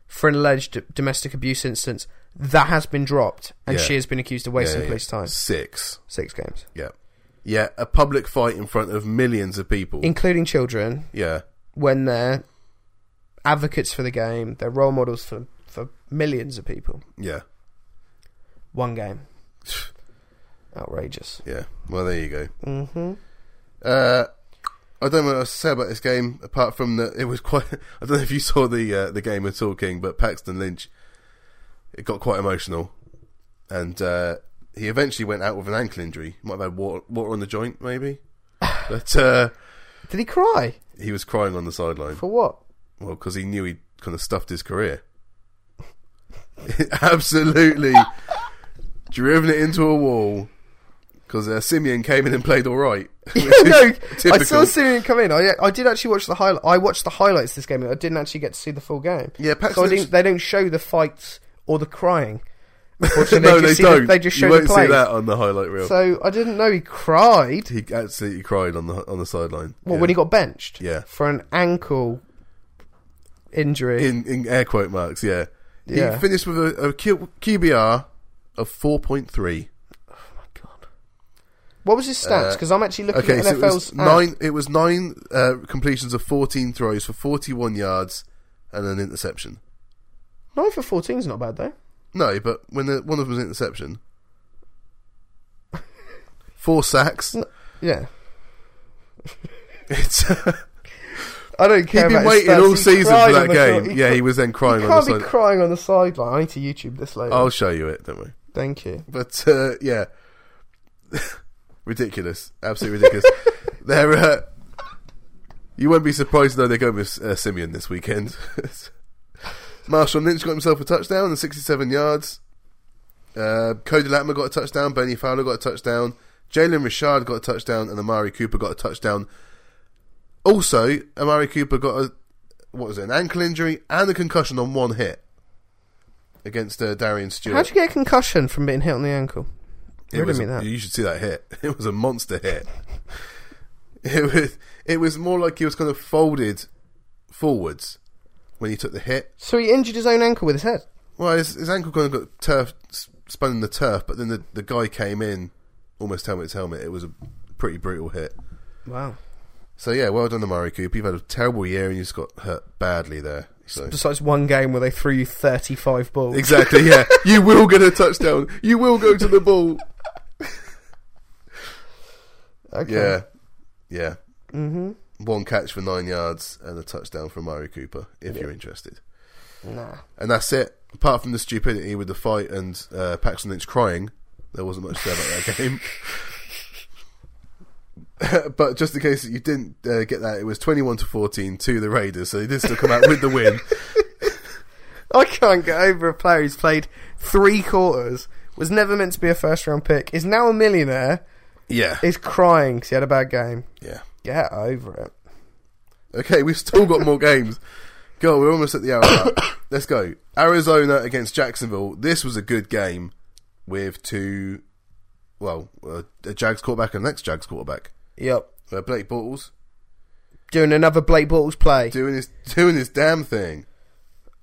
Speaker 2: for an alleged d- domestic abuse instance that has been dropped and
Speaker 1: Yeah.
Speaker 2: she has been accused of
Speaker 1: Yeah,
Speaker 2: wasting
Speaker 1: yeah.
Speaker 2: police time?
Speaker 1: Six.
Speaker 2: Six games,
Speaker 1: Yeah. Yeah, a public fight in front of millions of people.
Speaker 2: including children,
Speaker 1: yeah.
Speaker 2: when they're advocates for the game, they're role models for for millions of people.
Speaker 1: Yeah.
Speaker 2: One game, outrageous.
Speaker 1: Yeah. Well, there you go.
Speaker 2: hmm
Speaker 1: Uh, I don't know what else to say about this game apart from that it was quite. I don't know if you saw the uh, the game at all, King, but Paxton Lynch, it got quite emotional, and uh, he eventually went out with an ankle injury. Might have had water, water on the joint, maybe, but uh,
Speaker 2: Did he cry
Speaker 1: he was crying on the sideline.
Speaker 2: for what?
Speaker 1: Well, because he knew he kind of stuffed his career. Absolutely driven it into a wall because uh, Simeon came in and played all right. Which is
Speaker 2: no, I saw
Speaker 1: typical.
Speaker 2: Simeon come in. I, I did actually watch the highlight. I watched the highlights this game. I didn't actually get to see the full game.
Speaker 1: Yeah,
Speaker 2: so I
Speaker 1: Paxton
Speaker 2: didn't, they don't show the fights or the crying. Unfortunately,
Speaker 1: no,
Speaker 2: you
Speaker 1: they
Speaker 2: see the-
Speaker 1: don't.
Speaker 2: they just show
Speaker 1: you
Speaker 2: the
Speaker 1: won't see
Speaker 2: plays.
Speaker 1: that on the highlight reel.
Speaker 2: So I didn't know he cried.
Speaker 1: he absolutely cried on the on the sideline.
Speaker 2: What
Speaker 1: yeah.
Speaker 2: when he got benched?
Speaker 1: Yeah.
Speaker 2: for an ankle injury.
Speaker 1: in in air quote marks? Yeah,
Speaker 2: Yeah.
Speaker 1: he finished with a, a Q, QBR of four point three.
Speaker 2: what was his stats?
Speaker 1: Uh,
Speaker 2: Because I'm actually looking
Speaker 1: Okay,
Speaker 2: at
Speaker 1: so it
Speaker 2: NFL's
Speaker 1: was nine. It was nine uh, completions of fourteen throws for forty-one yards and an interception.
Speaker 2: nine for fourteen is not bad though.
Speaker 1: No, but when the, one of them was an interception, four sacks.
Speaker 2: Yeah,
Speaker 1: It's
Speaker 2: I don't care.
Speaker 1: he'd been
Speaker 2: about his
Speaker 1: waiting
Speaker 2: stats.
Speaker 1: all
Speaker 2: He
Speaker 1: season
Speaker 2: cried
Speaker 1: for that
Speaker 2: on the
Speaker 1: game.
Speaker 2: side-
Speaker 1: yeah, he was then crying
Speaker 2: You
Speaker 1: on the
Speaker 2: can't be
Speaker 1: side. Oh.
Speaker 2: crying on the sideline. I need to YouTube this later.
Speaker 1: I'll show you it. Don't worry.
Speaker 2: Thank you.
Speaker 1: But uh, yeah, ridiculous, absolutely ridiculous. they're uh, you won't be surprised though they're going with uh, Simeon this weekend. Marshall Lynch got himself a touchdown and 67 yards. Uh, Cody Latimer got a touchdown. Benny Fowler got a touchdown. Jalen Richard got a touchdown, and Amari Cooper got a touchdown. Also, Amari Cooper got a what was it, an ankle injury and a concussion on one hit against uh, Darian Stewart.
Speaker 2: How'd you get a concussion from being hit on the ankle?
Speaker 1: It
Speaker 2: Riddle
Speaker 1: was-
Speaker 2: me that.
Speaker 1: You should see that hit. It was a monster hit. it was. It was more like he was kind of folded forwards when he took the hit.
Speaker 2: So he injured his own ankle with his head.
Speaker 1: Well, his, his ankle kind of got turf s- spun in the turf, but then the the guy came in almost helmet to helmet. It was a pretty brutal hit.
Speaker 2: Wow.
Speaker 1: So yeah, well done, Amari Cooper. You've had a terrible year and you just got hurt badly there. So.
Speaker 2: Besides one game where they threw you 35 balls.
Speaker 1: Exactly. Yeah, you will get a touchdown. You will go to the ball.
Speaker 2: Okay.
Speaker 1: Yeah, yeah.
Speaker 2: hmm
Speaker 1: one catch for nine yards and a touchdown from Murray Cooper, if you're interested.
Speaker 2: Nah.
Speaker 1: And that's it. Apart from the stupidity with the fight and uh, Paxton Lynch crying, there wasn't much said about that game. but just in case you didn't uh, get that, it was 21 to 14 to the Raiders, so they did still come out with the win.
Speaker 2: I can't get over a player who's played three quarters, was never meant to be a first round pick, is now a millionaire,
Speaker 1: Yeah,
Speaker 2: is crying because he had a bad game.
Speaker 1: yeah.
Speaker 2: Get over it.
Speaker 1: Okay, we've still got more games. God, we're almost at the hour. mark. Let's go. Arizona against Jacksonville. This was a good game with two, well, uh, a Jags quarterback and an ex Jags quarterback.
Speaker 2: Yep.
Speaker 1: Uh, Blake Bortles
Speaker 2: Doing another Blake Bortles play.
Speaker 1: doing his doing his damn thing.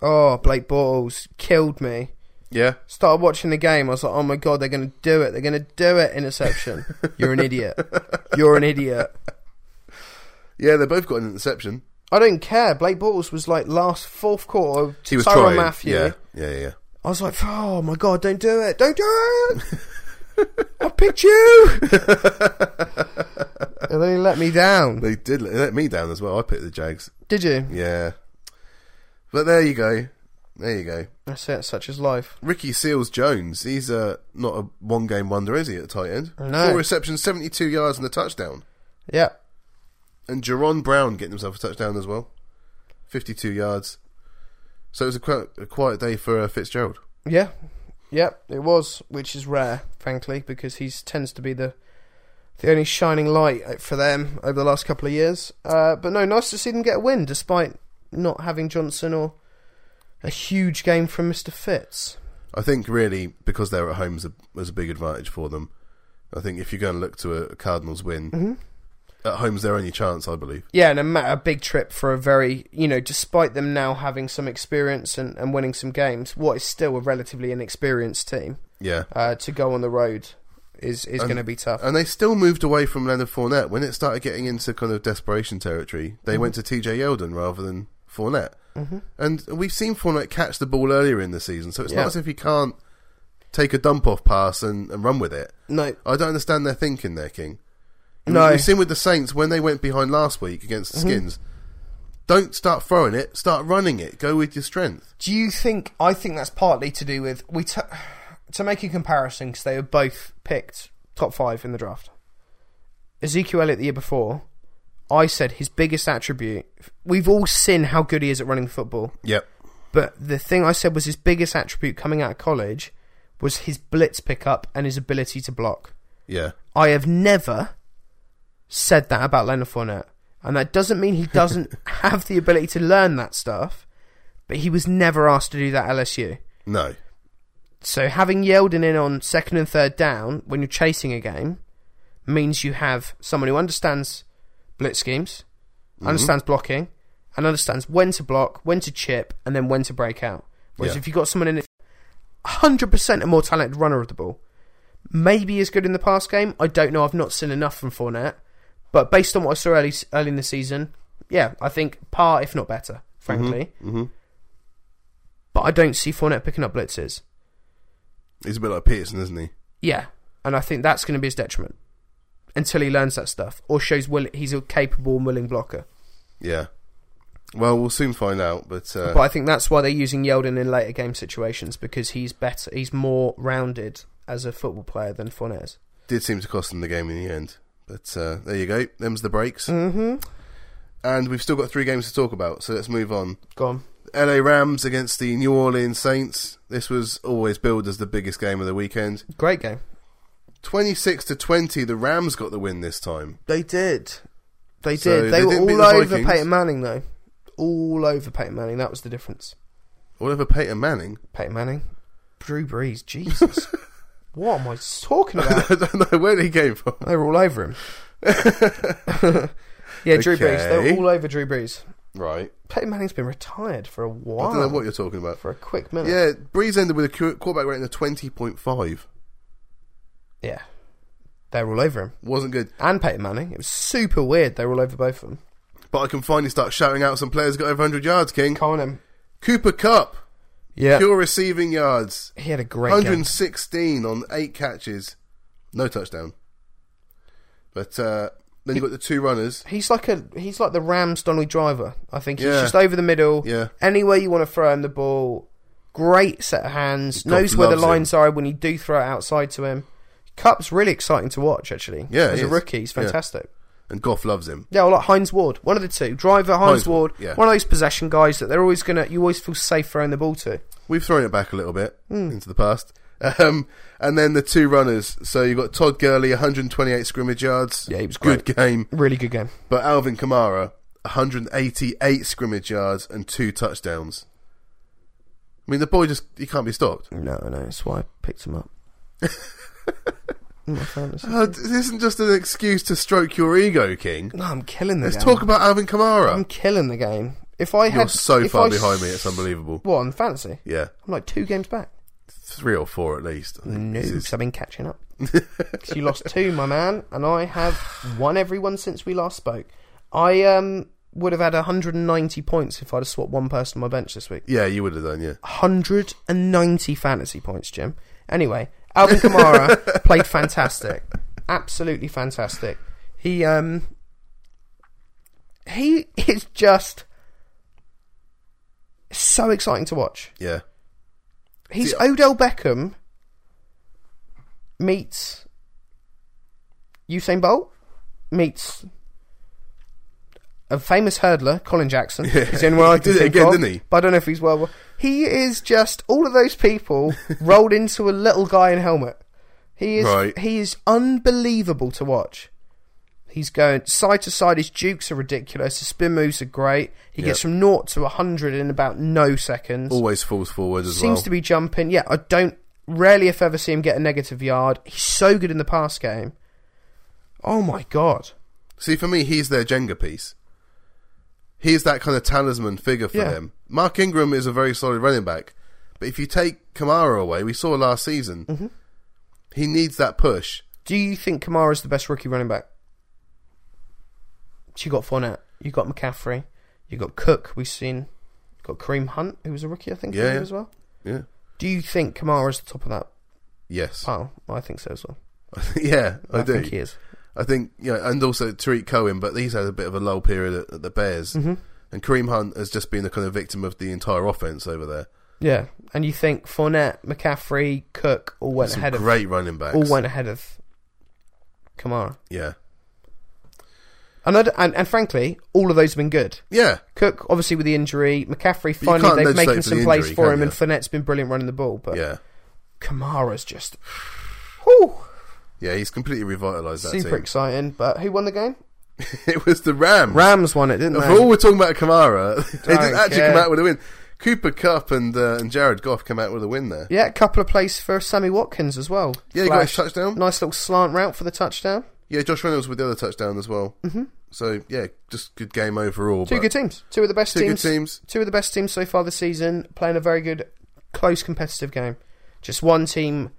Speaker 2: oh, Blake Bortles killed me.
Speaker 1: Yeah,
Speaker 2: Started watching the game. I was like, oh my god, they're going to do it. They're going to do it. Interception. You're an idiot. You're an idiot.
Speaker 1: yeah. They both got an interception.
Speaker 2: I don't care. Blake Bortles was like last fourth quarter.
Speaker 1: He was
Speaker 2: Tyrann
Speaker 1: trying.
Speaker 2: Mathieu.
Speaker 1: Yeah, yeah, yeah.
Speaker 2: I was like, oh my god, don't do it, don't do it. I picked you, and then he let me down.
Speaker 1: They did let- they let me down as well. I picked the Jags.
Speaker 2: Did you?
Speaker 1: Yeah, but there you go. There you go.
Speaker 2: That's it. Such is life.
Speaker 1: Ricky Seals Jones, he's uh, not a one game wonder, is he, at tight end?
Speaker 2: No.
Speaker 1: Four receptions, 72 yards, and a touchdown.
Speaker 2: Yeah.
Speaker 1: And Jerron Brown getting himself a touchdown as well. 52 yards. So it was a, qu- a quiet day for uh, Fitzgerald.
Speaker 2: Yeah, yeah, it was, which is rare, frankly, because he tends to be the the only shining light uh, for them over the last couple of years. Uh, but no, nice to see them get a win, despite not having Johnson or a huge game from Mister Fitz.
Speaker 1: I think really because they're at home is a, was a big advantage for them. I think if you go and look to a, a Cardinals win, at home's their only chance, I believe.
Speaker 2: Yeah, and a, ma- a big trip for a very, you know, despite them now having some experience and, and winning some games, what is still a relatively inexperienced team
Speaker 1: Yeah.
Speaker 2: uh, to go on the road is
Speaker 1: And-
Speaker 2: is
Speaker 1: uh,
Speaker 2: going to be tough.
Speaker 1: And they still moved away from Leonard Fournette. When it started getting into kind of desperation territory, they went to TJ Yeldon rather than Fournette. Mm-hmm. And we've seen Fournette catch the ball earlier in the season, so it's
Speaker 2: Yeah.
Speaker 1: not as if he can't take a dump off pass and, and run with it.
Speaker 2: no,
Speaker 1: I don't understand their thinking there, King. We-
Speaker 2: No.
Speaker 1: We've seen with the Saints when they went behind last week against the Skins. Don't start throwing it, start running it. Go with your strength.
Speaker 2: Do you think? I think that's partly to do with we t- to make a comparison because they were both picked top five in the draft. Ezekiel Elliott the year before, I said his biggest attribute. We've all seen how good he is at running the football,
Speaker 1: Yep.
Speaker 2: but the thing I said was his biggest attribute coming out of college was his blitz pickup and his ability to block.
Speaker 1: Yeah.
Speaker 2: I have never said that about Leonard Fournette. And that doesn't mean he doesn't have the ability to learn that stuff, but he was never asked to do that at LSU.
Speaker 1: No.
Speaker 2: So having Yeldon in on second and third down when you're chasing a game means you have someone who understands blitz schemes, understands blocking, and understands when to block, when to chip, and then when to break out. Whereas
Speaker 1: Yeah.
Speaker 2: if you've got someone in it, 100% a more talented runner of the ball, maybe is good in the pass game. I don't know. I've not seen enough from Fournette. But based on what I saw early, early in the season, yeah, I think par, if not better, frankly.
Speaker 1: hmm
Speaker 2: But I don't see Fournette picking up blitzes.
Speaker 1: He's a bit like Peterson, isn't he?
Speaker 2: Yeah, and I think that's going to be his detriment until he learns that stuff or shows will he's a capable and willing blocker.
Speaker 1: Yeah. Well, we'll soon find out, but, uh,
Speaker 2: But I think that's why they're using Yeldon in later game situations because he's better, he's more rounded as a football player than Fournette. is.
Speaker 1: did seem to cost them the game in the end. But uh, there you go. Them's the breaks.
Speaker 2: Mm-hmm.
Speaker 1: And we've still got three games to talk about, so let's move on.
Speaker 2: Gone.
Speaker 1: LA Rams against the New Orleans Saints. This was always billed as the biggest game of the weekend.
Speaker 2: Great game.
Speaker 1: 26 to 20, the Rams got the win this time.
Speaker 2: They did. They did.
Speaker 1: So
Speaker 2: they,
Speaker 1: they
Speaker 2: were
Speaker 1: didn't beat
Speaker 2: all
Speaker 1: the
Speaker 2: over
Speaker 1: Vikings.
Speaker 2: Peyton Manning though. All over Peyton Manning. That was the difference.
Speaker 1: All over Peyton Manning.
Speaker 2: Peyton Manning, Drew Brees. Jesus, what am I talking about?
Speaker 1: I don't know where he came from.
Speaker 2: They were all over him. yeah, Drew Brees. They
Speaker 1: Okay.
Speaker 2: were all over Drew Brees.
Speaker 1: Right.
Speaker 2: Peyton Manning's been retired for a
Speaker 1: I
Speaker 2: while.
Speaker 1: don't know what you're talking about.
Speaker 2: for a quick minute.
Speaker 1: Yeah, Breeze ended with a qu- quarterback rating of 20.5.
Speaker 2: Yeah. They were all over him.
Speaker 1: Wasn't good.
Speaker 2: And Peyton Manning. It was super weird. They were all over both of them.
Speaker 1: But I can finally start shouting out some players who got over 100 yards, King.
Speaker 2: Calling him.
Speaker 1: Cooper Cup,
Speaker 2: Yeah.
Speaker 1: pure receiving yards.
Speaker 2: He had a great game.
Speaker 1: 116 on eight catches, no touchdown. But uh, then you got the two runners.
Speaker 2: He's like a he's like the Rams Donald Driver. I think he's
Speaker 1: Yeah.
Speaker 2: just over the middle.
Speaker 1: Yeah.
Speaker 2: Anywhere you want to throw him the ball. Great set of hands. knows where the
Speaker 1: loves him.
Speaker 2: lines are when you do throw it outside to him. Cup's really exciting to watch actually.
Speaker 1: Yeah,
Speaker 2: As
Speaker 1: he
Speaker 2: a
Speaker 1: is.
Speaker 2: rookie, he's
Speaker 1: Yeah.
Speaker 2: fantastic.
Speaker 1: And Goff loves him.
Speaker 2: Yeah, or like Heinz Ward, one of the two. Driver, Heinz
Speaker 1: Hines
Speaker 2: Ward,
Speaker 1: Ward, yeah.
Speaker 2: one of those possession guys that they're always gonna. You always feel safe throwing the ball to.
Speaker 1: We've thrown it back a little bit
Speaker 2: Hmm.
Speaker 1: into the past. Um, and then the two runners. So you got Todd Gurley, 128 scrimmage yards.
Speaker 2: Yeah, he was
Speaker 1: Good game.
Speaker 2: Really good game.
Speaker 1: But Alvin Kamara, 188 scrimmage yards and two touchdowns. I mean, the boy just, he can't be stopped.
Speaker 2: No, no, that's why I picked him up. In my fantasy.
Speaker 1: Uh, this isn't just an excuse to stroke your ego, King.
Speaker 2: No, I'm killing the
Speaker 1: Let's
Speaker 2: game.
Speaker 1: talk about Alvin
Speaker 2: I'm
Speaker 1: Kamara.
Speaker 2: killing the game. If I had
Speaker 1: You're so
Speaker 2: if
Speaker 1: far
Speaker 2: I
Speaker 1: behind me,
Speaker 2: s-
Speaker 1: it's unbelievable.
Speaker 2: What on fantasy?
Speaker 1: Yeah,
Speaker 2: I'm like two games back.
Speaker 1: three or four at least. I think
Speaker 2: No,
Speaker 1: this is-
Speaker 2: 'cause I've been catching up. 'Cause you lost two, my man, and I have won every one since we last spoke. I um would have had 190 points if I'd have swapped one person on my bench this week.
Speaker 1: yeah, you would have done, yeah.
Speaker 2: 190 fantasy points, Jim. Anyway, Alvin Kamara played fantastic. Absolutely fantastic. He um he is just so exciting to watch.
Speaker 1: Yeah.
Speaker 2: He's Odell Beckham meets Usain Bolt meets a famous hurdler, Colin Jackson.
Speaker 1: Yeah.
Speaker 2: He's the only one I
Speaker 1: He
Speaker 2: can
Speaker 1: did it
Speaker 2: think
Speaker 1: again,
Speaker 2: of,
Speaker 1: didn't he?
Speaker 2: But I don't know if he's well. He is just all of those people rolled into a little guy in a helmet. He is
Speaker 1: Right.
Speaker 2: he is unbelievable to watch. He's going side to side. His jukes are ridiculous. His spin moves are great. He
Speaker 1: Yep.
Speaker 2: gets from naught to hundred in about no seconds.
Speaker 1: Always falls forward as
Speaker 2: Seems
Speaker 1: well.
Speaker 2: to be jumping. Yeah, I don't rarely, if ever, see him get a negative yard. He's so good in the pass game. Oh my god!
Speaker 1: See, for me, he's their Jenga piece. He's that kind of talisman figure for
Speaker 2: Yeah.
Speaker 1: them. Mark Ingram is a very solid running back, but if you take Kamara away, we saw last season,
Speaker 2: Mm-hmm.
Speaker 1: he needs that push.
Speaker 2: Do you think Kamara's the best rookie running back? So You got Fournette. You got McCaffrey. You got Cook. We've seen. Got Kareem Hunt, who was a rookie, I think,
Speaker 1: Yeah,
Speaker 2: for you
Speaker 1: yeah.
Speaker 2: as well.
Speaker 1: Yeah.
Speaker 2: Do you think Kamara's the top of that
Speaker 1: Yes.
Speaker 2: pile? I think so as well.
Speaker 1: yeah, I,
Speaker 2: I,
Speaker 1: do.
Speaker 2: think he is.
Speaker 1: I think, you know, and also Tariq Cohen, but he's had a bit of a lull period at, at the Bears.
Speaker 2: Mm-hmm.
Speaker 1: And Kareem Hunt has just been the kind of victim of the entire offense over there.
Speaker 2: Yeah, and you think Fournette, McCaffrey, Cook all went
Speaker 1: Some
Speaker 2: ahead of
Speaker 1: great running backs.
Speaker 2: all went ahead of Kamara.
Speaker 1: yeah.
Speaker 2: And, I d and and frankly, all of those have been good.
Speaker 1: Yeah.
Speaker 2: Cook, obviously, with the injury. McCaffrey,
Speaker 1: you can't
Speaker 2: finally, they've
Speaker 1: legislate
Speaker 2: making
Speaker 1: for
Speaker 2: some
Speaker 1: the
Speaker 2: plays
Speaker 1: injury,
Speaker 2: for
Speaker 1: can
Speaker 2: him,
Speaker 1: you?
Speaker 2: and Fournette's been brilliant running the ball. But
Speaker 1: Yeah.
Speaker 2: Kamara's just. Whew,
Speaker 1: Yeah, he's completely revitalized that
Speaker 2: super
Speaker 1: team.
Speaker 2: exciting. But who won the game?
Speaker 1: it was the Rams.
Speaker 2: Rams won it, didn't
Speaker 1: For all
Speaker 2: they?
Speaker 1: we're talking about Kamara, they
Speaker 2: Don't
Speaker 1: didn't actually
Speaker 2: care.
Speaker 1: come out with a win. Cooper Cup and uh, and Jared Goff came out with a win there.
Speaker 2: Yeah, a couple of plays for Sammy Watkins as well.
Speaker 1: Yeah, he got his
Speaker 2: Flash.
Speaker 1: touchdown.
Speaker 2: Nice little slant route for the touchdown.
Speaker 1: Yeah, Josh Reynolds with the other touchdown as well. Mm-hmm. So yeah, just good game overall.
Speaker 2: Two
Speaker 1: but
Speaker 2: good teams. Two of the best
Speaker 1: two good
Speaker 2: teams.
Speaker 1: teams.
Speaker 2: Two of the best teams so far this season, playing a very good, close competitive game. Just one team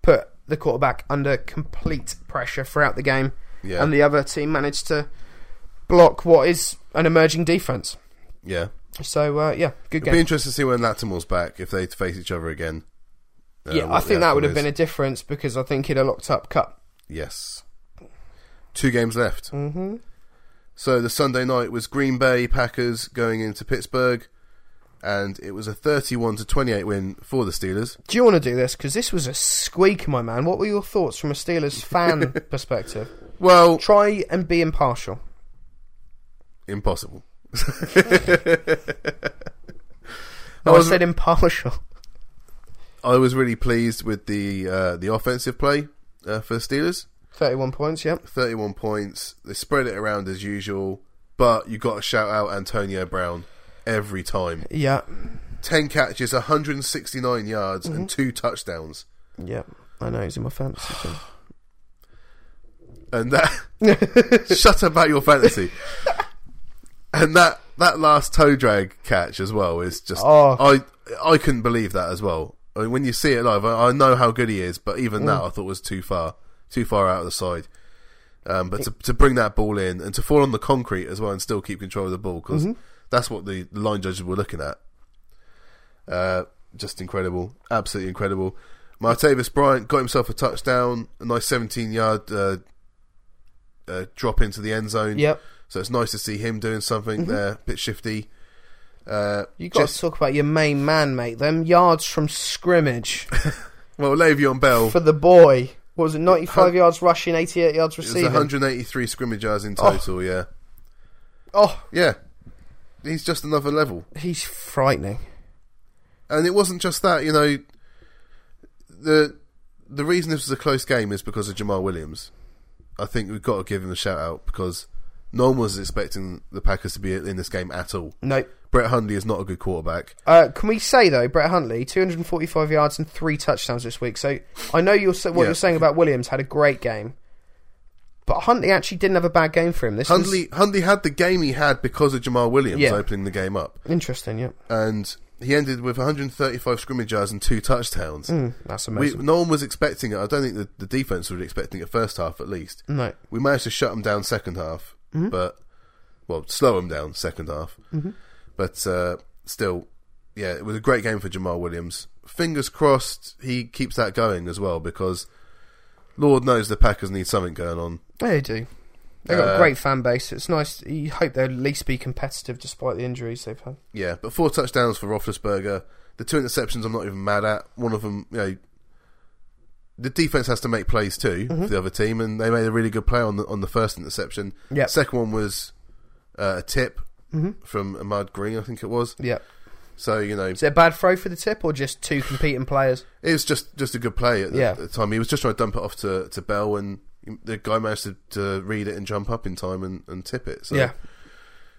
Speaker 2: put the quarterback under complete pressure throughout the game,
Speaker 1: Yeah,
Speaker 2: and the other team managed to block what is an emerging defense.
Speaker 1: yeah.
Speaker 2: So uh, yeah, good
Speaker 1: It'd be
Speaker 2: game.
Speaker 1: interesting to see when Latimer's back if they face each other again. Uh,
Speaker 2: yeah, I
Speaker 1: what the
Speaker 2: think that
Speaker 1: outcome
Speaker 2: would have
Speaker 1: is.
Speaker 2: been a difference because I think he'd have locked up Cup.
Speaker 1: yes. Two games left.
Speaker 2: Mm-hmm.
Speaker 1: So the Sunday night was Green Bay Packers going into Pittsburgh, and it was a thirty-one to twenty-eight win for the Steelers.
Speaker 2: Do you want to do this? Because this was a squeaker, my man. What were your thoughts from a Steelers fan perspective?
Speaker 1: Well,
Speaker 2: Try and be impartial.
Speaker 1: impossible.
Speaker 2: No, I
Speaker 1: was-
Speaker 2: said impartial.
Speaker 1: I was really pleased with the uh, the offensive play uh, for the Steelers.
Speaker 2: 31 points, yep.
Speaker 1: 31 points. They spread it around as usual, but you got to shout out Antonio Brown every time.
Speaker 2: Yeah.
Speaker 1: 10 catches, 169 yards, and two touchdowns.
Speaker 2: Yeah. I know, he's in my fantasy team.
Speaker 1: And that. shut up about your fantasy. and that, that last toe drag catch as well is just.
Speaker 2: Oh.
Speaker 1: I, I couldn't believe that as well. I mean, when you see it live, I, I know how good he is, but even that I thought was too far. Too far out of the side. Um, but to, to bring that ball in and to fall on the concrete as well and still keep control of the ball because that's what the, the line judges were looking at. Uh, just incredible, absolutely incredible. Martavis Bryant got himself a touchdown, a nice 17-yard uh, uh, drop into the end zone.
Speaker 2: Yep.
Speaker 1: So it's nice to see him doing something there, bit shifty. Uh,
Speaker 2: you got
Speaker 1: just-
Speaker 2: to talk about your main man, mate. Them yards from scrimmage
Speaker 1: well, Le'Veon Bell
Speaker 2: for the boy. What was it, 95
Speaker 1: Hun-
Speaker 2: yards rushing, 88 yards
Speaker 1: it was
Speaker 2: receiving?
Speaker 1: 183 scrimmage yards in
Speaker 2: Oh.
Speaker 1: total. Yeah,
Speaker 2: Oh,
Speaker 1: yeah, he's just another level.
Speaker 2: he's frightening.
Speaker 1: and it wasn't just that. You know, the the reason this was a close game is because of Jamal Williams. I think we've got to give him a shout out because no one was expecting the Packers to be in this game at all.
Speaker 2: Nope.
Speaker 1: Brett Hundley is not a good quarterback.
Speaker 2: Uh, can we say though, Brett Huntley, 245 yards and three touchdowns this week. So I know you're sa- what
Speaker 1: Yeah.
Speaker 2: you're saying about Williams had a great game, but Huntley actually didn't have a bad game for him. This was
Speaker 1: Hundley Hundley had the game he had because of Jamal Williams
Speaker 2: Yeah.
Speaker 1: opening the game up,
Speaker 2: interesting. Yeah,
Speaker 1: and he ended with 135 scrimmage yards and two touchdowns.
Speaker 2: Hmm, that's
Speaker 1: We,
Speaker 2: amazing.
Speaker 1: no one was expecting it. I don't think the, the defense was expecting it first half at least.
Speaker 2: no,
Speaker 1: We managed to shut them down second half, but well, slow them down second half. But uh, still, yeah, it was a great game for Jamal Williams. Fingers crossed he keeps that going as well because Lord knows the Packers need something going on.
Speaker 2: they do. They've got a
Speaker 1: Uh,
Speaker 2: great fan base. It's nice. You hope they'll at least be competitive despite the injuries they've had.
Speaker 1: Yeah, but four touchdowns for Roethlisberger. The two interceptions I'm not even mad at. One of them, you know, the defense has to make plays
Speaker 2: Mm-hmm.
Speaker 1: too for the other team, and they made a really good play on the on the first interception.
Speaker 2: Yep.
Speaker 1: Second one was uh, a tip
Speaker 2: Mm-hmm.
Speaker 1: from Ahmad Green, I think it was.
Speaker 2: Yeah.
Speaker 1: So you know,
Speaker 2: Is it a bad throw for the tip or just two competing players?
Speaker 1: it was just just a good play at the,
Speaker 2: Yeah.
Speaker 1: at the time. He was just trying to dump it off to, to Bell, and the guy managed to, to read it and jump up in time and, and tip it. So
Speaker 2: Yeah.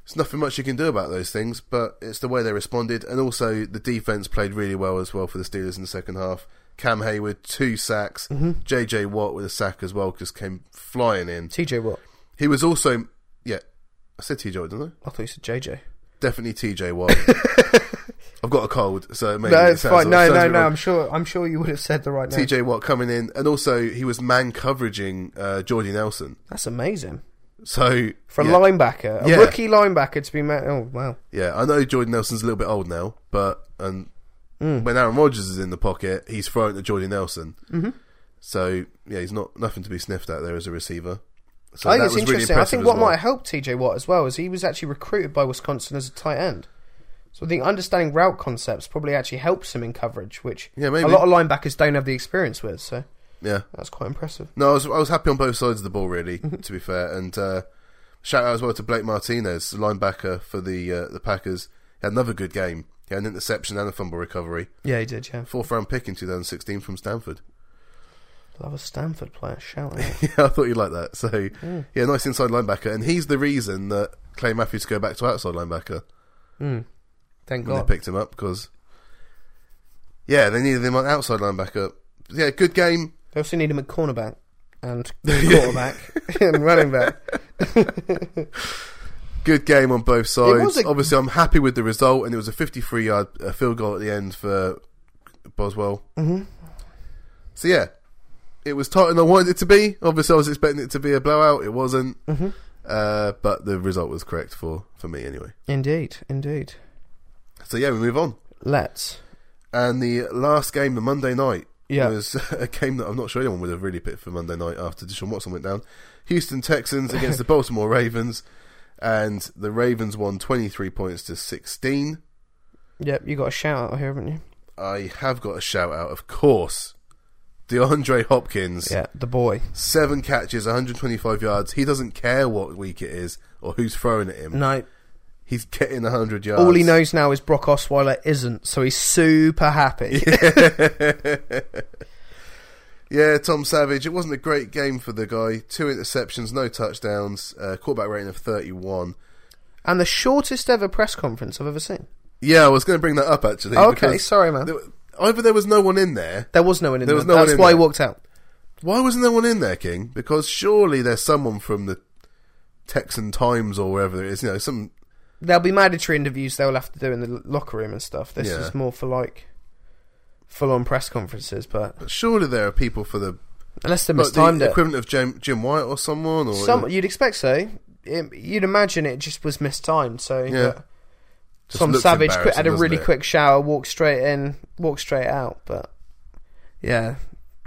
Speaker 1: there's nothing much you can do about those things, but it's the way they responded, and also the defense played really well as well for the Steelers in the second half. Cam Hayward two sacks,
Speaker 2: Mm-hmm.
Speaker 1: JJ Watt with a sack as well because came flying in.
Speaker 2: TJ Watt.
Speaker 1: He was also yeah, I said TJ, Watt, didn't I?
Speaker 2: I thought you said JJ.
Speaker 1: Definitely TJ Watt. I've got a cold, so maybe
Speaker 2: No,
Speaker 1: it
Speaker 2: it's
Speaker 1: sounds-
Speaker 2: fine.
Speaker 1: it
Speaker 2: No,
Speaker 1: sounds a
Speaker 2: no,
Speaker 1: bit
Speaker 2: no.
Speaker 1: wrong.
Speaker 2: I'm sure. I'm sure you would have said the right name.
Speaker 1: TJ Watt coming in, and also he was man coveraging uh, Jordy Nelson.
Speaker 2: That's amazing
Speaker 1: So
Speaker 2: for a
Speaker 1: yeah,
Speaker 2: linebacker, a
Speaker 1: Yeah.
Speaker 2: rookie linebacker to be. Ma- oh wow.
Speaker 1: yeah, I know Jordy Nelson's a little bit old now, but and
Speaker 2: Mm.
Speaker 1: when Aaron Rodgers is in the pocket, he's throwing to Jordy Nelson. Mm-hmm. So yeah, he's not nothing to be sniffed at there as a receiver. So
Speaker 2: I think
Speaker 1: that
Speaker 2: it's
Speaker 1: was really
Speaker 2: interesting. I think
Speaker 1: impressive
Speaker 2: what
Speaker 1: as well.
Speaker 2: might have helped TJ Watt as well is he was actually recruited by Wisconsin as a tight end. So I think understanding route concepts probably actually helps him in coverage, which
Speaker 1: Yeah, maybe.
Speaker 2: a lot of linebackers don't have the experience with. So
Speaker 1: yeah.
Speaker 2: that's quite impressive.
Speaker 1: No, I was I was happy on both sides of the ball, really.
Speaker 2: Mm-hmm.
Speaker 1: To be fair, and uh, shout out as well to Blake Martinez, the linebacker for the uh, the Packers. He had another good game. He had an interception and a fumble recovery.
Speaker 2: Yeah, he did. Yeah,
Speaker 1: Fourth round pick in 2016 from Stanford.
Speaker 2: love a Stanford player. Shout out.
Speaker 1: Yeah, I thought you'd like that. So, yeah, nice inside linebacker. And he's the reason that Clay Matthews go back to outside linebacker
Speaker 2: Hmm. Thank
Speaker 1: when
Speaker 2: God.
Speaker 1: they picked him up because, yeah, they needed him on outside linebacker. Yeah, good game.
Speaker 2: They also need him at cornerback and quarterback and running back.
Speaker 1: Good game on both
Speaker 2: was
Speaker 1: sides.
Speaker 2: a-
Speaker 1: Obviously, I'm happy with the result, and it was a 53 yard uh, field goal at the end for Boswell. Mm-hmm. So, yeah, it was tighter than I wanted it to be. Obviously, I was expecting it to be a blowout. It wasn't.
Speaker 2: Mm-hmm.
Speaker 1: Uh, but the result was correct for, for me, anyway.
Speaker 2: Indeed, indeed.
Speaker 1: So, yeah, we move on.
Speaker 2: Let's.
Speaker 1: And the last game, the Monday night,
Speaker 2: Yeah.
Speaker 1: was a game that I'm not sure anyone would have really picked for Monday night after Deshaun Watson went down. Houston Texans against the Baltimore Ravens, and the Ravens won 23 points to 16.
Speaker 2: Yep, you got a shout out here, haven't you?
Speaker 1: I have got a shout out, of course. DeAndre Hopkins,
Speaker 2: Yeah, the boy.
Speaker 1: seven catches, 125 yards. He doesn't care what week it is or who's throwing at him.
Speaker 2: No,
Speaker 1: He's getting 100 yards.
Speaker 2: Mm. all he knows now is Brock Osweiler isn't, so he's super happy.
Speaker 1: Yeah, Tom Savage. It wasn't a great game for the guy. Two interceptions, no touchdowns, uh, quarterback rating of 31.
Speaker 2: and the shortest ever press conference I've ever seen.
Speaker 1: Yeah, I was going to bring that up actually.
Speaker 2: Okay,
Speaker 1: because
Speaker 2: sorry, man.
Speaker 1: there- either there was no one in there.
Speaker 2: There was no one in
Speaker 1: There
Speaker 2: there.
Speaker 1: was no one
Speaker 2: That's
Speaker 1: in
Speaker 2: why
Speaker 1: there.
Speaker 2: he walked out.
Speaker 1: Why wasn't there one in there, King? Because surely there's someone from the Texan Times or wherever it is. You know, some.
Speaker 2: There'll be mandatory interviews they'll have to do in the locker room and stuff. This
Speaker 1: Yeah.
Speaker 2: is more for like full on press conferences, but
Speaker 1: Surely there are people for the
Speaker 2: unless they
Speaker 1: like
Speaker 2: mistimed
Speaker 1: the
Speaker 2: it.
Speaker 1: equivalent of Jim, Jim White or someone or
Speaker 2: Some you'd expect so. It- you'd imagine it just was mistimed. So
Speaker 1: Yeah.
Speaker 2: but
Speaker 1: Just
Speaker 2: Tom
Speaker 1: looks
Speaker 2: Savage qui- had a
Speaker 1: embarrassing,
Speaker 2: really
Speaker 1: doesn't it?
Speaker 2: quick shower, walked straight in, walked straight out. But yeah,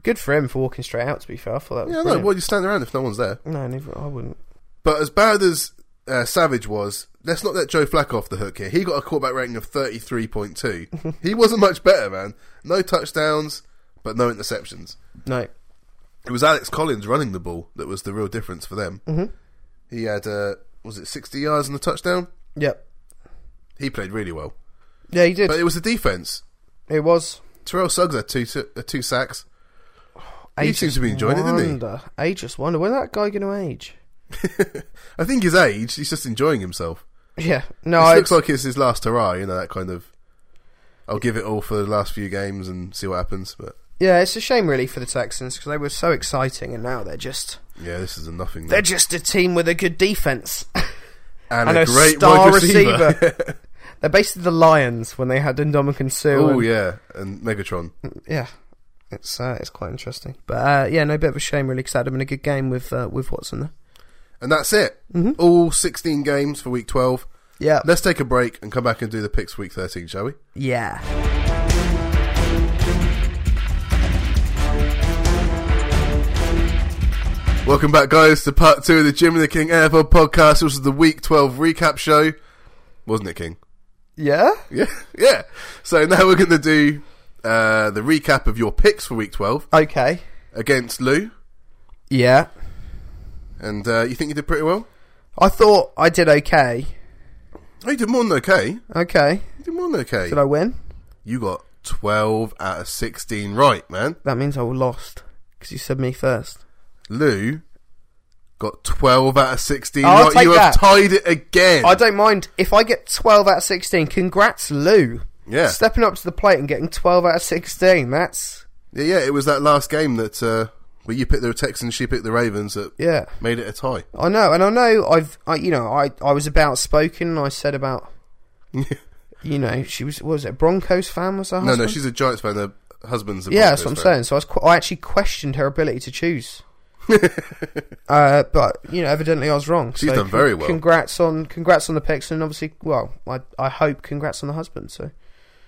Speaker 2: good for him for walking straight out. To be fair, I thought that was
Speaker 1: Yeah, no.
Speaker 2: brilliant.
Speaker 1: Why you stand around if no one's there?
Speaker 2: no, neither, I wouldn't.
Speaker 1: But as bad as uh, Savage was, let's not let Joe Flacco off the hook here. He got a quarterback rating of 33.2. he wasn't much better, man. No touchdowns, but no interceptions.
Speaker 2: No,
Speaker 1: It was Alex Collins running the ball that was the real difference for them. Mm-hmm. He had, uh, was it 60 yards and a touchdown?
Speaker 2: yep,
Speaker 1: He played really well.
Speaker 2: yeah, he did.
Speaker 1: But it was the defense.
Speaker 2: it was.
Speaker 1: Terrell Suggs had two, two, uh, two sacks. He seems to be enjoying it,
Speaker 2: wonder.
Speaker 1: didn't he?
Speaker 2: I just wonder when that guy going to age.
Speaker 1: I think his age, he's just enjoying himself.
Speaker 2: Yeah, no,
Speaker 1: This
Speaker 2: I,
Speaker 1: looks like Uh, it's his last hurrah, you know, that kind of, I'll give it all for the last few games and see what happens, but...
Speaker 2: yeah, it's a shame really for the Texans because they were so exciting, and now they're just
Speaker 1: Yeah, this is a nothing.
Speaker 2: they're just a team with a good defense.
Speaker 1: and,
Speaker 2: and
Speaker 1: a
Speaker 2: a
Speaker 1: great
Speaker 2: star
Speaker 1: wide receiver.
Speaker 2: They're basically the Lions when they had Indomitian Sue.
Speaker 1: oh
Speaker 2: and-
Speaker 1: yeah, and Megatron.
Speaker 2: yeah. It's uh, it's quite interesting, but uh, yeah, no bit of a shame really because that had been a good game with uh, with Watson there.
Speaker 1: And that's it. All 16 games for week 12.
Speaker 2: Yeah,
Speaker 1: Let's take a break and come back and do the picks for week 13, shall we?
Speaker 2: yeah.
Speaker 1: Welcome back, guys, to part two of the Jim and the King NFL podcast. This is the week 12 recap show. Wasn't it, King?
Speaker 2: Yeah,
Speaker 1: Yeah. Yeah. So now we're going to do uh, the recap of your picks for week 12
Speaker 2: okay,
Speaker 1: against Lou.
Speaker 2: yeah.
Speaker 1: And uh, you think you did pretty well?
Speaker 2: I thought I did okay.
Speaker 1: Oh, you did more than okay.
Speaker 2: Okay.
Speaker 1: You did more than okay.
Speaker 2: Did I win?
Speaker 1: You got 12 out of 16 right, man.
Speaker 2: That means I lost because you said me first.
Speaker 1: Lou got 12 out of 16
Speaker 2: I'll
Speaker 1: right.
Speaker 2: take
Speaker 1: You have
Speaker 2: that.
Speaker 1: tied it again.
Speaker 2: I don't mind if I get 12 out of 16. Congrats, Lou.
Speaker 1: yeah.
Speaker 2: Stepping up to the plate and getting 12 out of 16. That's
Speaker 1: yeah, yeah, it was that last game that uh, where you picked the Texans, she picked the Ravens that
Speaker 2: yeah.
Speaker 1: made it a tie.
Speaker 2: I know, and I know I've I you know I I was about spoken. and I said about you know she was what was it a Broncos fan was her
Speaker 1: no, no,
Speaker 2: husband?
Speaker 1: she's a Giants fan. Her husband's a
Speaker 2: yeah, that's what I'm
Speaker 1: Broncos fan.
Speaker 2: saying. So I was qu- I actually questioned her ability to choose. uh, but you know, evidently I was wrong.
Speaker 1: She's
Speaker 2: so
Speaker 1: done very well.
Speaker 2: Congrats on congrats on the picks, and obviously, well, I I hope congrats on the husband. So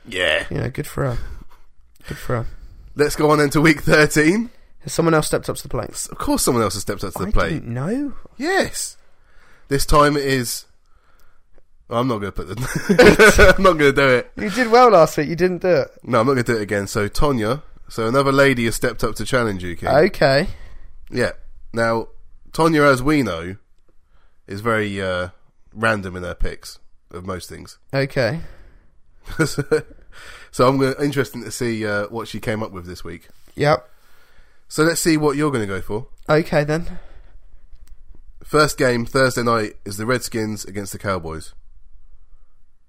Speaker 1: Yeah.
Speaker 2: you know, good for her. Good for her.
Speaker 1: Let's go on then to week 13.
Speaker 2: Has someone else stepped up to the plate?
Speaker 1: Of course, someone else has stepped up to the
Speaker 2: I
Speaker 1: plate.
Speaker 2: didn't know.
Speaker 1: Yes. This time it is. I'm not going to put the. I'm not going to do it.
Speaker 2: You did well last week. You didn't do it.
Speaker 1: No, I'm not going to do it again. So Tonya, so another lady has stepped up to challenge you, King.
Speaker 2: Okay.
Speaker 1: Yeah. Now, Tonya, as we know, is very uh, random in her picks of most things.
Speaker 2: Okay.
Speaker 1: so I'm going to, interesting to see uh, what she came up with this week.
Speaker 2: Yep.
Speaker 1: So let's see what you're going to go for.
Speaker 2: Okay then.
Speaker 1: First game Thursday night is the Redskins against the Cowboys.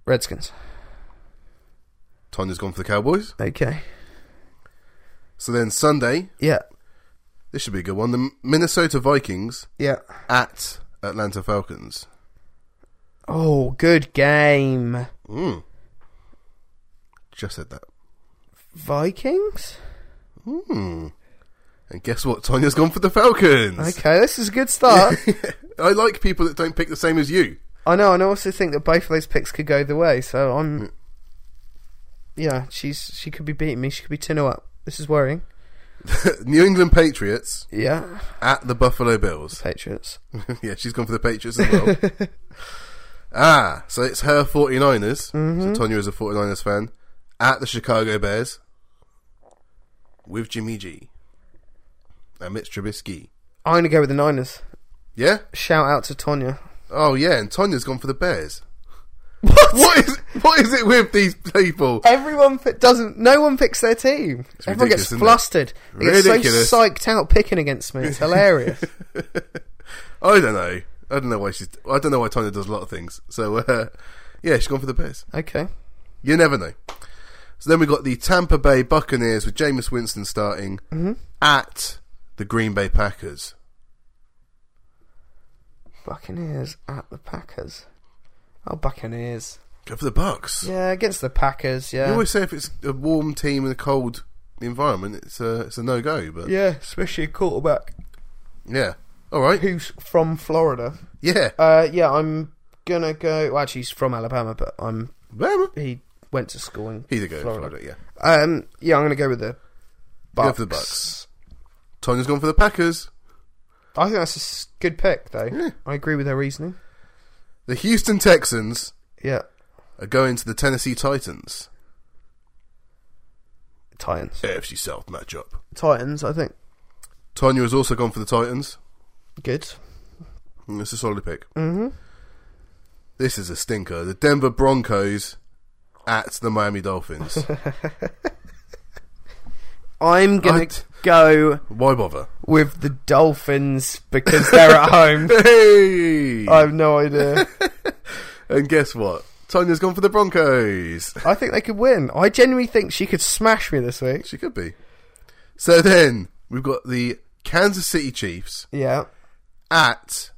Speaker 2: Redskins.
Speaker 1: Tonya's gone for the Cowboys.
Speaker 2: Okay.
Speaker 1: So then Sunday,
Speaker 2: Yeah.
Speaker 1: this should be a good one. The Minnesota Vikings
Speaker 2: Yeah.
Speaker 1: at Atlanta Falcons.
Speaker 2: Oh, good game.
Speaker 1: Mm. Just said that.
Speaker 2: Vikings?
Speaker 1: Mm. And guess what? Tonya's gone for the Falcons.
Speaker 2: Okay, this is a good start.
Speaker 1: I like people that don't pick the same as you.
Speaker 2: I know, and I also think that both of those picks could go either way, so I'm Yeah, she's she could be beating me, she could be 10 up. This is worrying.
Speaker 1: New England Patriots
Speaker 2: Yeah.
Speaker 1: at the Buffalo Bills.
Speaker 2: Patriots.
Speaker 1: yeah, she's gone for the Patriots as well. ah, so it's her 49ers. So Tonya is a 49ers fan. At the Chicago Bears with Jimmy G and Mitch Trubisky.
Speaker 2: I'm gonna go with the Niners.
Speaker 1: Yeah?
Speaker 2: Shout out to Tonya.
Speaker 1: Oh, yeah, and Tonya's gone for the Bears.
Speaker 2: What?
Speaker 1: What is, what is it with these people?
Speaker 2: Everyone fi- doesn't. No one picks their team. Everyone gets
Speaker 1: ridiculous, isn't it?
Speaker 2: flustered. They get
Speaker 1: Ridiculous.
Speaker 2: so psyched out picking against me. It's hilarious.
Speaker 1: I don't know. I don't know why she's. I don't know why Tonya does a lot of things. So, uh, yeah, she's gone for the Bears.
Speaker 2: okay.
Speaker 1: You never know. So then we got the Tampa Bay Buccaneers with Jameis Winston starting at the Green Bay Packers.
Speaker 2: Buccaneers at the Packers. Oh, Buccaneers.
Speaker 1: Go for the Bucks.
Speaker 2: Yeah, against the Packers.
Speaker 1: You
Speaker 2: Yeah.
Speaker 1: always say if it's a warm team in a cold environment, it's a it's a no go. But yeah.
Speaker 2: yeah, especially a quarterback
Speaker 1: all right,
Speaker 2: who's from Florida.
Speaker 1: yeah.
Speaker 2: Uh, yeah, I'm gonna go. Well, actually, he's from Alabama, but I'm
Speaker 1: Well,
Speaker 2: he went to school in.
Speaker 1: He's a go
Speaker 2: Florida.
Speaker 1: Florida. Yeah,
Speaker 2: Um, yeah, I'm gonna go with the. Bucks.
Speaker 1: go for the Bucks. Tonya's gone for the Packers.
Speaker 2: I think that's a s- good pick, though.
Speaker 1: Yeah.
Speaker 2: I agree with her reasoning.
Speaker 1: The Houston Texans
Speaker 2: Yeah,
Speaker 1: are going to the Tennessee Titans.
Speaker 2: Titans.
Speaker 1: AFC South matchup.
Speaker 2: Titans, I think.
Speaker 1: Tonya has also gone for the Titans.
Speaker 2: Good.
Speaker 1: Mm, It's a solid pick.
Speaker 2: Mm-hmm.
Speaker 1: This is a stinker. The Denver Broncos at the Miami Dolphins.
Speaker 2: I'm gonna
Speaker 1: I'd-
Speaker 2: go
Speaker 1: Why bother?
Speaker 2: with the Dolphins because they're at home.
Speaker 1: Hey!
Speaker 2: I have no idea.
Speaker 1: and guess what? Tonya's gone for the Broncos.
Speaker 2: I think they could win. I genuinely think she could smash me this week.
Speaker 1: She could be. So then we've got the Kansas City Chiefs
Speaker 2: Yeah.
Speaker 1: at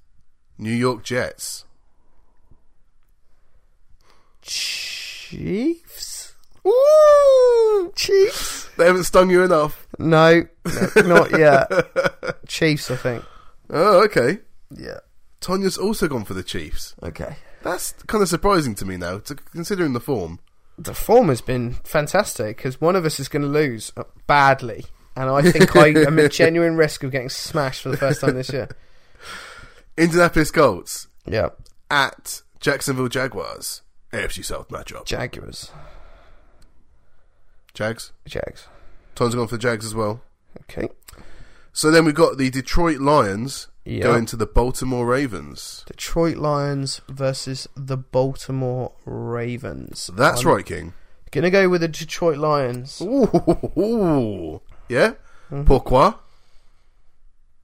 Speaker 1: New York Jets.
Speaker 2: Chiefs? Ooh! Chiefs?
Speaker 1: They haven't stung you enough.
Speaker 2: No, no, not yet. Chiefs, I think.
Speaker 1: Oh, okay.
Speaker 2: Yeah.
Speaker 1: Tonya's also gone for the Chiefs.
Speaker 2: Okay.
Speaker 1: That's kind of surprising to me now, to, considering the form.
Speaker 2: The form has been fantastic because one of us is going to lose uh, badly. And I think I am at genuine risk of getting smashed for the first time this year.
Speaker 1: Indianapolis Colts
Speaker 2: Yeah.
Speaker 1: at Jacksonville Jaguars. AFC South matchup.
Speaker 2: Jaguars.
Speaker 1: Jags.
Speaker 2: Jags.
Speaker 1: Tons gone for the Jags as well.
Speaker 2: Okay.
Speaker 1: So then we've got the Detroit Lions
Speaker 2: Yeah.
Speaker 1: going to the Baltimore Ravens.
Speaker 2: Detroit Lions versus the Baltimore Ravens.
Speaker 1: That's
Speaker 2: I'm
Speaker 1: right, King.
Speaker 2: Gonna go with the Detroit Lions
Speaker 1: Ooh. Yeah? Pourquoi?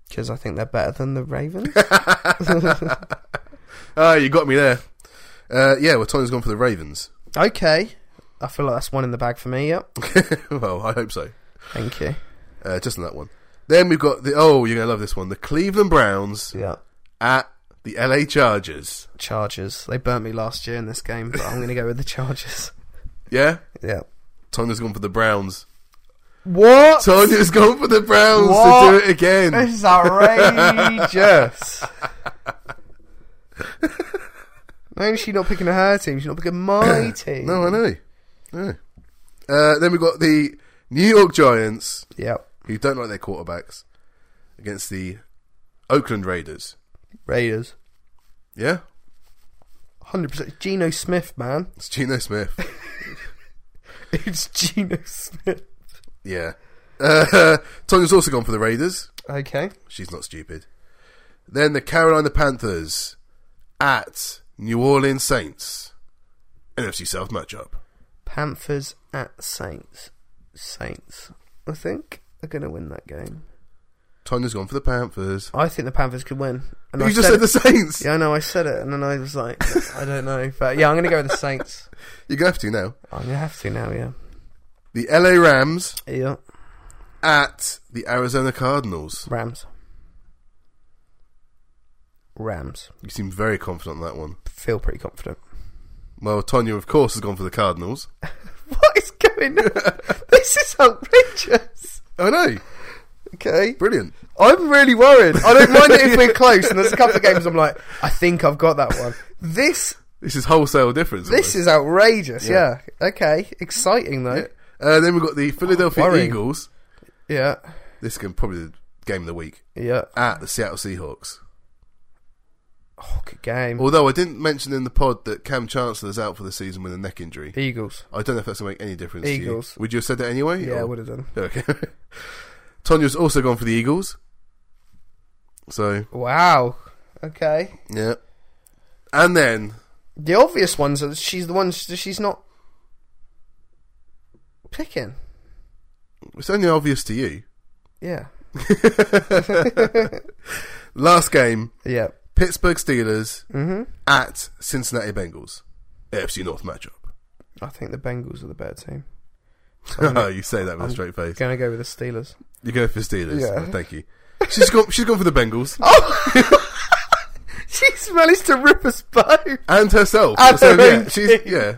Speaker 2: because I think they're better than the Ravens.
Speaker 1: Ah, you got me there. Uh, yeah, well, Tony's gone for the Ravens.
Speaker 2: okay, I feel like that's one in the bag for me. Yep.
Speaker 1: well, I hope so.
Speaker 2: Thank you.
Speaker 1: Uh, just on that one. Then we've got the. Oh, you're going to love this one. The Cleveland Browns
Speaker 2: Yeah.
Speaker 1: at the LA Chargers.
Speaker 2: Chargers. They burnt me last year in this game, but I'm gonna go with the Chargers.
Speaker 1: Yeah?
Speaker 2: Yeah.
Speaker 1: Tonya's gone for the Browns.
Speaker 2: What?
Speaker 1: Tonya's gone for the Browns
Speaker 2: What?
Speaker 1: to do it again.
Speaker 2: This is outrageous. Not only is she not picking her team, she's not picking my team.
Speaker 1: No, I know. Yeah. Uh, then we've got the New York Giants,
Speaker 2: Yep.
Speaker 1: who don't like their quarterbacks, against the Oakland Raiders.
Speaker 2: Raiders.
Speaker 1: Yeah?
Speaker 2: 100%. Geno Smith, man.
Speaker 1: It's Geno Smith.
Speaker 2: It's Geno Smith.
Speaker 1: yeah. Uh, Tonya's also gone for the Raiders.
Speaker 2: Okay.
Speaker 1: She's not stupid. Then the Carolina Panthers at New Orleans Saints. NFC South matchup.
Speaker 2: Panthers at Saints. Saints, I think, are going to win that game.
Speaker 1: Tonya's gone for the Panthers.
Speaker 2: I think the Panthers could win. And
Speaker 1: You
Speaker 2: I
Speaker 1: just said
Speaker 2: it-
Speaker 1: the Saints.
Speaker 2: Yeah, I know, I said it, and then I was like, I don't know. But yeah, I'm going to go with the Saints.
Speaker 1: You're going to have to now.
Speaker 2: I'm going to have to now, yeah.
Speaker 1: The LA Rams
Speaker 2: Yeah.
Speaker 1: at the Arizona Cardinals.
Speaker 2: Rams. Rams.
Speaker 1: You seem very confident on that one.
Speaker 2: Feel pretty confident.
Speaker 1: Well, Tonya, of course, has gone for the Cardinals.
Speaker 2: What is going on? this is outrageous.
Speaker 1: I know.
Speaker 2: Okay.
Speaker 1: Oh, Brilliant.
Speaker 2: I'm really worried. I don't mind it if we're close, and there's a couple of games I'm like, I think I've got that one. This
Speaker 1: This is wholesale difference.
Speaker 2: this is outrageous. Yeah. Okay. Exciting though.
Speaker 1: almost. Uh, then we've got the Philadelphia
Speaker 2: worrying.
Speaker 1: Eagles.
Speaker 2: Yeah.
Speaker 1: This can probably the game of the week
Speaker 2: Yeah.
Speaker 1: at the Seattle Seahawks.
Speaker 2: Oh, good game.
Speaker 1: Although I didn't mention in the pod that Cam Chancellor's out for the season with a neck injury.
Speaker 2: Eagles.
Speaker 1: I don't know if that's going to make any difference
Speaker 2: Eagles.
Speaker 1: to you. Would you have said that anyway?
Speaker 2: Yeah, I
Speaker 1: or-
Speaker 2: would have done.
Speaker 1: Okay. Tonya's also gone for the Eagles. So,
Speaker 2: Wow. Okay.
Speaker 1: yeah. And then
Speaker 2: The obvious ones are she's the ones that she's not picking.
Speaker 1: It's only obvious to you.
Speaker 2: Yeah.
Speaker 1: Last game,
Speaker 2: Yeah.
Speaker 1: Pittsburgh Steelers
Speaker 2: Mm-hmm.
Speaker 1: at Cincinnati Bengals. AFC North matchup.
Speaker 2: I think the Bengals are the better team. Mm-hmm.
Speaker 1: you say that with a straight face.
Speaker 2: Gonna go with the Steelers.
Speaker 1: You go for Steelers.
Speaker 2: Yeah. Oh.
Speaker 1: Oh, thank you. She's gone. She's gone for the Bengals
Speaker 2: She's managed to rip us both.
Speaker 1: and herself.
Speaker 2: And
Speaker 1: So,
Speaker 2: her
Speaker 1: yeah,
Speaker 2: own
Speaker 1: she's
Speaker 2: team.
Speaker 1: yeah,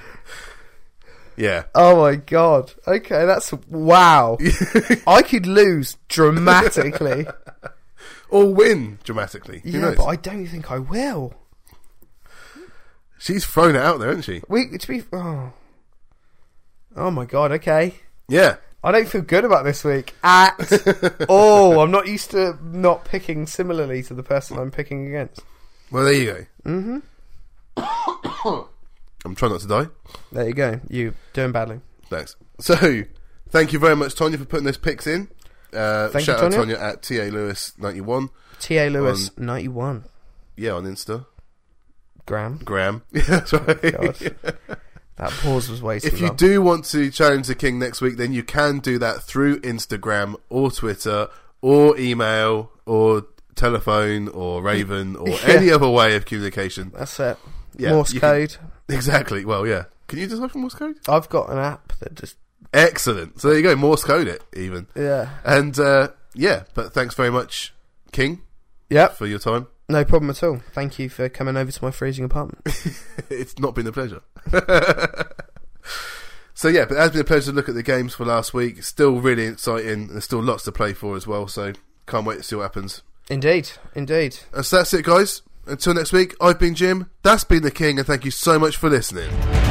Speaker 1: yeah.
Speaker 2: Oh my god. Okay, that's wow. I could lose dramatically.
Speaker 1: Or win dramatically. Who
Speaker 2: yeah,
Speaker 1: knows?
Speaker 2: but I don't think I will.
Speaker 1: She's thrown it out there, hasn't she?
Speaker 2: We to be oh. Oh my god, okay.
Speaker 1: Yeah.
Speaker 2: I don't feel good about this week at all. I'm not used to not picking similarly to the person I'm picking against.
Speaker 1: Well, there you go. Mm-hmm.
Speaker 2: Mm-hmm.
Speaker 1: I'm trying not to die.
Speaker 2: There you go. You doing badly.
Speaker 1: Thanks. So, thank you very much, Tonya, for putting those picks in. Uh,
Speaker 2: Thank you,
Speaker 1: shout out
Speaker 2: Tonya.
Speaker 1: Tonya at TA Lewis ninety one.
Speaker 2: T.A. Lewis, 91.
Speaker 1: Yeah, on Insta.
Speaker 2: Graham.
Speaker 1: Graham. Yeah, that's right.
Speaker 2: God. that pause was way too
Speaker 1: If you
Speaker 2: long.
Speaker 1: do want to challenge the king next week, then you can do that through Instagram or Twitter or email or telephone or Raven or any other way of communication.
Speaker 2: That's it.
Speaker 1: Yeah,
Speaker 2: Morse
Speaker 1: you can-
Speaker 2: code.
Speaker 1: Exactly. Well, yeah. Can you decipher Morse code?
Speaker 2: I've got an app that just
Speaker 1: Excellent. So there you go. Morse code it even.
Speaker 2: yeah.
Speaker 1: And uh, yeah, but thanks very much, King,
Speaker 2: Yep.
Speaker 1: for your time.
Speaker 2: No problem at all. Thank you for coming over to my freezing apartment.
Speaker 1: it's not been a pleasure. so yeah, but it has been a pleasure to look at the games for last week. Still really exciting. There's still lots to play for as well. So can't wait to see what happens.
Speaker 2: indeed, indeed.
Speaker 1: And so that's it, guys. Until next week, I've been Jim. That's been the King, and thank you so much for listening.